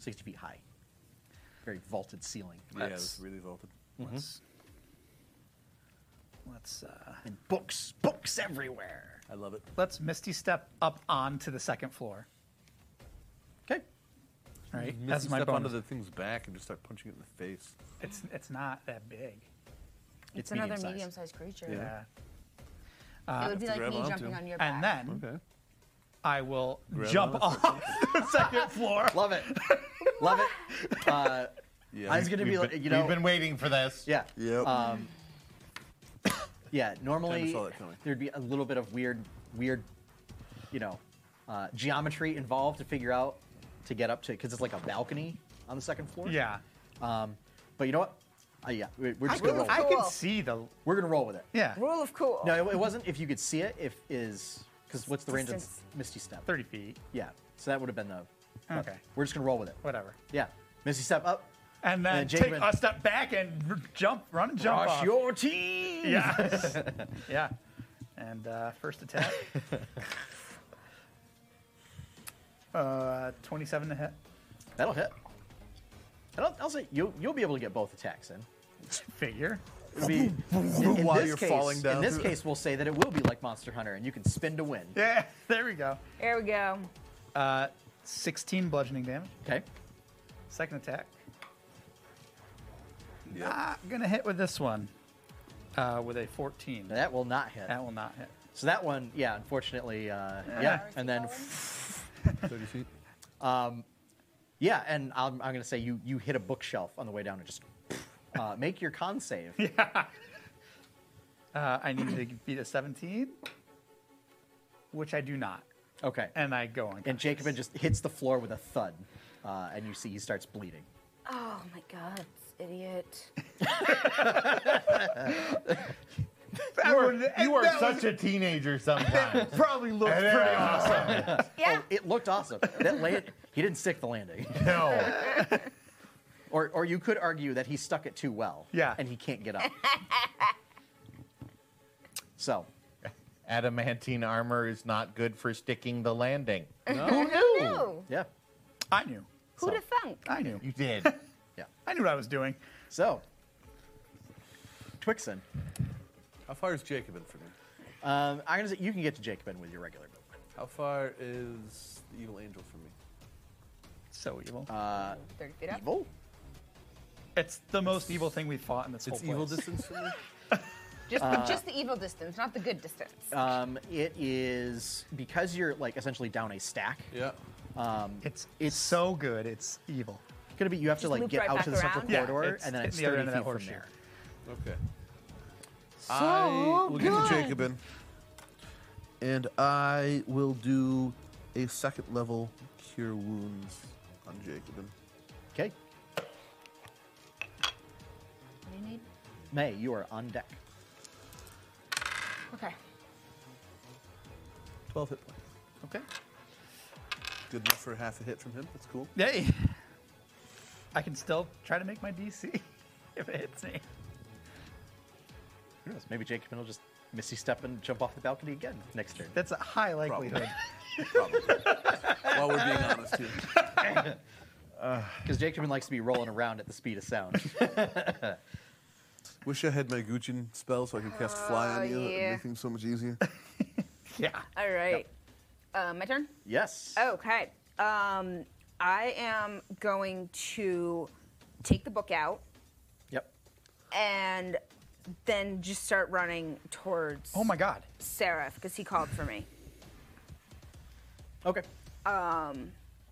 60 feet high. Very vaulted ceiling
Yeah, it
That's-
was really vaulted.
Let's, let's uh,
and books, books everywhere.
I love it.
let's misty step up onto the second floor.
Okay.
All right,
Misty
that's my
step
bonus.
onto the thing's back and just start punching it in the face.
It's it's not that big.
It's,
It's another
medium-sized.
medium-sized creature.
Yeah.
It would be like
grab
me
onto
jumping
him.
on your back.
And then
Okay.
I will
Grab
jump
on
off the second floor.
Love it. Love it. Uh,
Yeah.
I was gonna be
We've
like,
been-
you know,
we've been waiting for this.
yeah, Um,
Yep.
yeah. Normally,
saw that coming.
there'd be a little bit of weird, weird, you know, uh, geometry involved to figure out to get up to because it's like a balcony on the second floor.
Yeah.
Um, but you know what? Uh, yeah, we- we're
I
just gonna
can,
roll.
I
with it.
can
Cool.
see the
We're gonna roll with it.
yeah
rule of cool.
No, it, it wasn't. If you could see it, if is because what's the range of
Distance.
Misty Step?
thirty feet.
Yeah. So that would have been the. but
Okay.
We're just gonna roll with it.
Whatever.
Yeah. Misty Step up.
And then
then
take
Jacobin-
a step back and r- jump, run and jump
Crush
off.
your team.
Yes. yeah. And uh, first attack. uh, 27 to hit.
That'll hit. And I'll, I'll say you you'll be able to get both attacks in.
Figure.
It'll be in, in
While
this
you're
case,
falling
In
down
this
through-
case, we'll say that it will be like Monster Hunter, and you can spin to win.
Yeah, there we go.
There we go.
Uh, 16 bludgeoning damage.
Okay.
Second attack.
Yep.
Not gonna hit with this one. Uh, with a 14. That,
That will not hit.
will not hit.
So that one, yeah, unfortunately, uh, yeah. And then, Um,
Thirty feet.
yeah, and I'm, I'm gonna say you you hit a bookshelf on the way down and just uh, make your con save.
Uh, I need to beat a 17, which I do not.
Okay. And,
And I go on.
Jacobin just hits the floor with a thud, uh, and you see he starts bleeding.
Oh my god, idiot.
You are, you are such a teenager sometimes.
Probably looks
And
pretty
then-
Yeah.
It looked awesome. That land, he didn't stick the landing.
No.
Or, or you could argue that he stuck it too well.
Yeah.
And he can't get up. so,
Adamantine armor is not good for sticking the landing.
Ooh,
yeah,
I knew.
who'd have thunk?
I knew.
You did.
yeah.
I knew what I was doing.
So, Twixen,
How far is Jacobin from me?
um, I'm gonna say you can get to Jacobin with your regular movement.
How far is the evil angel from me?
So evil.
Uh,
30 feet up.
evil?
It's the most evil thing we fought in this
It's
whole
evil
place.
distance from me.
Just, just the evil distance, not the good distance.
Um, it is because you're like essentially down a stack.
Yeah.
Um,
It's
it's-
it's so good. It's evil.
gonna be you have to
Just
like
loop
get
right
out
back
to the central
around? Yeah,
corridor
it's
and then
hitting
it's
the other
30
end of
feet
that
from
horseshoe.
there.
Okay.
I will get
good.
the Jacobin. And I will do a second level cure wounds on Jacobin.
Okay,
What do you need?
May you are on deck.
Okay.
12 hit points.
Okay.
Good enough for half a hit from him. That's cool.
Hey, I can still try to make my DC if it hits me.
Who knows? Maybe Jacobin will just missy step and jump off the balcony again next turn.
That's a high likelihood.
Probably. While we're being honest here.
Because Jacobin likes to be rolling around at the speed of sound.
Wish I had my Gujin spell so I could cast Fly
Oh,
on you
yeah.
and make things so much easier.
Yeah.
All right. Uh, my turn?
yes.
Oh. Okay. Um, I am going to take the book out
Yep.
and then just start running towards
Oh my god.
Seraph because he called for me.
Okay.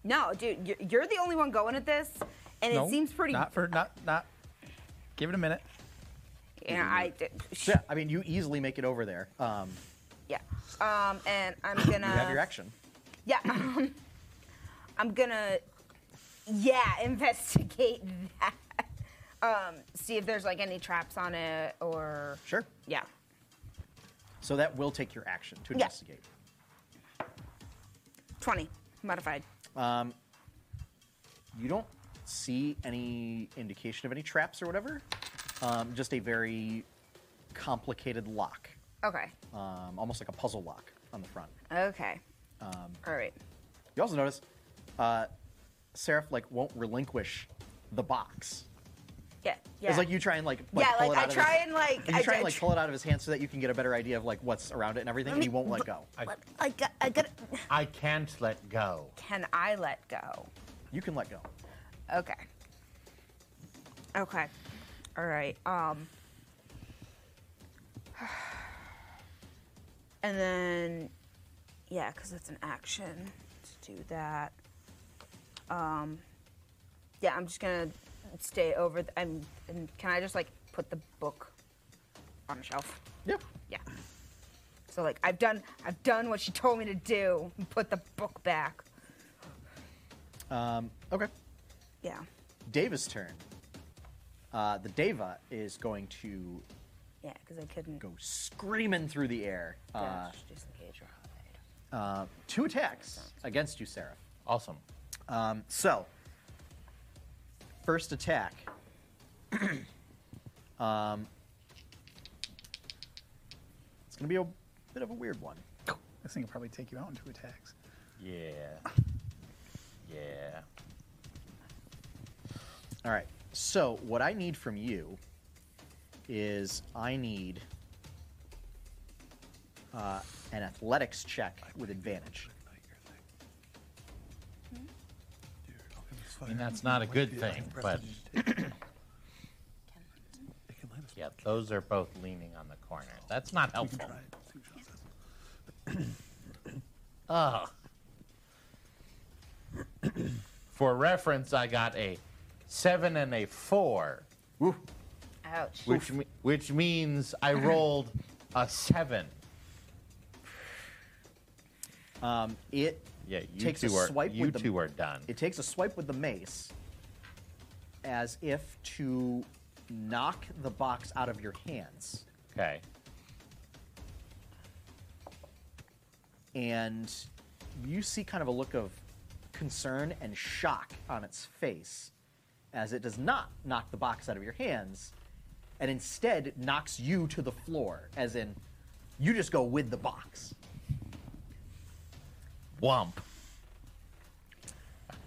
No, dude, y- you're the only one going at this, and
no,
it seems pretty.
Not for not not. Give it a minute.
yeah, I did.
So, yeah, I mean, you easily make it over there. Um,
Yeah. Um, and I'm gonna.
you have your action.
Yeah. um, I'm gonna. Yeah, investigate that. Um, see if there's like any traps on it or.
Sure.
Yeah.
So that will take your action to
Yeah.
investigate.
Twenty modified.
You don't see any indication of any traps or whatever. Um, just a very complicated lock,
Okay.
um, almost like a puzzle lock on the front.
Okay.
Um,
All right.
You also notice uh, Seraph like won't relinquish the box.
Yeah. Yeah.
It's like you try and like,
yeah,
pull
like
it
I
out
try
of his,
and like.
you try
I try-
and like pull it out of his hand so that you can get a better idea of like what's around it and everything, and he won't let go.
I,
I got. I got.
I can't let go.
Can I let go?
You can let go.
Okay. Okay. All right. Um. And then, yeah, because that's an action to do that. Um. Yeah, I'm just gonna stay over. Th- I'm. And can I just like put the book on a shelf?
Yep.
Yeah. So like I've done I've done what she told me to do. and Put the book back.
Um, okay.
Yeah.
Deva's turn. Uh, the Deva is going to
Yeah, because I couldn't.
go screaming through the air. Uh,
Yeah, just disengage or hide.
uh, two attacks against you, Seraph.
Awesome.
Um, so, first attack. um, it's going to be a bit of a weird one.
This thing will probably take you out in two attacks.
Yeah. Yeah.
All right. So, what I need from you is I need uh, an athletics check with advantage.
And that's not a good thing, but yeah, those are both leaning on the corner. That's not helpful. Ugh. For reference, I got a seven and a four,
Ouch.
which me- which means I rolled a seven.
Um, it
Yeah, you
Takes a
two are
swipe
you
with the-
two are done.
It takes a swipe with the mace as if to knock the box out of your hands.
Okay.
And you see kind of a look of concern and shock on its face as it does not knock the box out of your hands and instead knocks you to the floor, as in, you just go with the box.
Womp.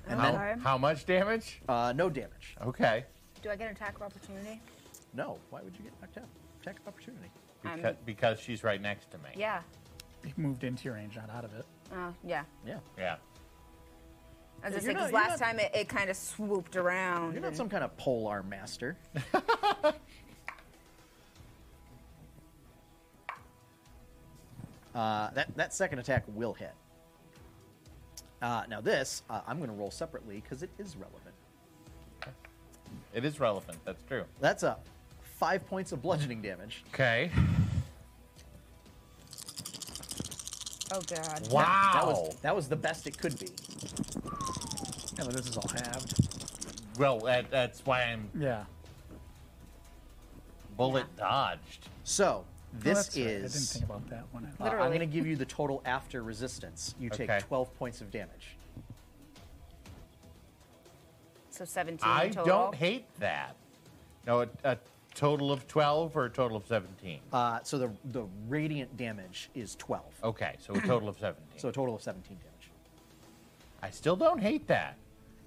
How,
Okay.
how much damage?
Uh, no damage.
Okay.
Do I get an attack of opportunity?
No. Why would you get knocked out? Attack of opportunity.
I'm-
Because, because she's right next to me.
Yeah. Uh,
You moved into your range, not out of it.
Oh, yeah.
Yeah. Yeah,
Yeah.
I was just
you're
saying,
not-
because
you're
last time it, it kind of swooped around.
You're not
and-
some kind of pole arm master. uh, that that second attack will hit. Uh, now this uh, I'm going to roll separately because it is relevant.
It is relevant. That's true.
That's a five points of bludgeoning damage.
Okay.
Oh god.
That- That, was that was the best it could be.
Yeah, but this is all halved. Oh,
Well, that, that's why I'm
Yeah.
bullet dodged.
So this
Oh, right. I didn't
is.
think about that one.
uh, I'm going to give you the total after resistance. You take
Okay.
12 points of damage.
So 17
I
total.
don't hate that. No, a, a total of 12 or a total of 17?
Uh, so the the radiant damage is 12.
Okay, so a total of 17.
So a total of 17 damage.
I still don't hate that.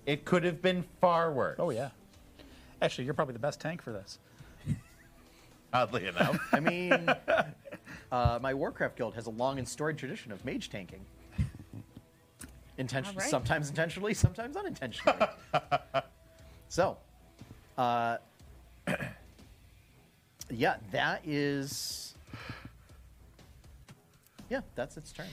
It could have been far worse.
Oh yeah. Actually, you're probably the best tank for this.
Oddly enough.
I mean, uh, my Warcraft guild has a long and storied tradition of mage tanking. Intention-
All right.
Sometimes intentionally, sometimes unintentionally. so, uh, yeah, that is. Yeah, that's its turn.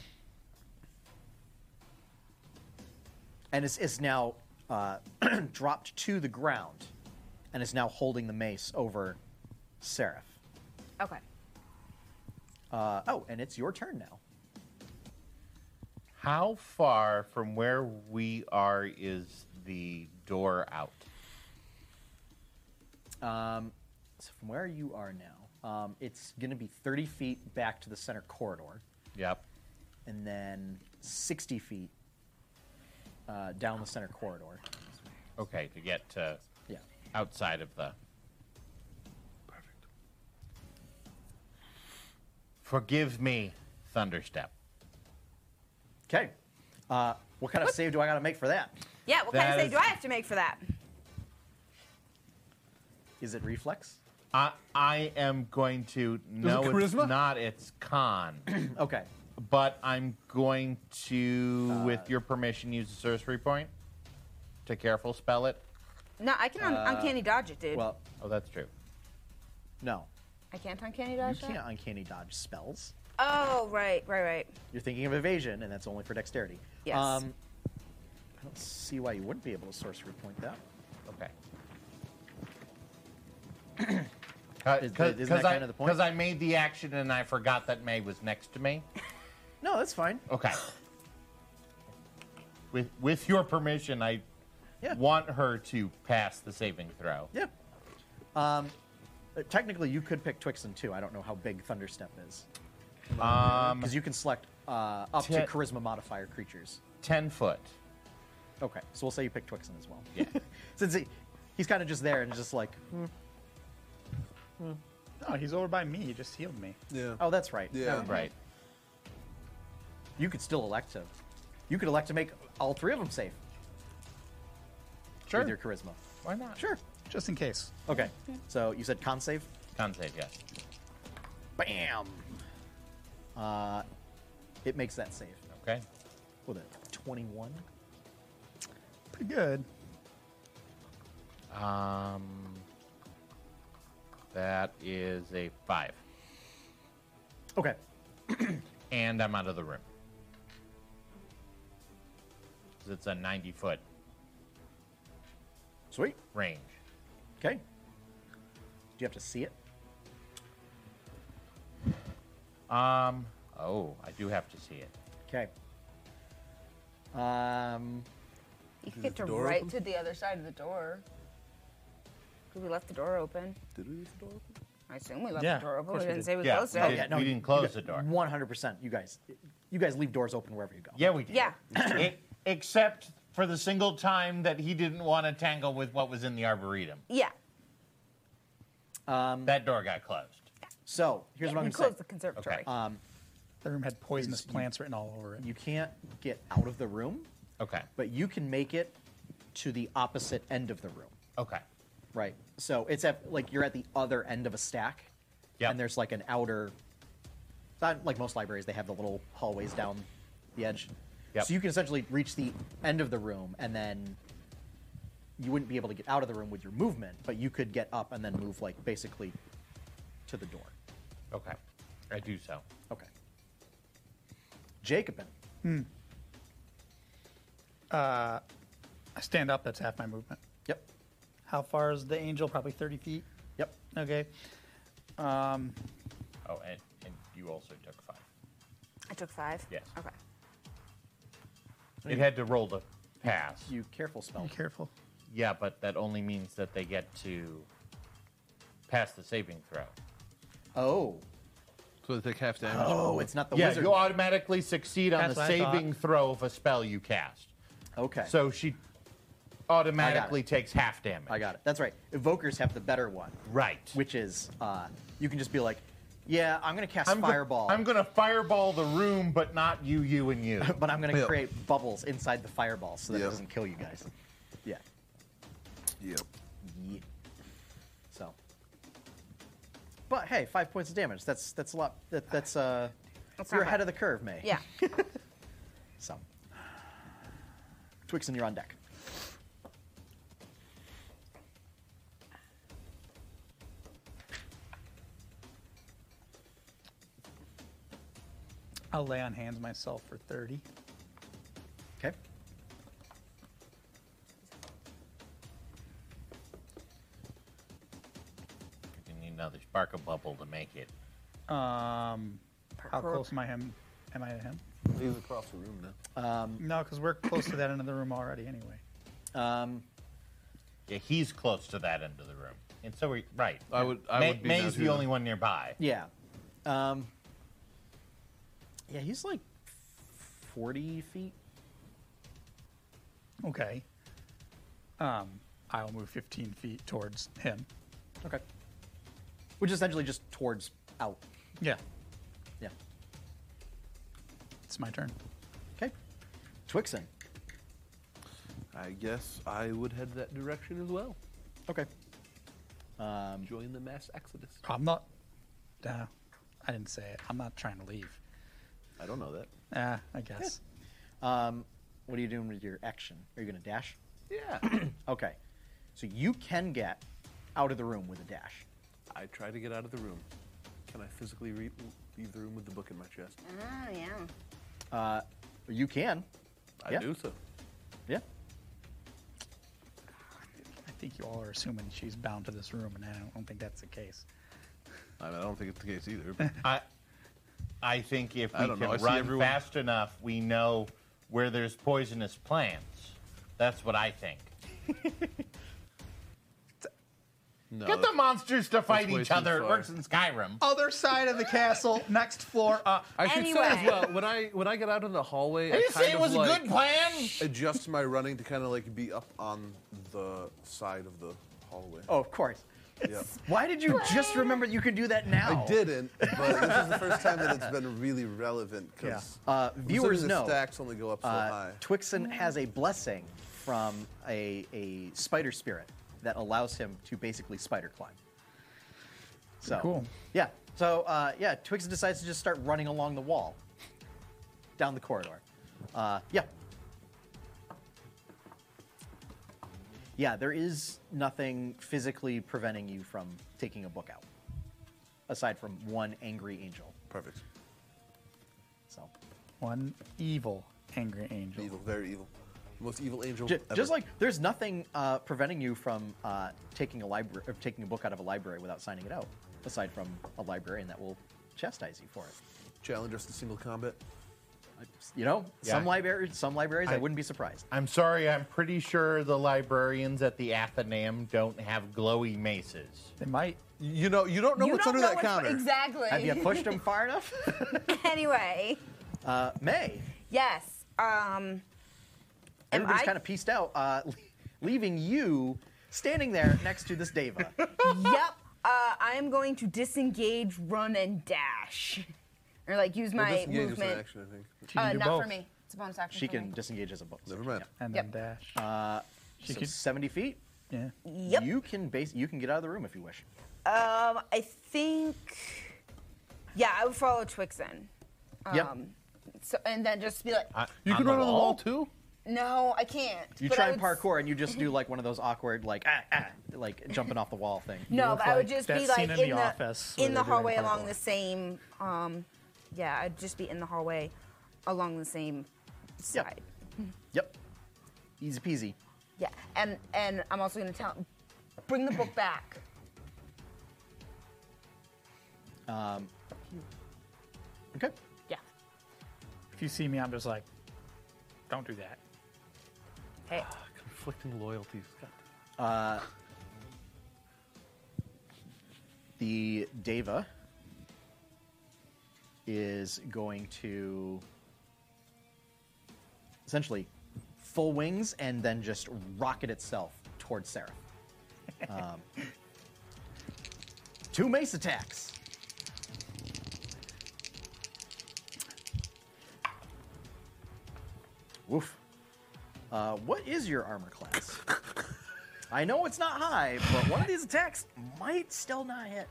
And it's, it's now uh, dropped to the ground and is now holding the mace over Seraph.
Okay.
Uh, oh, and it's your turn now.
How far from where we are is the door out?
Um, so from where you are now, um, it's going to be 30 feet back to the center corridor,
Yep.
and then 60 feet uh, down the center corridor.
Okay, to get to
Yeah.
outside of the.
Perfect.
Forgive me, Thunderstep.
Okay. Uh, what kind of save do I got to make for that?
Yeah, what kind
That
of save
is-
do I have to make for that?
Is it reflex?
I, I am going to. No, it's
charisma?
not. It's con.
Okay.
but I'm going to,
Uh.
with your permission, use a sorcery point to careful spell it.
No, I can un- uncanny dodge it, dude.
Well,
Oh, that's true.
no.
I can't uncanny
You
dodge that?
can't uncanny dodge spells.
Oh, right, right, right.
You're thinking of evasion, and that's only for dexterity. Um,
Yes.
I don't see why you wouldn't be able to sorcery point that.
Okay.
Is-
Because
isn't that
I,
kind of the point?
'cause I made the action and I forgot that May was next to me.
No, that's fine.
Okay. with with your permission, I
Yeah.
want her to pass the saving throw.
Yeah. Um, uh, technically, you could pick Twixen too. I don't know how big Thunderstep is.
Um,
Because you can select uh, up to
Te-
charisma modifier creatures.
ten foot.
Okay, so we'll say you pick Twixen as well.
Yeah.
Since he, he's kind of just there and just like,
No, he's over by me. He just healed me.
Yeah.
oh, that's right.
Yeah.
Never mind.
right.
You could still elect to. You could elect to make all three of them safe
Sure.
with your charisma.
Why not?
Sure.
Just in case.
Okay. So you said con save?
Con save. Yes.
Bam! Uh, it makes that save
Okay.
with a 21.
Pretty good.
Um, that is a five,
Okay.
and I'm out of the room. 'Cause It's a ninety foot
Sweet.
range.
Okay. Do you have to see it?
Um. Oh, I do have to see it.
Okay. Um,
You can
Is
get
the
to
door
right
open?
to the other side of the door. 'Cause we left the door open.
Did we leave the door open?
I assume we left
Yeah,
the door
of
open. We
course we
didn't
did.
say we
Yeah,
closed
we
it.
did.
no,
didn't close the door.
One hundred percent. You guys, you guys leave doors open wherever you go.
Yeah, we did.
Yeah.
E- except for the single time that he didn't want to tangle with what was in the arboretum.
Yeah.
Um,
that door got closed.
So here's
yeah,
what
we
I'm going
closed
to
the
say.
conservatory.
Um,
The room had poisonous plants written all over it.
you can't get out of the room,
Okay.
but you can make it to the opposite end of the room.
Okay.
Right. So it's at like you're at the other end of a stack.
Yep.
And there's like an outer. It's not like most libraries; they have the little hallways down the edge.
Yep.
So you can essentially reach the end of the room, and then you wouldn't be able to get out of the room with your movement, but you could get up and then move like basically to the door.
Okay. I do so.
Okay. Jacobin.
Hmm. Uh, I stand up. That's half my movement.
Yep.
How far is the angel? Probably thirty feet.
Yep.
Okay. Um,
Oh, and, and you also took five.
I took five.
Yes.
Okay.
It had to roll to pass.
You careful spell.
be careful.
Yeah, but that only means that they get to pass the saving throw.
Oh.
So they take half damage.
Oh, it's not the
yeah,
wizard.
you automatically succeed on
That's
the
what I thought.
saving throw of a spell you cast.
Okay.
So she automatically takes half damage.
I got it. That's right. Evokers have the better one,
Right.
which is uh, you can just be like, yeah, I'm gonna cast
I'm go-
fireball,
I'm going to fireball the room, but not you, you, and you.
but I'm gonna
Yeah.
create bubbles inside the fireball so that
Yeah.
it doesn't kill you guys. Yeah.
Yep.
Yeah. So. But hey, five points of damage. That's that's a lot. That, that's uh,
That's
you're
not
ahead
bad.
of the curve, May.
Yeah.
So. Twixen, you're on deck.
I'll lay on hands myself for thirty.
Okay.
You need another sparkle bubble to make it.
Um, how
Parkour.
close am I him? Am I to him?
He's across the room now.
No, because we're close to that end of the room already. Anyway.
Um,
Yeah, he's close to that end of the room. And so we right.
I would- I
May,
would be now,
May's
too.
the only one nearby.
yeah. Um, yeah, he's like forty feet.
Okay. Um, I'll move fifteen feet towards him.
Okay. Which is essentially just towards out.
Yeah.
Yeah.
It's my turn.
Okay. Twixen.
I guess I would head that direction as well.
Okay.
Join the mass exodus.
I'm not. Uh, I didn't say it. I'm not trying to leave.
I don't know that.
Ah, I guess.
Um, what are you doing with your action? Are you going to dash?
Yeah.
Okay. So you can get out of the room with a dash.
I try to get out of the room. Can I physically re- leave the room with the book in my chest?
Oh yeah.
You can.
I
Yeah.
do so.
Yeah.
I think you all are assuming she's bound to this room, and I don't think that's the case.
I, mean, I don't think it's the case either. but
I I think if
I
we
don't
can
know. I see
run
everyone-
fast enough, we know where there's poisonous plants. That's what I think.
no,
Get the monsters to fight
way
each
too
other. It
far.
works in Skyrim.
Other side of the castle, next floor up.
I should say as
Anyway.
well when I when I get out in the hallway.
I
I
didn't
kind
say it
of
was a
like,
good plan.
adjust my running to kind of like be up on the side of the hallway.
Oh, of course.
Yep.
Why did you just remember you can do that now?
I didn't, but this is the first time that it's been really relevant because
Yeah. Uh, viewers know.
the stacks only go up so
Uh,
high.
Twixen has a blessing from a, a spider spirit that allows him to basically spider climb. So
Cool.
Yeah. So uh, yeah, Twixen decides to just start running along the wall, down the corridor. Uh, yeah. Yeah, there is nothing physically preventing you from taking a book out, aside from one angry angel.
Perfect.
So
One evil, angry angel.
Evil, very evil. Most evil angel
Ju-
ever.
Just like there's nothing uh, preventing you from uh, taking a library or taking a book out of a library without signing it out, aside from a librarian that will chastise you for it.
challenge us to single combat.
You know,
Yeah.
some libraries, some libraries, I,
I-
wouldn't be surprised.
I'm sorry, I'm pretty sure the librarians at the Athenaeum don't have glowy maces.
They might.
You know, you don't know
you
what's
don't
under
know
that
what's
counter.
exactly.
Have you pushed them far enough?
Anyway,
Uh, May,
yes. Um. Am
everybody's
I-
kind of pieced out, uh, le- leaving you standing there next to this Deva.
yep. Uh, I am going to disengage, run, and dash, or like use
Well,
my
disengage is an
movement.
action, I think.
She can
uh,
do
not
both.
for me. It's a bonus action.
she
for
can
me.
disengage as a bonus.
Never
action,
mind.
And
Yep.
then dash. Uh,
yeah.
she
So
could.
70 feet.
Yeah.
Yep.
You can base. You can get out of the room if you wish.
Um, I think. Yeah, I would follow Twixen.
yep.
Um,
so, and then just be like,
You can run on the wall
too.
no, I can't.
You
But I
try and
would
parkour, and you just do like one of those awkward, like ah, ah, like jumping off the wall thing.
No, but I would just be like in the, in the hallway along the
this.
same. Um,
Yeah, I'd just be in the hallway along the same side.
Yep. Easy peasy.
yeah, and and I'm also gonna tell, bring the book back.
Um, okay.
Yeah.
If you see me, I'm just like, don't do that.
Hey.
Ah,
Conflicting loyalties. God.
Uh, the Deva is going to essentially full wings and then just rocket itself towards Seraph. Um, two mace attacks. Woof. Uh, what is your armor class? I know it's not high, but one of these attacks might still not hit.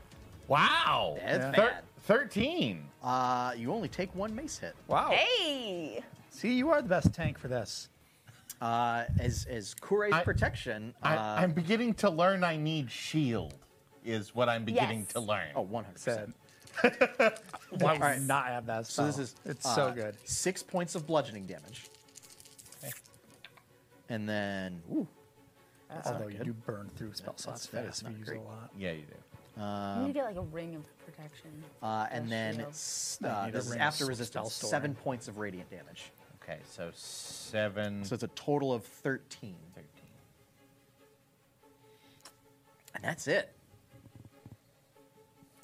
Wow.
That's
Yeah.
bad.
Thirteen.
Uh, you only take one mace hit.
Wow.
Hey.
See, you are the best tank for this.
Uh, as as Kurei's
I-
protection,
I,
uh,
I'm beginning to learn I need shield, is what I'm beginning
Yes.
to learn.
Oh, 100%.
Why would you not have that?
So this
spell?
is
it's
uh,
so good.
Six points of bludgeoning damage.
Okay.
And then, ooh, that's
Although
not
you
good.
do burn through spell slots
that is
fast. We
not
use
great.
a lot.
Yeah, you do.
you need
Um,
to get like a ring of protection.
uh,
A
and then
shield.
s-
I
uh,
need a
this is
ring of
after
spell
resistance,
storing.
seven points of radiant damage.
Okay, so seven.
So it's a total of 13. 13. And that's it.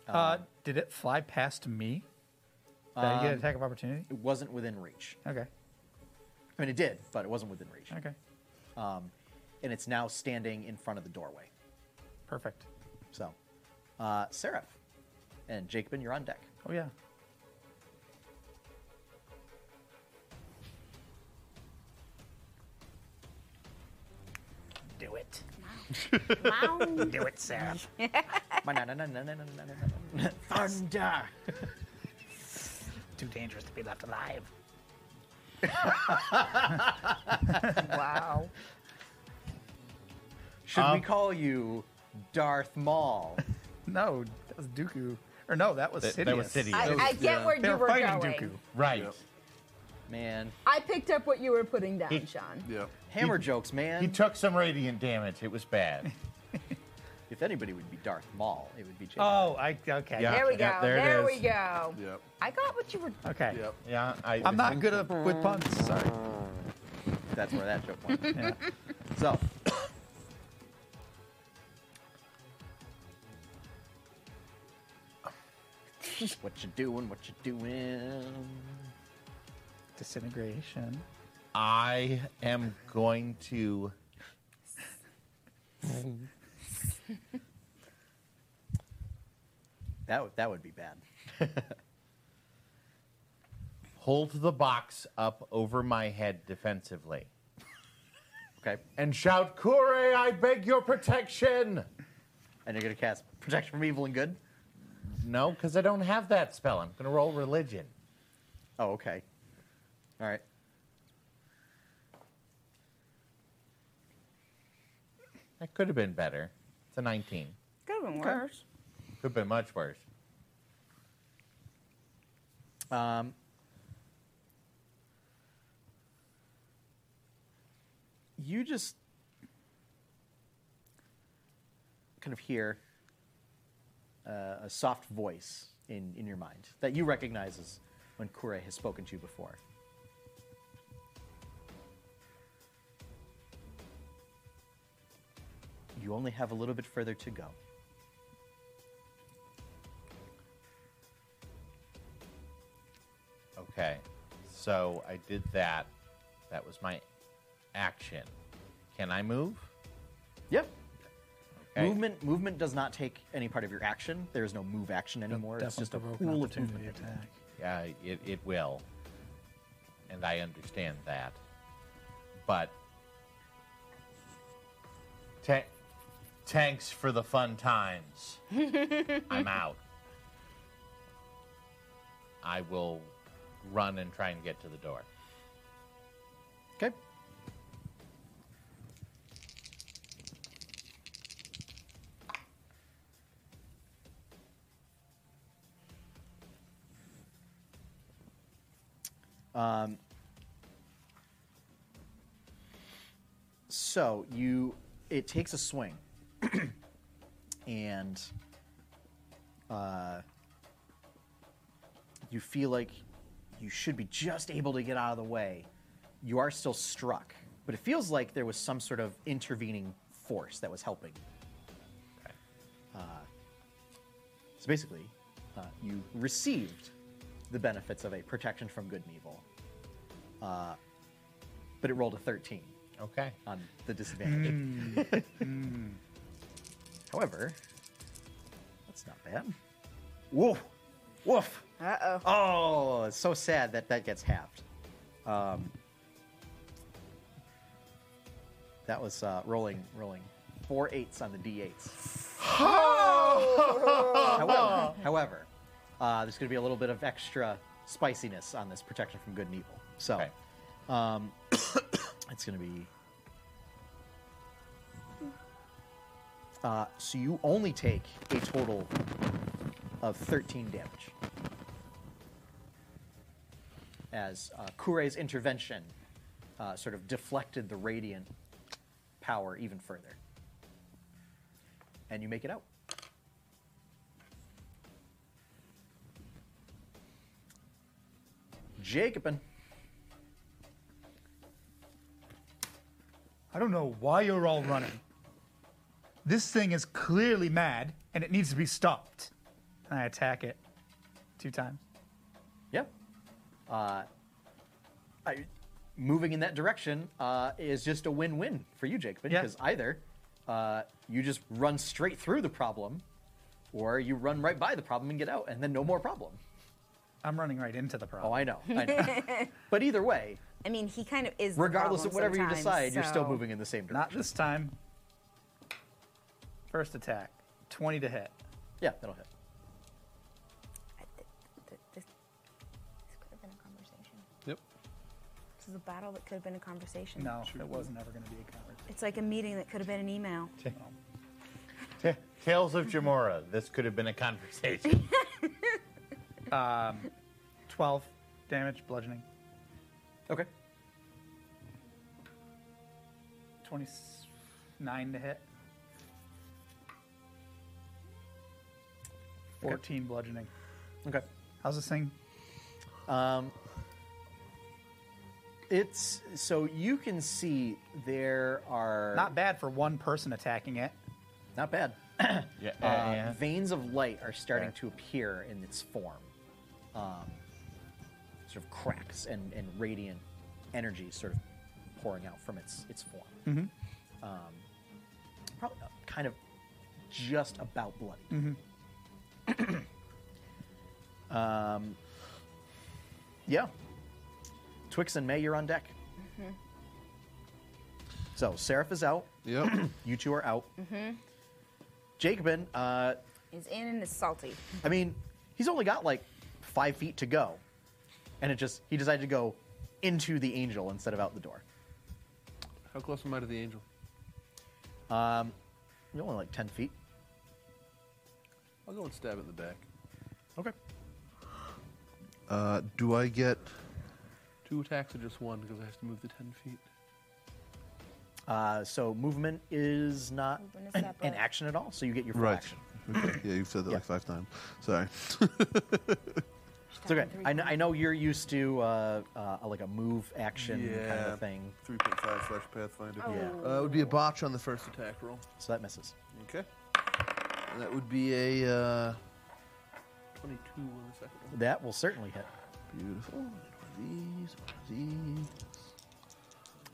Um,
uh, did it fly past me? Did I get an
Um,
attack of opportunity?
It wasn't within reach.
Okay.
I mean, it did, but it wasn't within reach.
Okay.
Um, and it's now standing in front of the doorway.
Perfect.
So, uh, Seraph and Jacobin, you're on deck.
Oh yeah. Do it. Do it, Seraph.
Thunder.
Too dangerous to be left alive.
Wow.
Should
Um,
we call you Darth Maul?
No, that was Dooku. Or no, that was Sidious.
That- that was Sidious.
I- I get Yeah. where eh?
They
you were
fighting
going.
Dooku.
Right.
Man,
I picked up what you were putting down, Sean.
Yep.
hammer jokes,
He
man.
took some radiant damage. It was bad.
if anybody would be Darth Maul, it would be Jacobin.
Oh, I okay.
Yeah.
There
Ah,
we go.
Yeah,
there
there it is.
we go.
Yep.
I got what you were.
Okay.
Yep.
Yeah, I,
I'm not good at, with puns. Sorry.
That's where that joke went.
Yeah.
So. what you doing? What you doing?
Disintegration.
I am going to.
That would that would be bad.
hold the box up over my head defensively
Okay,
and shout, Kure, I beg your protection!
and you're gonna cast protection from evil and good.
No, because I don't have that spell. I'm going to roll religion.
Oh, okay. All right.
That could have been better. It's a 19.
Could have been worse.
Could have been much worse.
Um, you just kind of hear uh, a soft voice in, in your mind that you recognize as when Kure has spoken to you before. You only have a little bit further to go.
Okay. So I did that. That was my action. Can I move?
Yep.
Okay.
Movement movement does not take any part of your action. There is no move action anymore. It's just a
Definitely provoke an
pool of
opportunity
movement.
attack.
Yeah, Uh, it, it will. And I understand that. But. Ta- tanks for the fun times. I'm out. I will run and try and get to the door.
Okay. Um, so you, it takes a swing, and uh, you feel like you should be just able to get out of the way. You are still struck, but it feels like there was some sort of intervening force that was helping. Uh, so basically, uh, you received the benefits of a protection from good and evil, uh, but it rolled a 13.
Okay.
On the disadvantage. Mm. However, that's not bad. Woof. Woof.
Uh
oh. Oh, it's so sad that that gets halved. Um, that was uh, rolling, rolling four eights on the d8s. however, however uh, there's going to be a little bit of extra spiciness on this protection from good and evil. So um, it's going to be. Uh, so you only take a total of 13 damage. As uh, Kure's intervention uh, sort of deflected the radiant power even further. And you make it out. Jacobin.
I don't know why you're all running. This thing is clearly mad and it needs to be stopped. And I attack it two times.
Yep. Uh, I, moving in that direction uh, is just a win-win for you, Jake, because either uh, you just run straight through the problem, or you run right by the problem and get out, and then no more problem.
I'm running right into the problem.
Oh, I know. I know. but either way,
I mean, he kind of is. the
regardless of
problem
whatever you
sometimes,
decide, you're still
so-
moving in the same direction.
Not this time. First attack 20 to hit.
Yeah, that'll hit.
Th- This, this could have been a conversation.
Yep.
This is a battle that could have been a conversation.
No, it was never going to be a conversation.
It's like a meeting that could have been an email.
Tales of Jamora. This could have been a conversation.
Um, 12 damage, bludgeoning.
Okay.
29 to hit. 14 bludgeoning.
Okay.
How's this thing?
Um, it's so you can see there are
Not bad for one person attacking it.
Not bad.
yeah,
uh, veins of light are starting to appear in its form. Um, sort of cracks and, and radiant energy sort of pouring out from its its form.
Mhm.
Mm-hmm.
Um, probably uh, kind of just about bloody.
Mhm.
Mm-hmm.
Um, yeah. Twix and May, you're on deck.
Mhm.
So Seraph is out.
Yep.
you two are out.
Mm-hmm.
Jacobin, uh,
Is in and is salty.
I mean, he's only got like five feet to go, and it just he decided to go into the angel instead of out the door.
How close am I to the angel?
Um, you're only like ten feet.
I'll go and stab it in the back.
Okay.
Uh, do I get?
Two attacks or just one because I have to move the 10 feet.
Uh, so movement is not an, an action at all. So you get your full
right.
action.
Okay. Yeah, you've said that like five times. Sorry.
It's okay. I kn- I know you're used to uh, uh, like a move action kind
Yeah.
of thing.
3.5 slash Pathfinder.
Yeah.
Uh, it would be a botch on the first
attack roll.
So that misses.
Okay.
And that would be a uh,
22 on the second one.
That will certainly hit.
beautiful. One of these, one of these.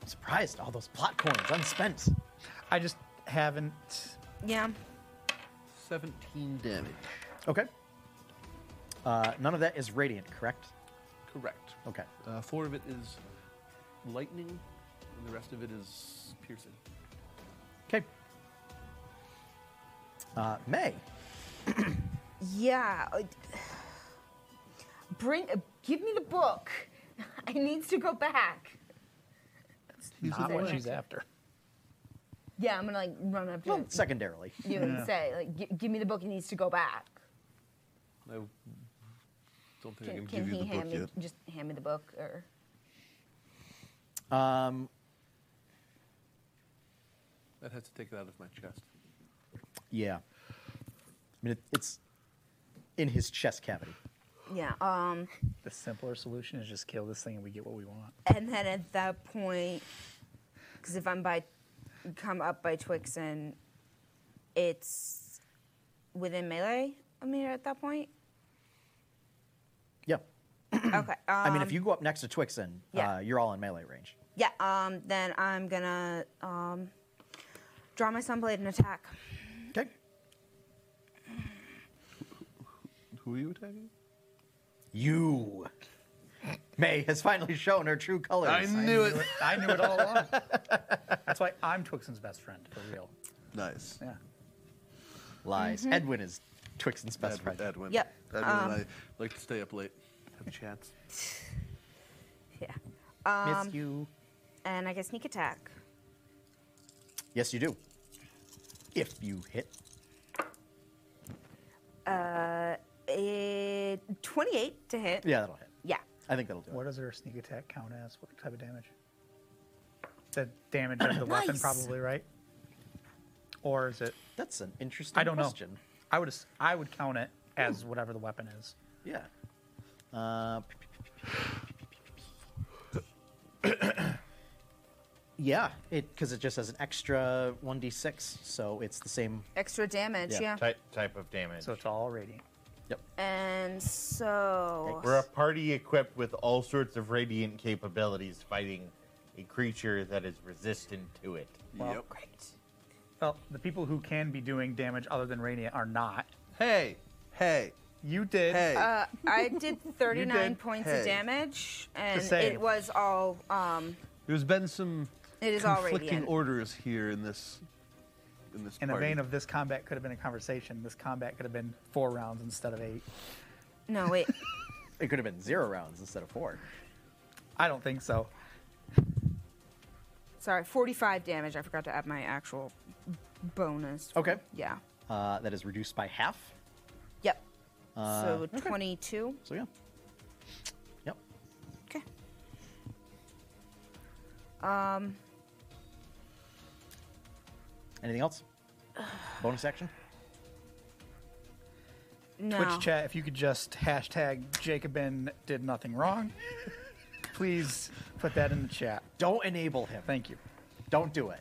I'm surprised all those plot coins unspent.
I just haven't.
Yeah.
17
damage.
Okay. Uh, none of that is radiant, correct?
Correct.
Okay.
Uh, four of it is lightning, and the rest of it is piercing.
Okay. Uh, May.
Yeah. uh, Bring
Give me the book. I needs to go back.
Not what she's after.
Yeah, I'm gonna like run up.
Well,
to-
secondarily.
You know, and say like, "Gi- give me the book. He needs to go back.
I don't think I can,
Can, can
give you
he
the book
hand me
yet.
just hand me the book or?
Um,
That has to take it out of my chest.
yeah. I mean, it, it's in his chest cavity.
Yeah. Um.
The simpler solution is just kill this thing and we get what we want.
And then at that point, because if I'm by, come up by Twixen, it's within melee. I mean, at that point.
Yeah.
okay. Um,
I mean, if you go up next to Twixen,
yeah.
uh, you're all in melee range.
Yeah. Um. Then I'm gonna um, draw my sunblade and attack.
Okay.
Who are you attacking?
You. May has finally shown her true colors.
I knew it. I knew it all along. That's why I'm Twixen's best friend, for real.
Nice.
Yeah.
Lies.
Mm-hmm.
Mhm.
Edwin is Twixen's best friend.
Edwin.
Yep,
Edwin
um,
and I like to stay up late, have chats.
Um,
Miss you.
And I get sneak attack.
Yes, you do. If you hit.
Uh, eh, 28 to hit.
Yeah, that'll hit.
Yeah.
I think that'll do it.
What does her sneak attack count as? What type of damage? The damage of the weapon,
Nice.
probably, right? Or is it?
That's an interesting.
I don't
question.
know. I would ass- I would count it as whatever the weapon is.
Yeah. Uh, yeah, it because it just has an extra one d six, so it's the same.
Extra damage, yeah.
type of damage. So
it's all radiant.
And so.
We're a party equipped with all sorts of radiant capabilities fighting a creature that is resistant to it.
Well, Yep. Well, the people who can be doing damage other than radiant are not.
Hey, hey,
you did.
Uh, I did 39
did.
points
Hey.
of damage, and
saying.
it was all. Um,
There's been some
It is all
conflicting
radiant.
orders here in this in this
In the
party.
vein of this combat could have been a conversation. This combat could have been four rounds instead of eight.
no, wait.
It could have been zero rounds instead of four.
I don't think so.
Sorry, 45 damage. I forgot to add my actual bonus.
Okay.
Yeah.
Uh, that is reduced by half.
Yep.
Uh,
so 22.
So yeah. Yep.
Um,
Anything else? Bonus action.
no.
Twitch chat, if you could just hashtag Jacobin did nothing wrong, please put that in the chat.
Don't enable him.
Thank you.
Don't do it.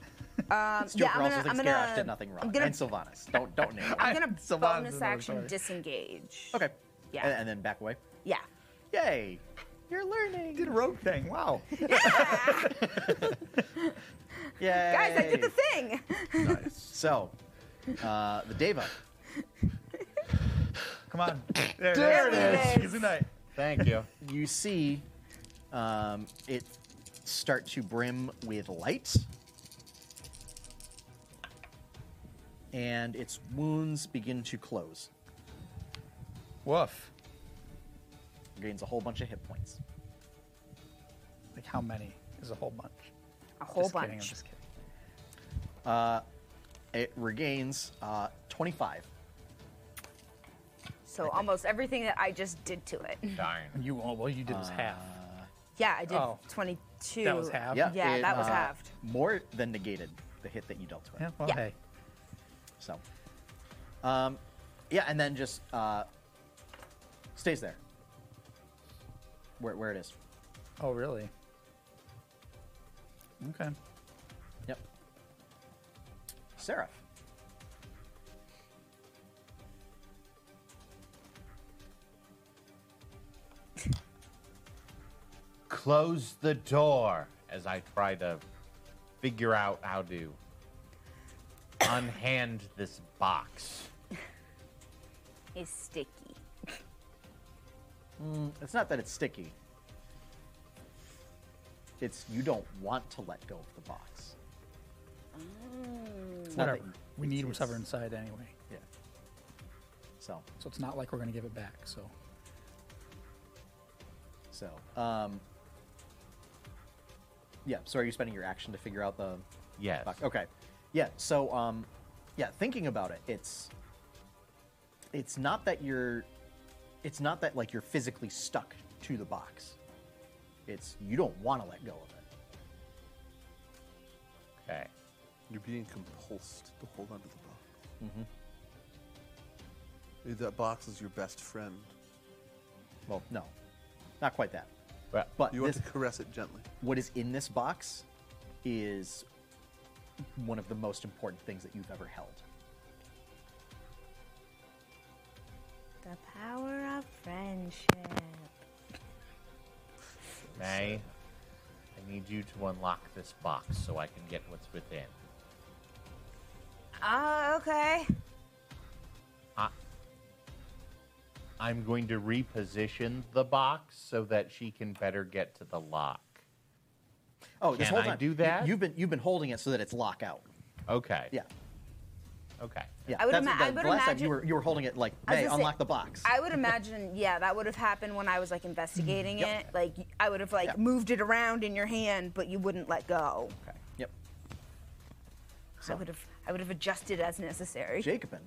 Um,
Stuart
yeah, I'm
also
gonna,
thinks
I'm
Garrosh
gonna,
did nothing wrong,
I'm gonna,
and Sylvanas. Don't don't enable.
I'm
him.
gonna bonus action disengage.
Okay.
Yeah.
And, and then back away.
Yeah.
Yay!
You're learning.
Did a rogue thing. Wow.
Yay!
Guys, I did the thing.
So, uh, the Deva.
Come on. There,
it There it is. is.
Good night.
Thank you.
You see um, it start to brim with light. And its wounds begin to close.
Woof.
Gains a whole bunch of hit points.
Like how many is a whole bunch?
A whole
Just kidding, I'm
bunch.
just kidding.
Uh, it regains uh, 25.
So almost everything that I just did to it.
Darn.
You all well you did was half.
Yeah, I did
Oh.
22.
That was halved?
Yeah,
Yeah,
it,
that was
uh,
halved.
More than negated the hit that you dealt to it.
Yeah, well
Yeah.
hey.
So, um, yeah, and then just uh, stays there where, where it is.
Oh really? Okay.
Yep. Seraph.
Close the door as I try to figure out how to unhand this box.
It's sticky.
Mm, it's not that it's sticky. It's you don't want to let go of the box. It's not that
Whatever.
you-
We need
it's-
whatever inside anyway.
Yeah. So
So it's not like we're gonna give it back, so
So, um, yeah. So, are you spending your action to figure out the?
Yes.
box? Okay. Yeah. So, um, yeah. Thinking about it, it's it's not that you're it's not that like you're physically stuck to the box. It's you don't want to let go of it.
Okay.
You're being compulsed to hold onto the box.
Mm-hmm.
Mhm.
Maybe That box is your best friend.
Well, no, not quite that.
But,
you want
this-
to caress it gently.
What is in this box is one of the most important things that you've ever held.
The power of friendship.
May, I need you to unlock this box so I can get what's within.
Ah, okay.
I, I'm going to reposition the box so that she can better get to the lock.
Oh, this
Can
whole
I
time
do that?
You, have been you've been holding it so that it's lockout.
Okay.
Yeah.
Okay.
Yeah.
I would
that's
ima-
the,
I would
the last time
imagine-
you were you were holding it like
I was
hey,
gonna say-
unlock the box.
I would imagine, yeah, that would have happened when I was like investigating
Mm-hmm. Yep.
it. Like I would have like
Yep.
moved it around in your hand, but you wouldn't let go.
Okay. Yep.
I would have I would have adjusted as necessary.
Jacobin.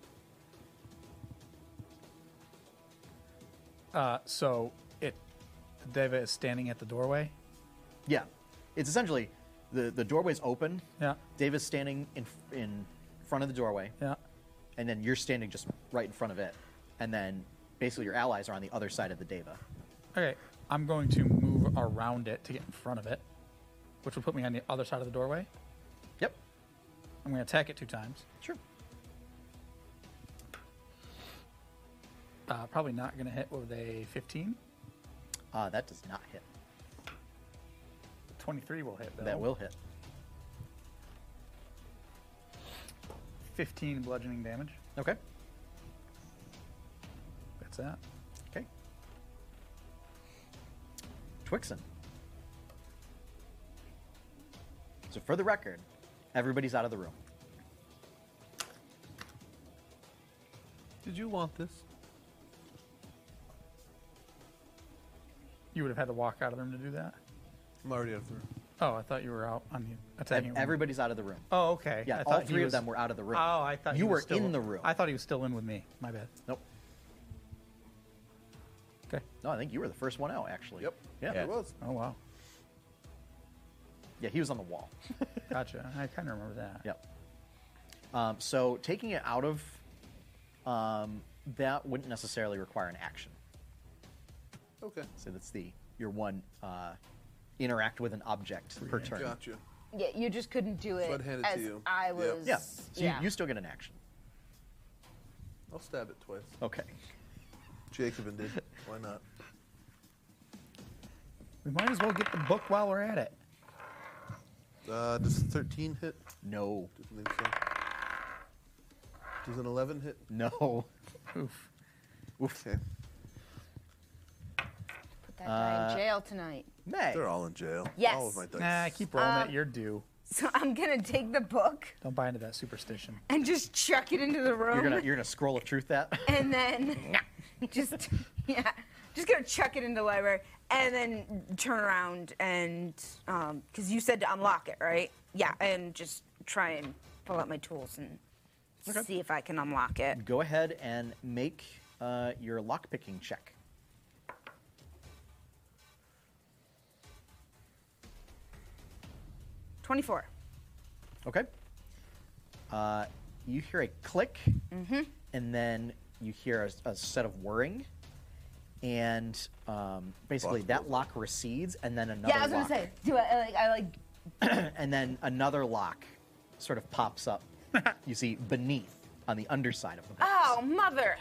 Uh, so it, Deva is standing at the doorway.
Yeah. It's essentially the the doorway's open.
Yeah.
Davis standing in in front of the doorway.
Yeah.
And then you're standing just right in front of it. And then basically your allies are on the other side of the Deva.
Okay, I'm going to move around it to get in front of it, which will put me on the other side of the doorway.
Yep.
I'm going to attack it two times.
Sure.
Uh, probably not going to hit with a 15.
Uh, that does not hit.
23 will hit, though.
That will hit.
15 bludgeoning damage.
Okay.
That's that.
Okay. Twixen. So for the record, everybody's out of the room.
Did you want this?
You would have had to walk out of the room to do that?
I'm already out of the room.
Oh, I thought you were out on the attacking.
Ev-
room.
Everybody's out of the room.
Oh, okay.
Yeah,
I
all
thought he
three
was-
of them were out of the room.
Oh, I thought
you
he
were
was still-
in the room.
I thought he was still in with me. My bad.
Nope.
Okay.
No, I think you were the first one out, actually. Yep. Yeah.
It was.
Oh wow.
Yeah, he was on the wall.
Gotcha. I kind of remember that.
Yep. Um, so taking it out of um, that wouldn't necessarily require an action.
Okay.
So that's the your one uh, interact with an object per turn.
Gotcha.
Yeah, you just couldn't do it
I'd hand it to
as
you.
I
Yep.
was.
Yeah. So
yeah.
You, you still get an action.
I'll stab it twice.
Okay.
Jacobin did. Why not?
We might as well get the book while we're at it.
Uh, does 13 hit?
No.
Didn't think so. Does an 11 hit?
No.
Oof.
Okay.
Put that guy
Uh,
in jail tonight.
May.
They're all in jail.
Yes.
All of my dice.
Nah, keep rolling
Uh,
it. You're due.
So I'm gonna take the book
Don't buy into that superstition.
and just chuck it into the room,
You're gonna you're gonna scroll of truth that.
and then just yeah, just gonna chuck it into the library, and then turn around and um, because you said to unlock it, right? Yeah, and just try and pull out my tools and see if I can unlock it.
Go ahead and make uh, your lockpicking check.
Twenty-four.
Okay. Uh, you hear a click,
Mm-hmm.
and then you hear a s- a, set of whirring, and um, basically that lock recedes, and then another
yeah, I was
lock,
gonna say, do I like? I like.
and then another lock sort of pops up. you see beneath on the underside of the box.
Oh, mother.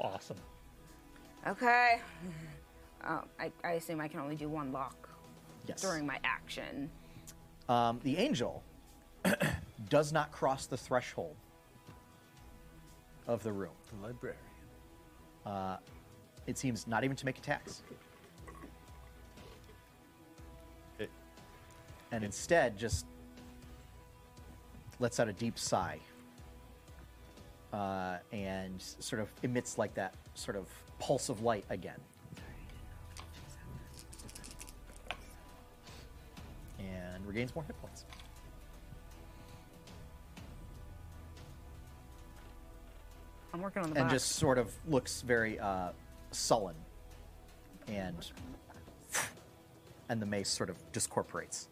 Awesome.
Okay. Um, I, I assume I can only do one lock
Yes.
during my action.
Um, the angel does not cross the threshold of the room.
The librarian.
Uh, it seems not even to make attacks.
It-
and instead just lets out a deep sigh uh, and sort of emits like that sort of pulse of light again. regains more hit points.
I'm working on the
and
box.
just sort of looks very uh, sullen, and and the mace sort of discorporates.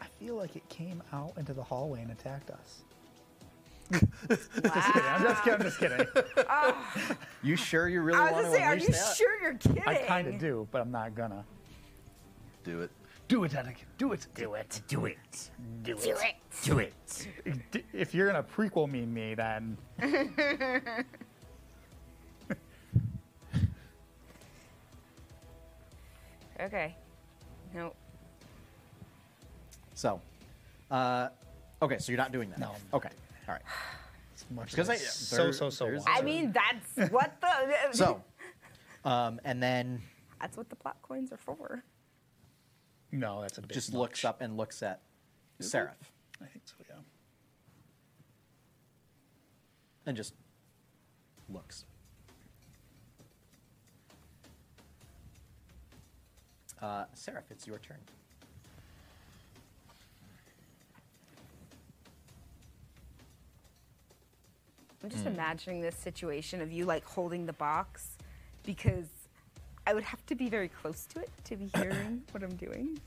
I feel like it came out into the hallway and attacked us.
Wow.
I'm just kidding. I'm just kidding.
you sure you really
I was
want to
gonna say, are
unleash
you
that?
sure you're kidding?
I kind of do, but I'm not gonna.
Do it.
Do it, Anakin. Do it.
Do it. Do it.
Do Do it. it.
Do it.
If you're gonna prequel me, me, then
okay. No.
So, uh, okay, so you're not doing that. No. Okay. All right. Because I
so, so, so
there's-
I mean, that's what the.
so, um, and then
That's what the plot coins are for.
no, that's a bit
just looks up and looks at
Is it?
Seraph
I think so. Yeah.
and just looks. Uh, Seraph, it's your turn.
I'm just imagining this situation of you like holding the box because I would have to be very close to it to be hearing what I'm doing.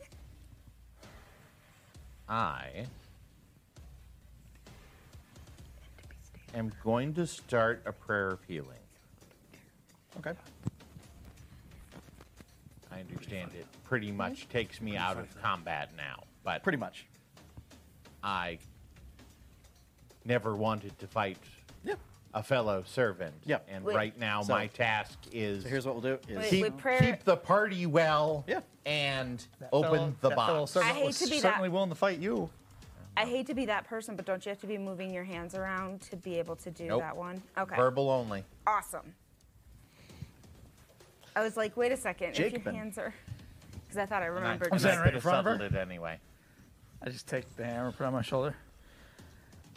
I am going to start a prayer of healing.
Okay.
I understand it pretty
Hmm?
much takes me out of combat now, but
pretty much.
I never wanted to fight a fellow servant. And
Wait.
right now
So-
my task is
So here's what we'll do. Is
Wait,
keep,
with prayer-
keep the party well and open
fellow-
the
that fellow
box.
servant
I hate
was
to be that-
certainly willing to fight you.
I hate to be that person, but don't you have to be moving your hands around to be able to do
Nope.
that one? Ah, Okay.
Verbal only.
Awesome. I was like, wait a second, if your
Jacobin.
hands are. Because I thought I
And
remembered.
I,
Is that
and I
right
could
in
have
front of her?
settled it anyway.
I just take the hammer, put it on my shoulder.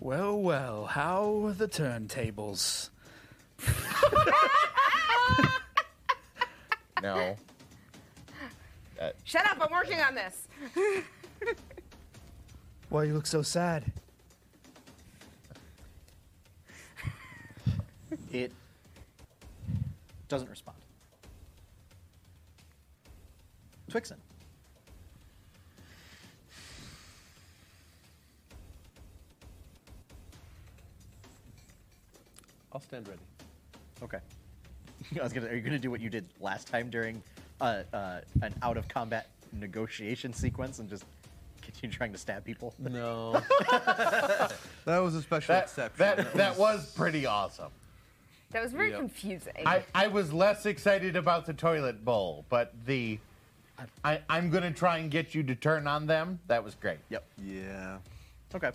Well, well, how are the turntables?
No.
Shut up, I'm working on this.
Why you look so sad?
It doesn't respond. Twixen.
I'll stand ready.
Okay. I was gonna. Are you gonna do what you did last time during uh, uh, an out of combat negotiation sequence and just continue trying to stab people?
No.
That was a special
That-
exception.
that- that was pretty awesome.
That was very
Yep.
confusing.
I, I was less excited about the toilet bowl, but the I, I'm going to try and get you to turn on them. That was great.
Yep.
Yeah.
Okay.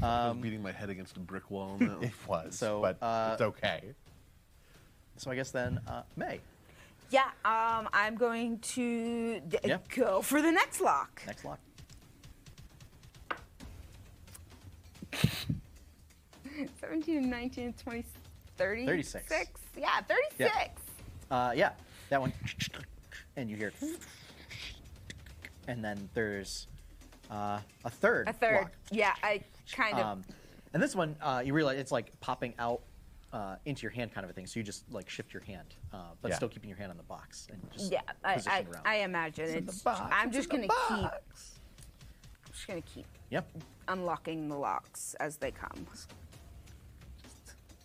I was beating my head against a brick wall on that one.
It was.
So,
but
uh,
it's okay.
So I guess then uh, May.
Yeah, um, I'm going to d-
Yeah.
go for the next lock.
Next lock.
Seventeen, nineteen, twenty, thirty.
36.
Six. Yeah, 36.
Uh, yeah, that one. And you hear. And then there's uh, a third.
A third.
lock.
Yeah, I kind of.
Um, and this one, uh, you realize it's like popping out uh, into your hand, kind of a thing. So you just like shift your hand, uh, but
Yeah.
still keeping your hand on the box and just
yeah, I,
position
I,
around.
I imagine it's.
in the box,
I'm
it's
just
in
gonna
the
keep. I'm just gonna keep
Yep.
unlocking the locks as they come.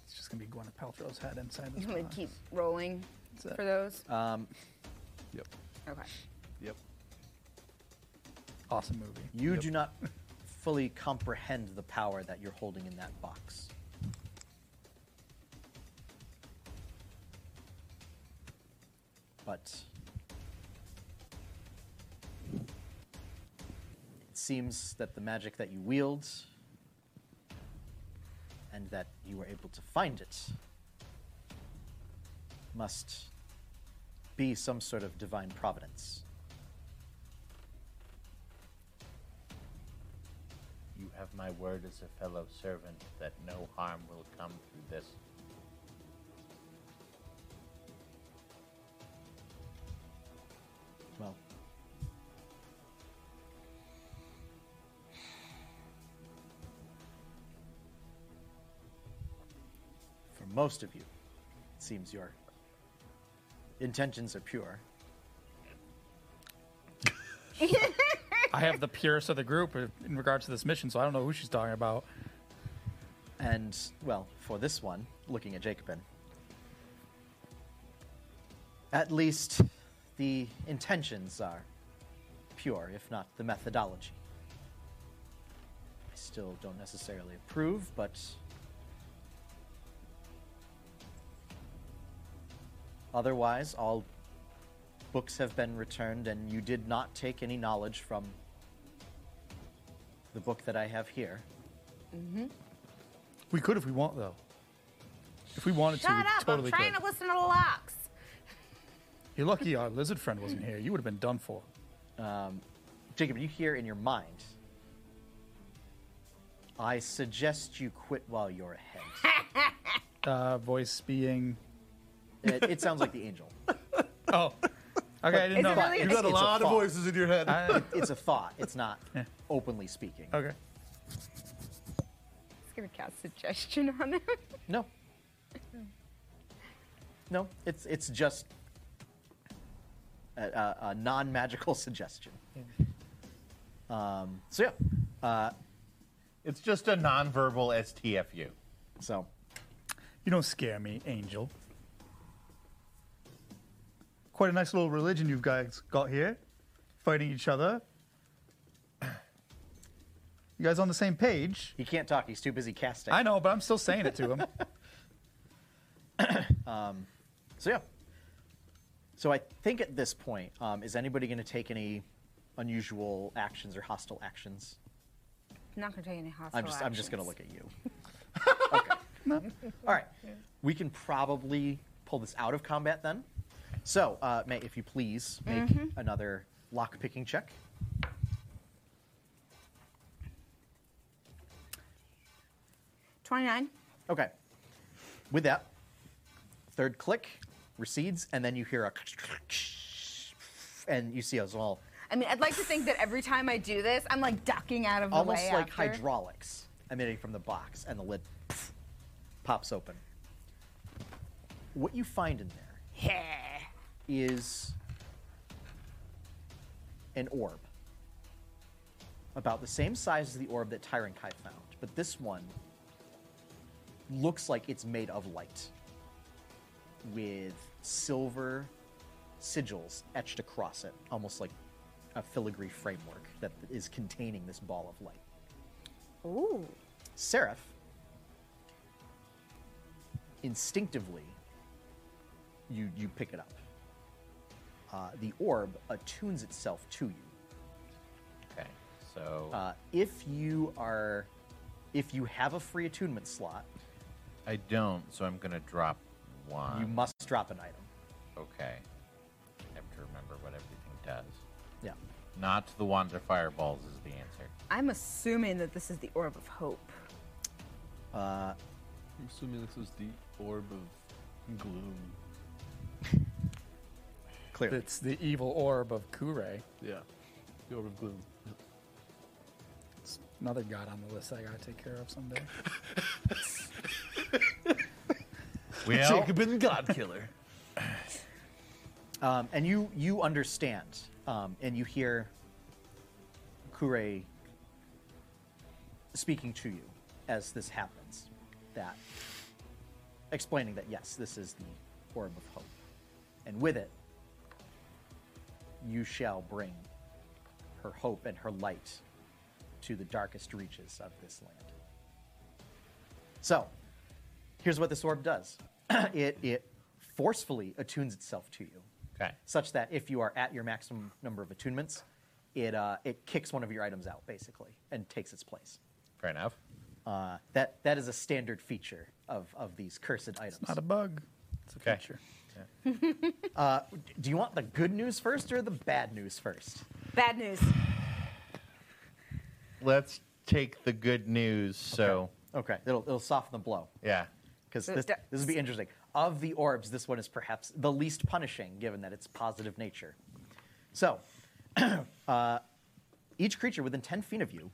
It's just gonna be Gwyneth Paltrow's head inside this
I'm gonna
box.
keep rolling
it.
for those.
Um,
Yep.
Okay.
Yep.
Awesome movie.
you do not fully comprehend the power that you're holding in that box. But it seems that the magic that you wield and that you were able to find it must be some sort of divine providence.
You have my word as a fellow servant that no harm will come through this.
Well, most of you. It seems your intentions are pure.
I have the purest of the group in regards to this mission, so I don't know who she's talking about.
And, well, for this one, looking at Jacobin, at least the intentions are pure, if not the methodology. I still don't necessarily approve, but otherwise, all books have been returned, and you did not take any knowledge from the book that I have here.
Mm-hmm.
We could if we want, though. If we wanted to,
Shut
we
up!
totally
I'm trying
could.
to listen to the locks.
You're lucky our lizard friend wasn't here. You would have been done for.
Um, Jacob, you hear in your mind. I suggest you quit while you're ahead.
Uh, voice being.
It, it sounds like the angel.
Oh. Okay, I didn't know.
It's- it's thought.
I-
It- it's a thought. It's not openly speaking.
Okay.
It's gonna cast suggestion on him.
No.
Hmm.
No, it's it's just a, a, a non-magical suggestion.
Hmm.
Um, so yeah, uh,
it's just a nonverbal STFU.
So
you don't scare me, Angel. Quite a nice little religion you've guys got here, fighting each other. You guys on the same page?
He can't talk. He's too busy casting.
I know, but I'm still saying it to him.
Um, so yeah. So I think at this point, um, is anybody going to take any unusual actions or hostile actions?
Not gonna take any hostile
I'm just I'm just going to
actions.
look at you. okay. All right. We can probably pull this out of combat then. So, uh, May, if you please make
Mhm.
Mm-hmm.
another lock picking check.
Twenty-nine.
Okay. With that, third click recedes, and then you hear a and you see a small
I mean, I'd like to think that every time I do this, I'm like ducking out of the
almost
way.
like
after.
hydraulics emitting from the box, and the lid pops open. What you find in there
Yeah.
is an orb about the same size as the orb that Tyrankai found, but this one looks like it's made of light with silver sigils etched across it, almost like a filigree framework that is containing this ball of light.
Ooh.
Seraph instinctively you you pick it up. Uh, the orb attunes itself to you.
Okay, so
Uh, if you are, if you have a free attunement slot,
I don't, so I'm going to drop one.
you must drop an item.
Okay. I have to remember what everything does.
Yeah.
Not the wand of fireballs is the answer.
I'm assuming that this is the orb of hope.
Uh,
I'm assuming this is the orb of gloom.
Clearly.
It's the evil orb of Kure.
Yeah. The orb of gloom.
It's another god on the list I gotta take care of someday.
Well-
Jacobin God Killer.
Um, and you you understand, um, and you hear Kure speaking to you as this happens, that explaining that yes, this is the orb of hope, and with it, you shall bring her hope and her light to the darkest reaches of this land. So, here's what this orb does. it it forcefully attunes itself to you.
Okay.
Such that if you are at your maximum number of attunements, it uh, it kicks one of your items out basically and takes its place.
Fair enough.
Uh, that that is a standard feature of of these cursed items.
Not a bug. It's a feature.
Uh, do you want the good news first or the bad news first?
Bad news.
Let's take the good news. So,
Okay, it'll it'll soften the blow.
yeah.
Because
So
this,
da-
this would be interesting. Of the orbs, this one is perhaps the least punishing, given that its positive nature. So, uh, each creature within 10 feet of you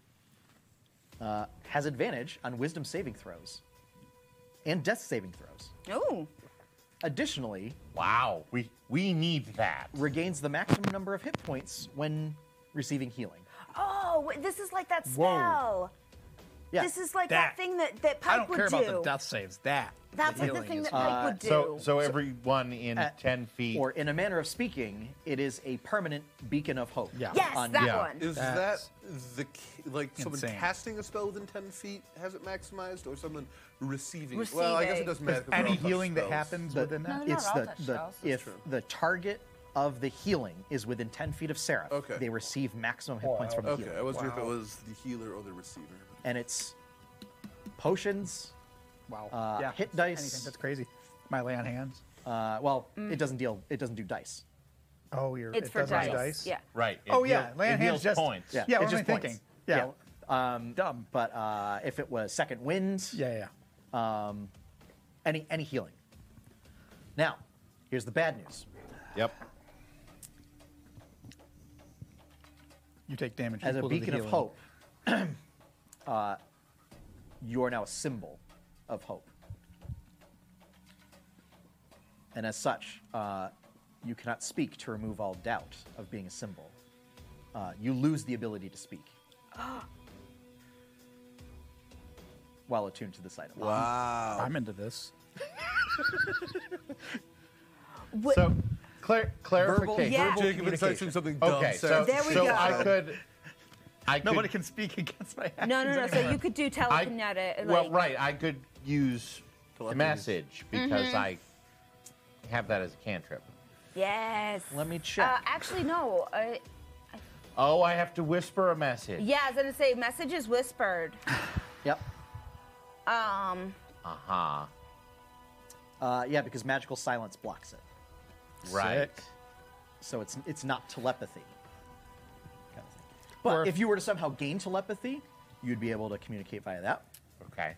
uh, has advantage on wisdom saving throws and death saving throws.
Oh.
Additionally,
wow, we we need that.
Regains the maximum number of hit points when receiving healing.
Oh, wait, this is like that
Whoa.
spell.
Yeah.
This is like that,
That.
thing that, that Pike would do.
saves. That.
That's like the thing that
Uh,
Pike would do.
so- so everyone in
Uh,
10 feet.
Or in a manner of speaking, it is a permanent beacon of hope. Yeah.
Is that the ki- like someone
Insane.
casting a spell within ten feet has it maximized, or someone receiving? it? Well, I guess it doesn't matter.
Because
because we're all touch spells.
the- It's the, the-
That's
if
true.
the target of the healing is within 10 feet of Seraph,
Okay.
they receive maximum hit points from the
okay,
healing.
I wasn't sure if it was the healer or the receiver.
And it's potions.
Wow.
Uh,
Yeah,
Hit
it's
dice.
anything. That's crazy. My lay on hands.
Uh, well,
Mm.
it doesn't deal. It doesn't do dice.
Oh, you're.
It's
it
for
doesn't have
dice,
dice.
yeah. Right, it
oh
heal-
yeah, lay
it
on hands
heals
just
points.
Yeah,
Yeah,
yeah
it
what am I
just points.
thinking? Yeah.
Um, Dumb. But uh, if it was second wind.
Yeah,
yeah. Um, any any healing. Now, here's the bad news.
Yep.
You take damage
As a
equal to the
beacon of
healing.
hope, uh, you are now a symbol of hope. And as such, uh, you cannot speak to remove all doubt of being a symbol. Uh, you lose the ability to speak while attuned to this item.
Wow. I'm into this.
So, clar- clarification.
Yeah. verbal
Jacob insights
communication.
in something dumb.
Okay,
said.
so, so I could. I could
Nobody can speak against my actions.
No, no, no. So
anymore.
you could do telekinetic. like,
well, right. I could use the message because
Mhm.
I have that as a cantrip.
Yes.
Let me
Uh, actually, no. I,
oh, I have to whisper a message.
yeah, I was gonna say message is whispered.
Yep.
Um.
Uh-huh.
Uh, yeah, because magical silence blocks it.
Right.
So it's it's not telepathy. Kind of thing. But if, you were to somehow gain telepathy, you'd be able to communicate via that.
Okay.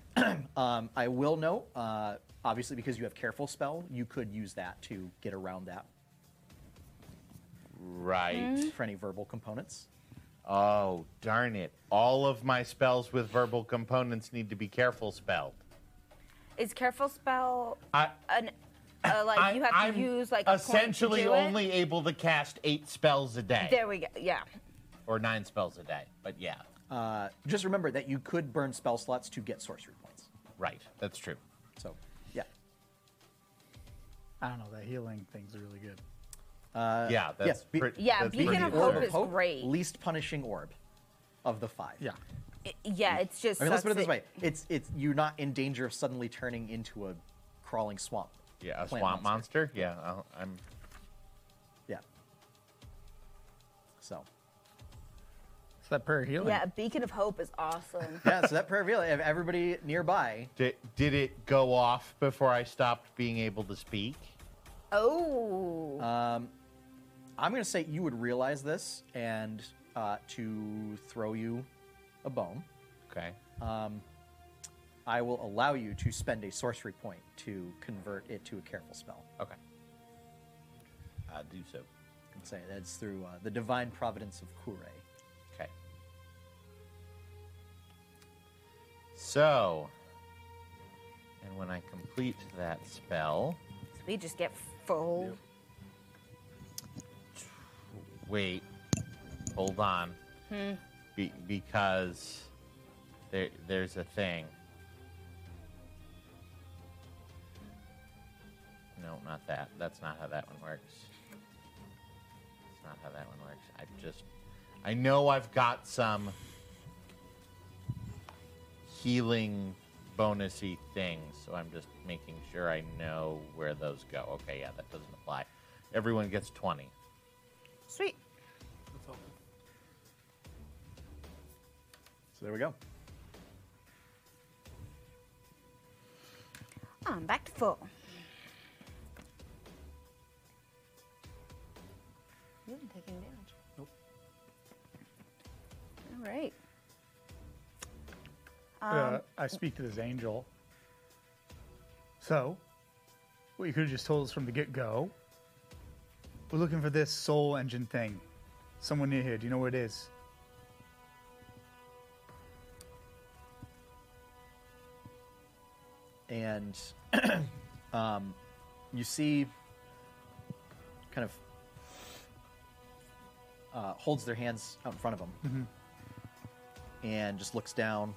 um, I will note, uh, obviously, because you have careful spell, you could use that to get around that.
Right.
Mm-hmm.
Mm. For any verbal components.
Oh, darn it. All of my spells with verbal components need to be careful spelled.
Is careful spell
I,
an uh, like you have to
I'm
use like a point to
essentially
do it?
only able to cast eight spells a day.
There we go. Yeah.
Or nine spells a day. But yeah.
Uh, just remember that you could burn spell slots to get sorcery points.
Right. That's true.
So, yeah.
I don't know. That healing thing's really good.
Uh,
Yeah, that's
yes, be-
pretty- Yeah, that's Beacon pretty of Hope
Orb
is
great.
Least punishing orb of the five. Yeah.
I- yeah. It's just.
I mean, let's
sucks
put it this
that-
way: it's it's you're not in danger of suddenly turning into a crawling swamp.
Yeah, a
plant
swamp monster. Yeah, I'll, I'm.
Yeah. So.
It's that prayer healing.
Yeah, a beacon of hope is awesome.
Yeah, so that prayer of healing, if everybody nearby.
Did, did it go off before I stopped being able to speak?
Oh.
Um, I'm gonna say you would realize this and uh, to throw you a bone.
Okay.
Um, I will allow you to spend a sorcery point to convert it to a careful spell.
Okay. I do so.
I'd say that's through uh, the divine providence of Kure.
Okay. So, and when I complete that spell,
We just get full.
wait, hold on,
Hmm.
be, because there, there's a thing. No, not that. That's not how that one works. That's not how that one works. I just, I know I've got some healing bonusy things, so I'm just making sure I know where those go. Okay, yeah, that doesn't apply. Everyone gets 20.
Sweet.
So there we go.
I'm back to full. You didn't take any damage.
Nope.
All right.
uh,
Um,
I speak to this angel. So, what you could have just told us from the get go. We're looking for this soul engine thing. Someone near here. Do you know where it is?
and um, you see kind of uh, holds their hands out in front of him and just looks down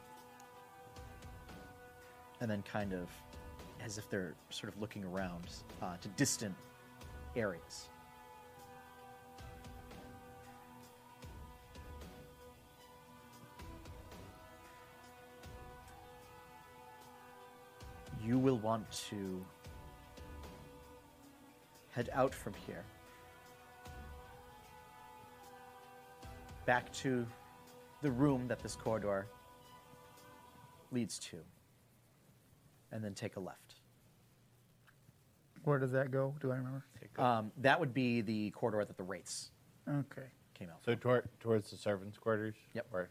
and then kind of as if they're sort of looking around uh, to distant areas. You will want to head out from here back to the room that this corridor leads to, and then take a left.
Where did that go? Do I remember?
Um, that would be the corridor that the wraiths
Okay.
came out.
So toward, towards the servants' quarters. Yep. Or,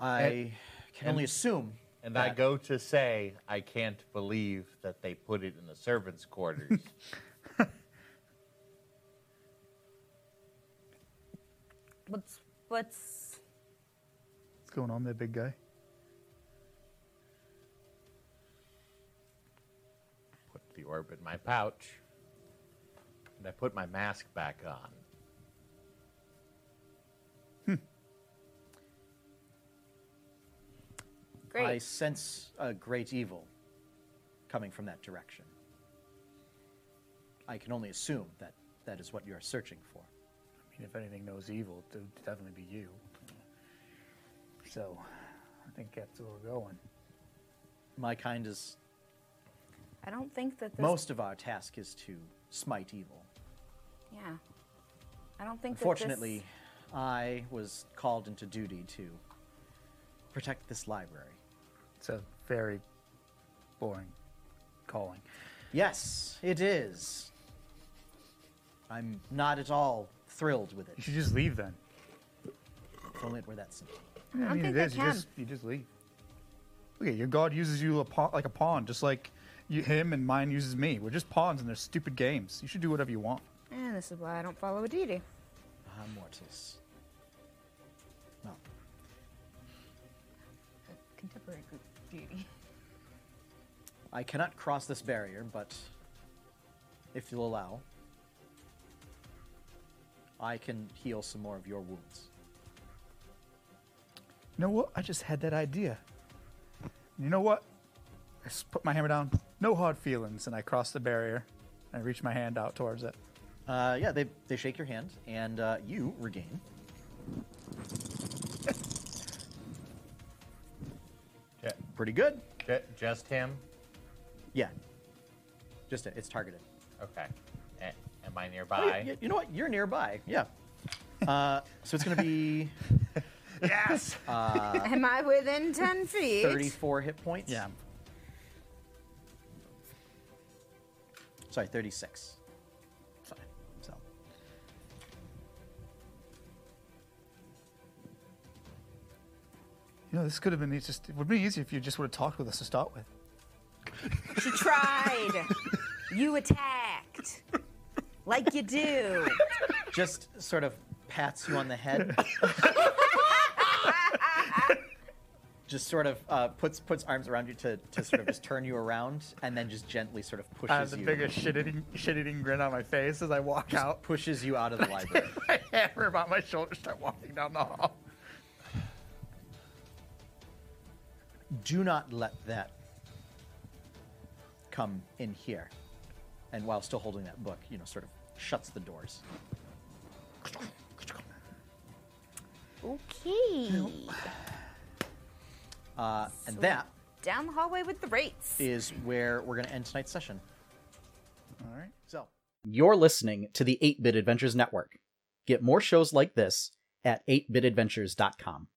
I
And-
can only assume.
And I
that-
go to say, I can't believe that they put it in the servants' quarters.
What's what's
What's going on there, big guy?
put the orb in my pouch, and I put my mask back on.
I sense a great evil coming from that direction. I can only assume that that is what you are searching for.
I mean, if anything knows evil, it would definitely be you. So, I think that's where we're going.
My kind is
I don't think that this
most of our task is to smite evil.
Yeah. I don't think
Unfortunately, I was called into duty to protect this library.
It's a very boring calling.
Yes, it is. I'm not at all thrilled with it. You
should just leave then.
If only it were that simple.
I, mean, it is. You just, you just leave. Okay, your god uses you a paw- like a pawn, just like you, him and mine uses me. We're just pawns in their stupid games. You should do whatever you want.
this and this is why I don't follow a deity.
Ah, Mortis. Well,
Contemporary group deity.
I cannot cross this barrier, but if you'll allow, I can heal some more of your wounds.
You know what? I just had that idea. You know what? I just put my hammer down. No hard feelings, and I cross the barrier. And I reach my hand out towards it.
Uh, yeah, they, they shake your hand, and uh, you regain. Pretty good.
just him?
Yeah. Just it. It's targeted.
Okay. A- am I
Oh, yeah,
nearby?
yeah, you know what? You're nearby. Yeah. Uh, so it's going to be. yes! Uh,
Am I within ten feet?
34 hit points? Yeah. Sorry, 36. Sorry. So.
You know, this could have been it's just. It would be easier if you just would have talked with us to start with.
She tried. you attacked. Like you do.
Just sort of pats you on the head. just sort of uh, puts puts arms around you to, to sort of just turn you around and then just gently sort of pushes
I have the
you.
biggest shit eating, shit eating grin on my face as I walk out.
Pushes you out of the library.
my hammer about my shoulder, start walking down the hall.
Do not let that come in here. And while still holding that book, you know, sort of shuts the doors.
Okay.
Uh, and
So-
that
Down the hallway with the rates.
is where we're going to end tonight's session.
All right.
So. You're listening to the 8 Bit Adventures Network. Get more shows like this at 8bitadventures.com.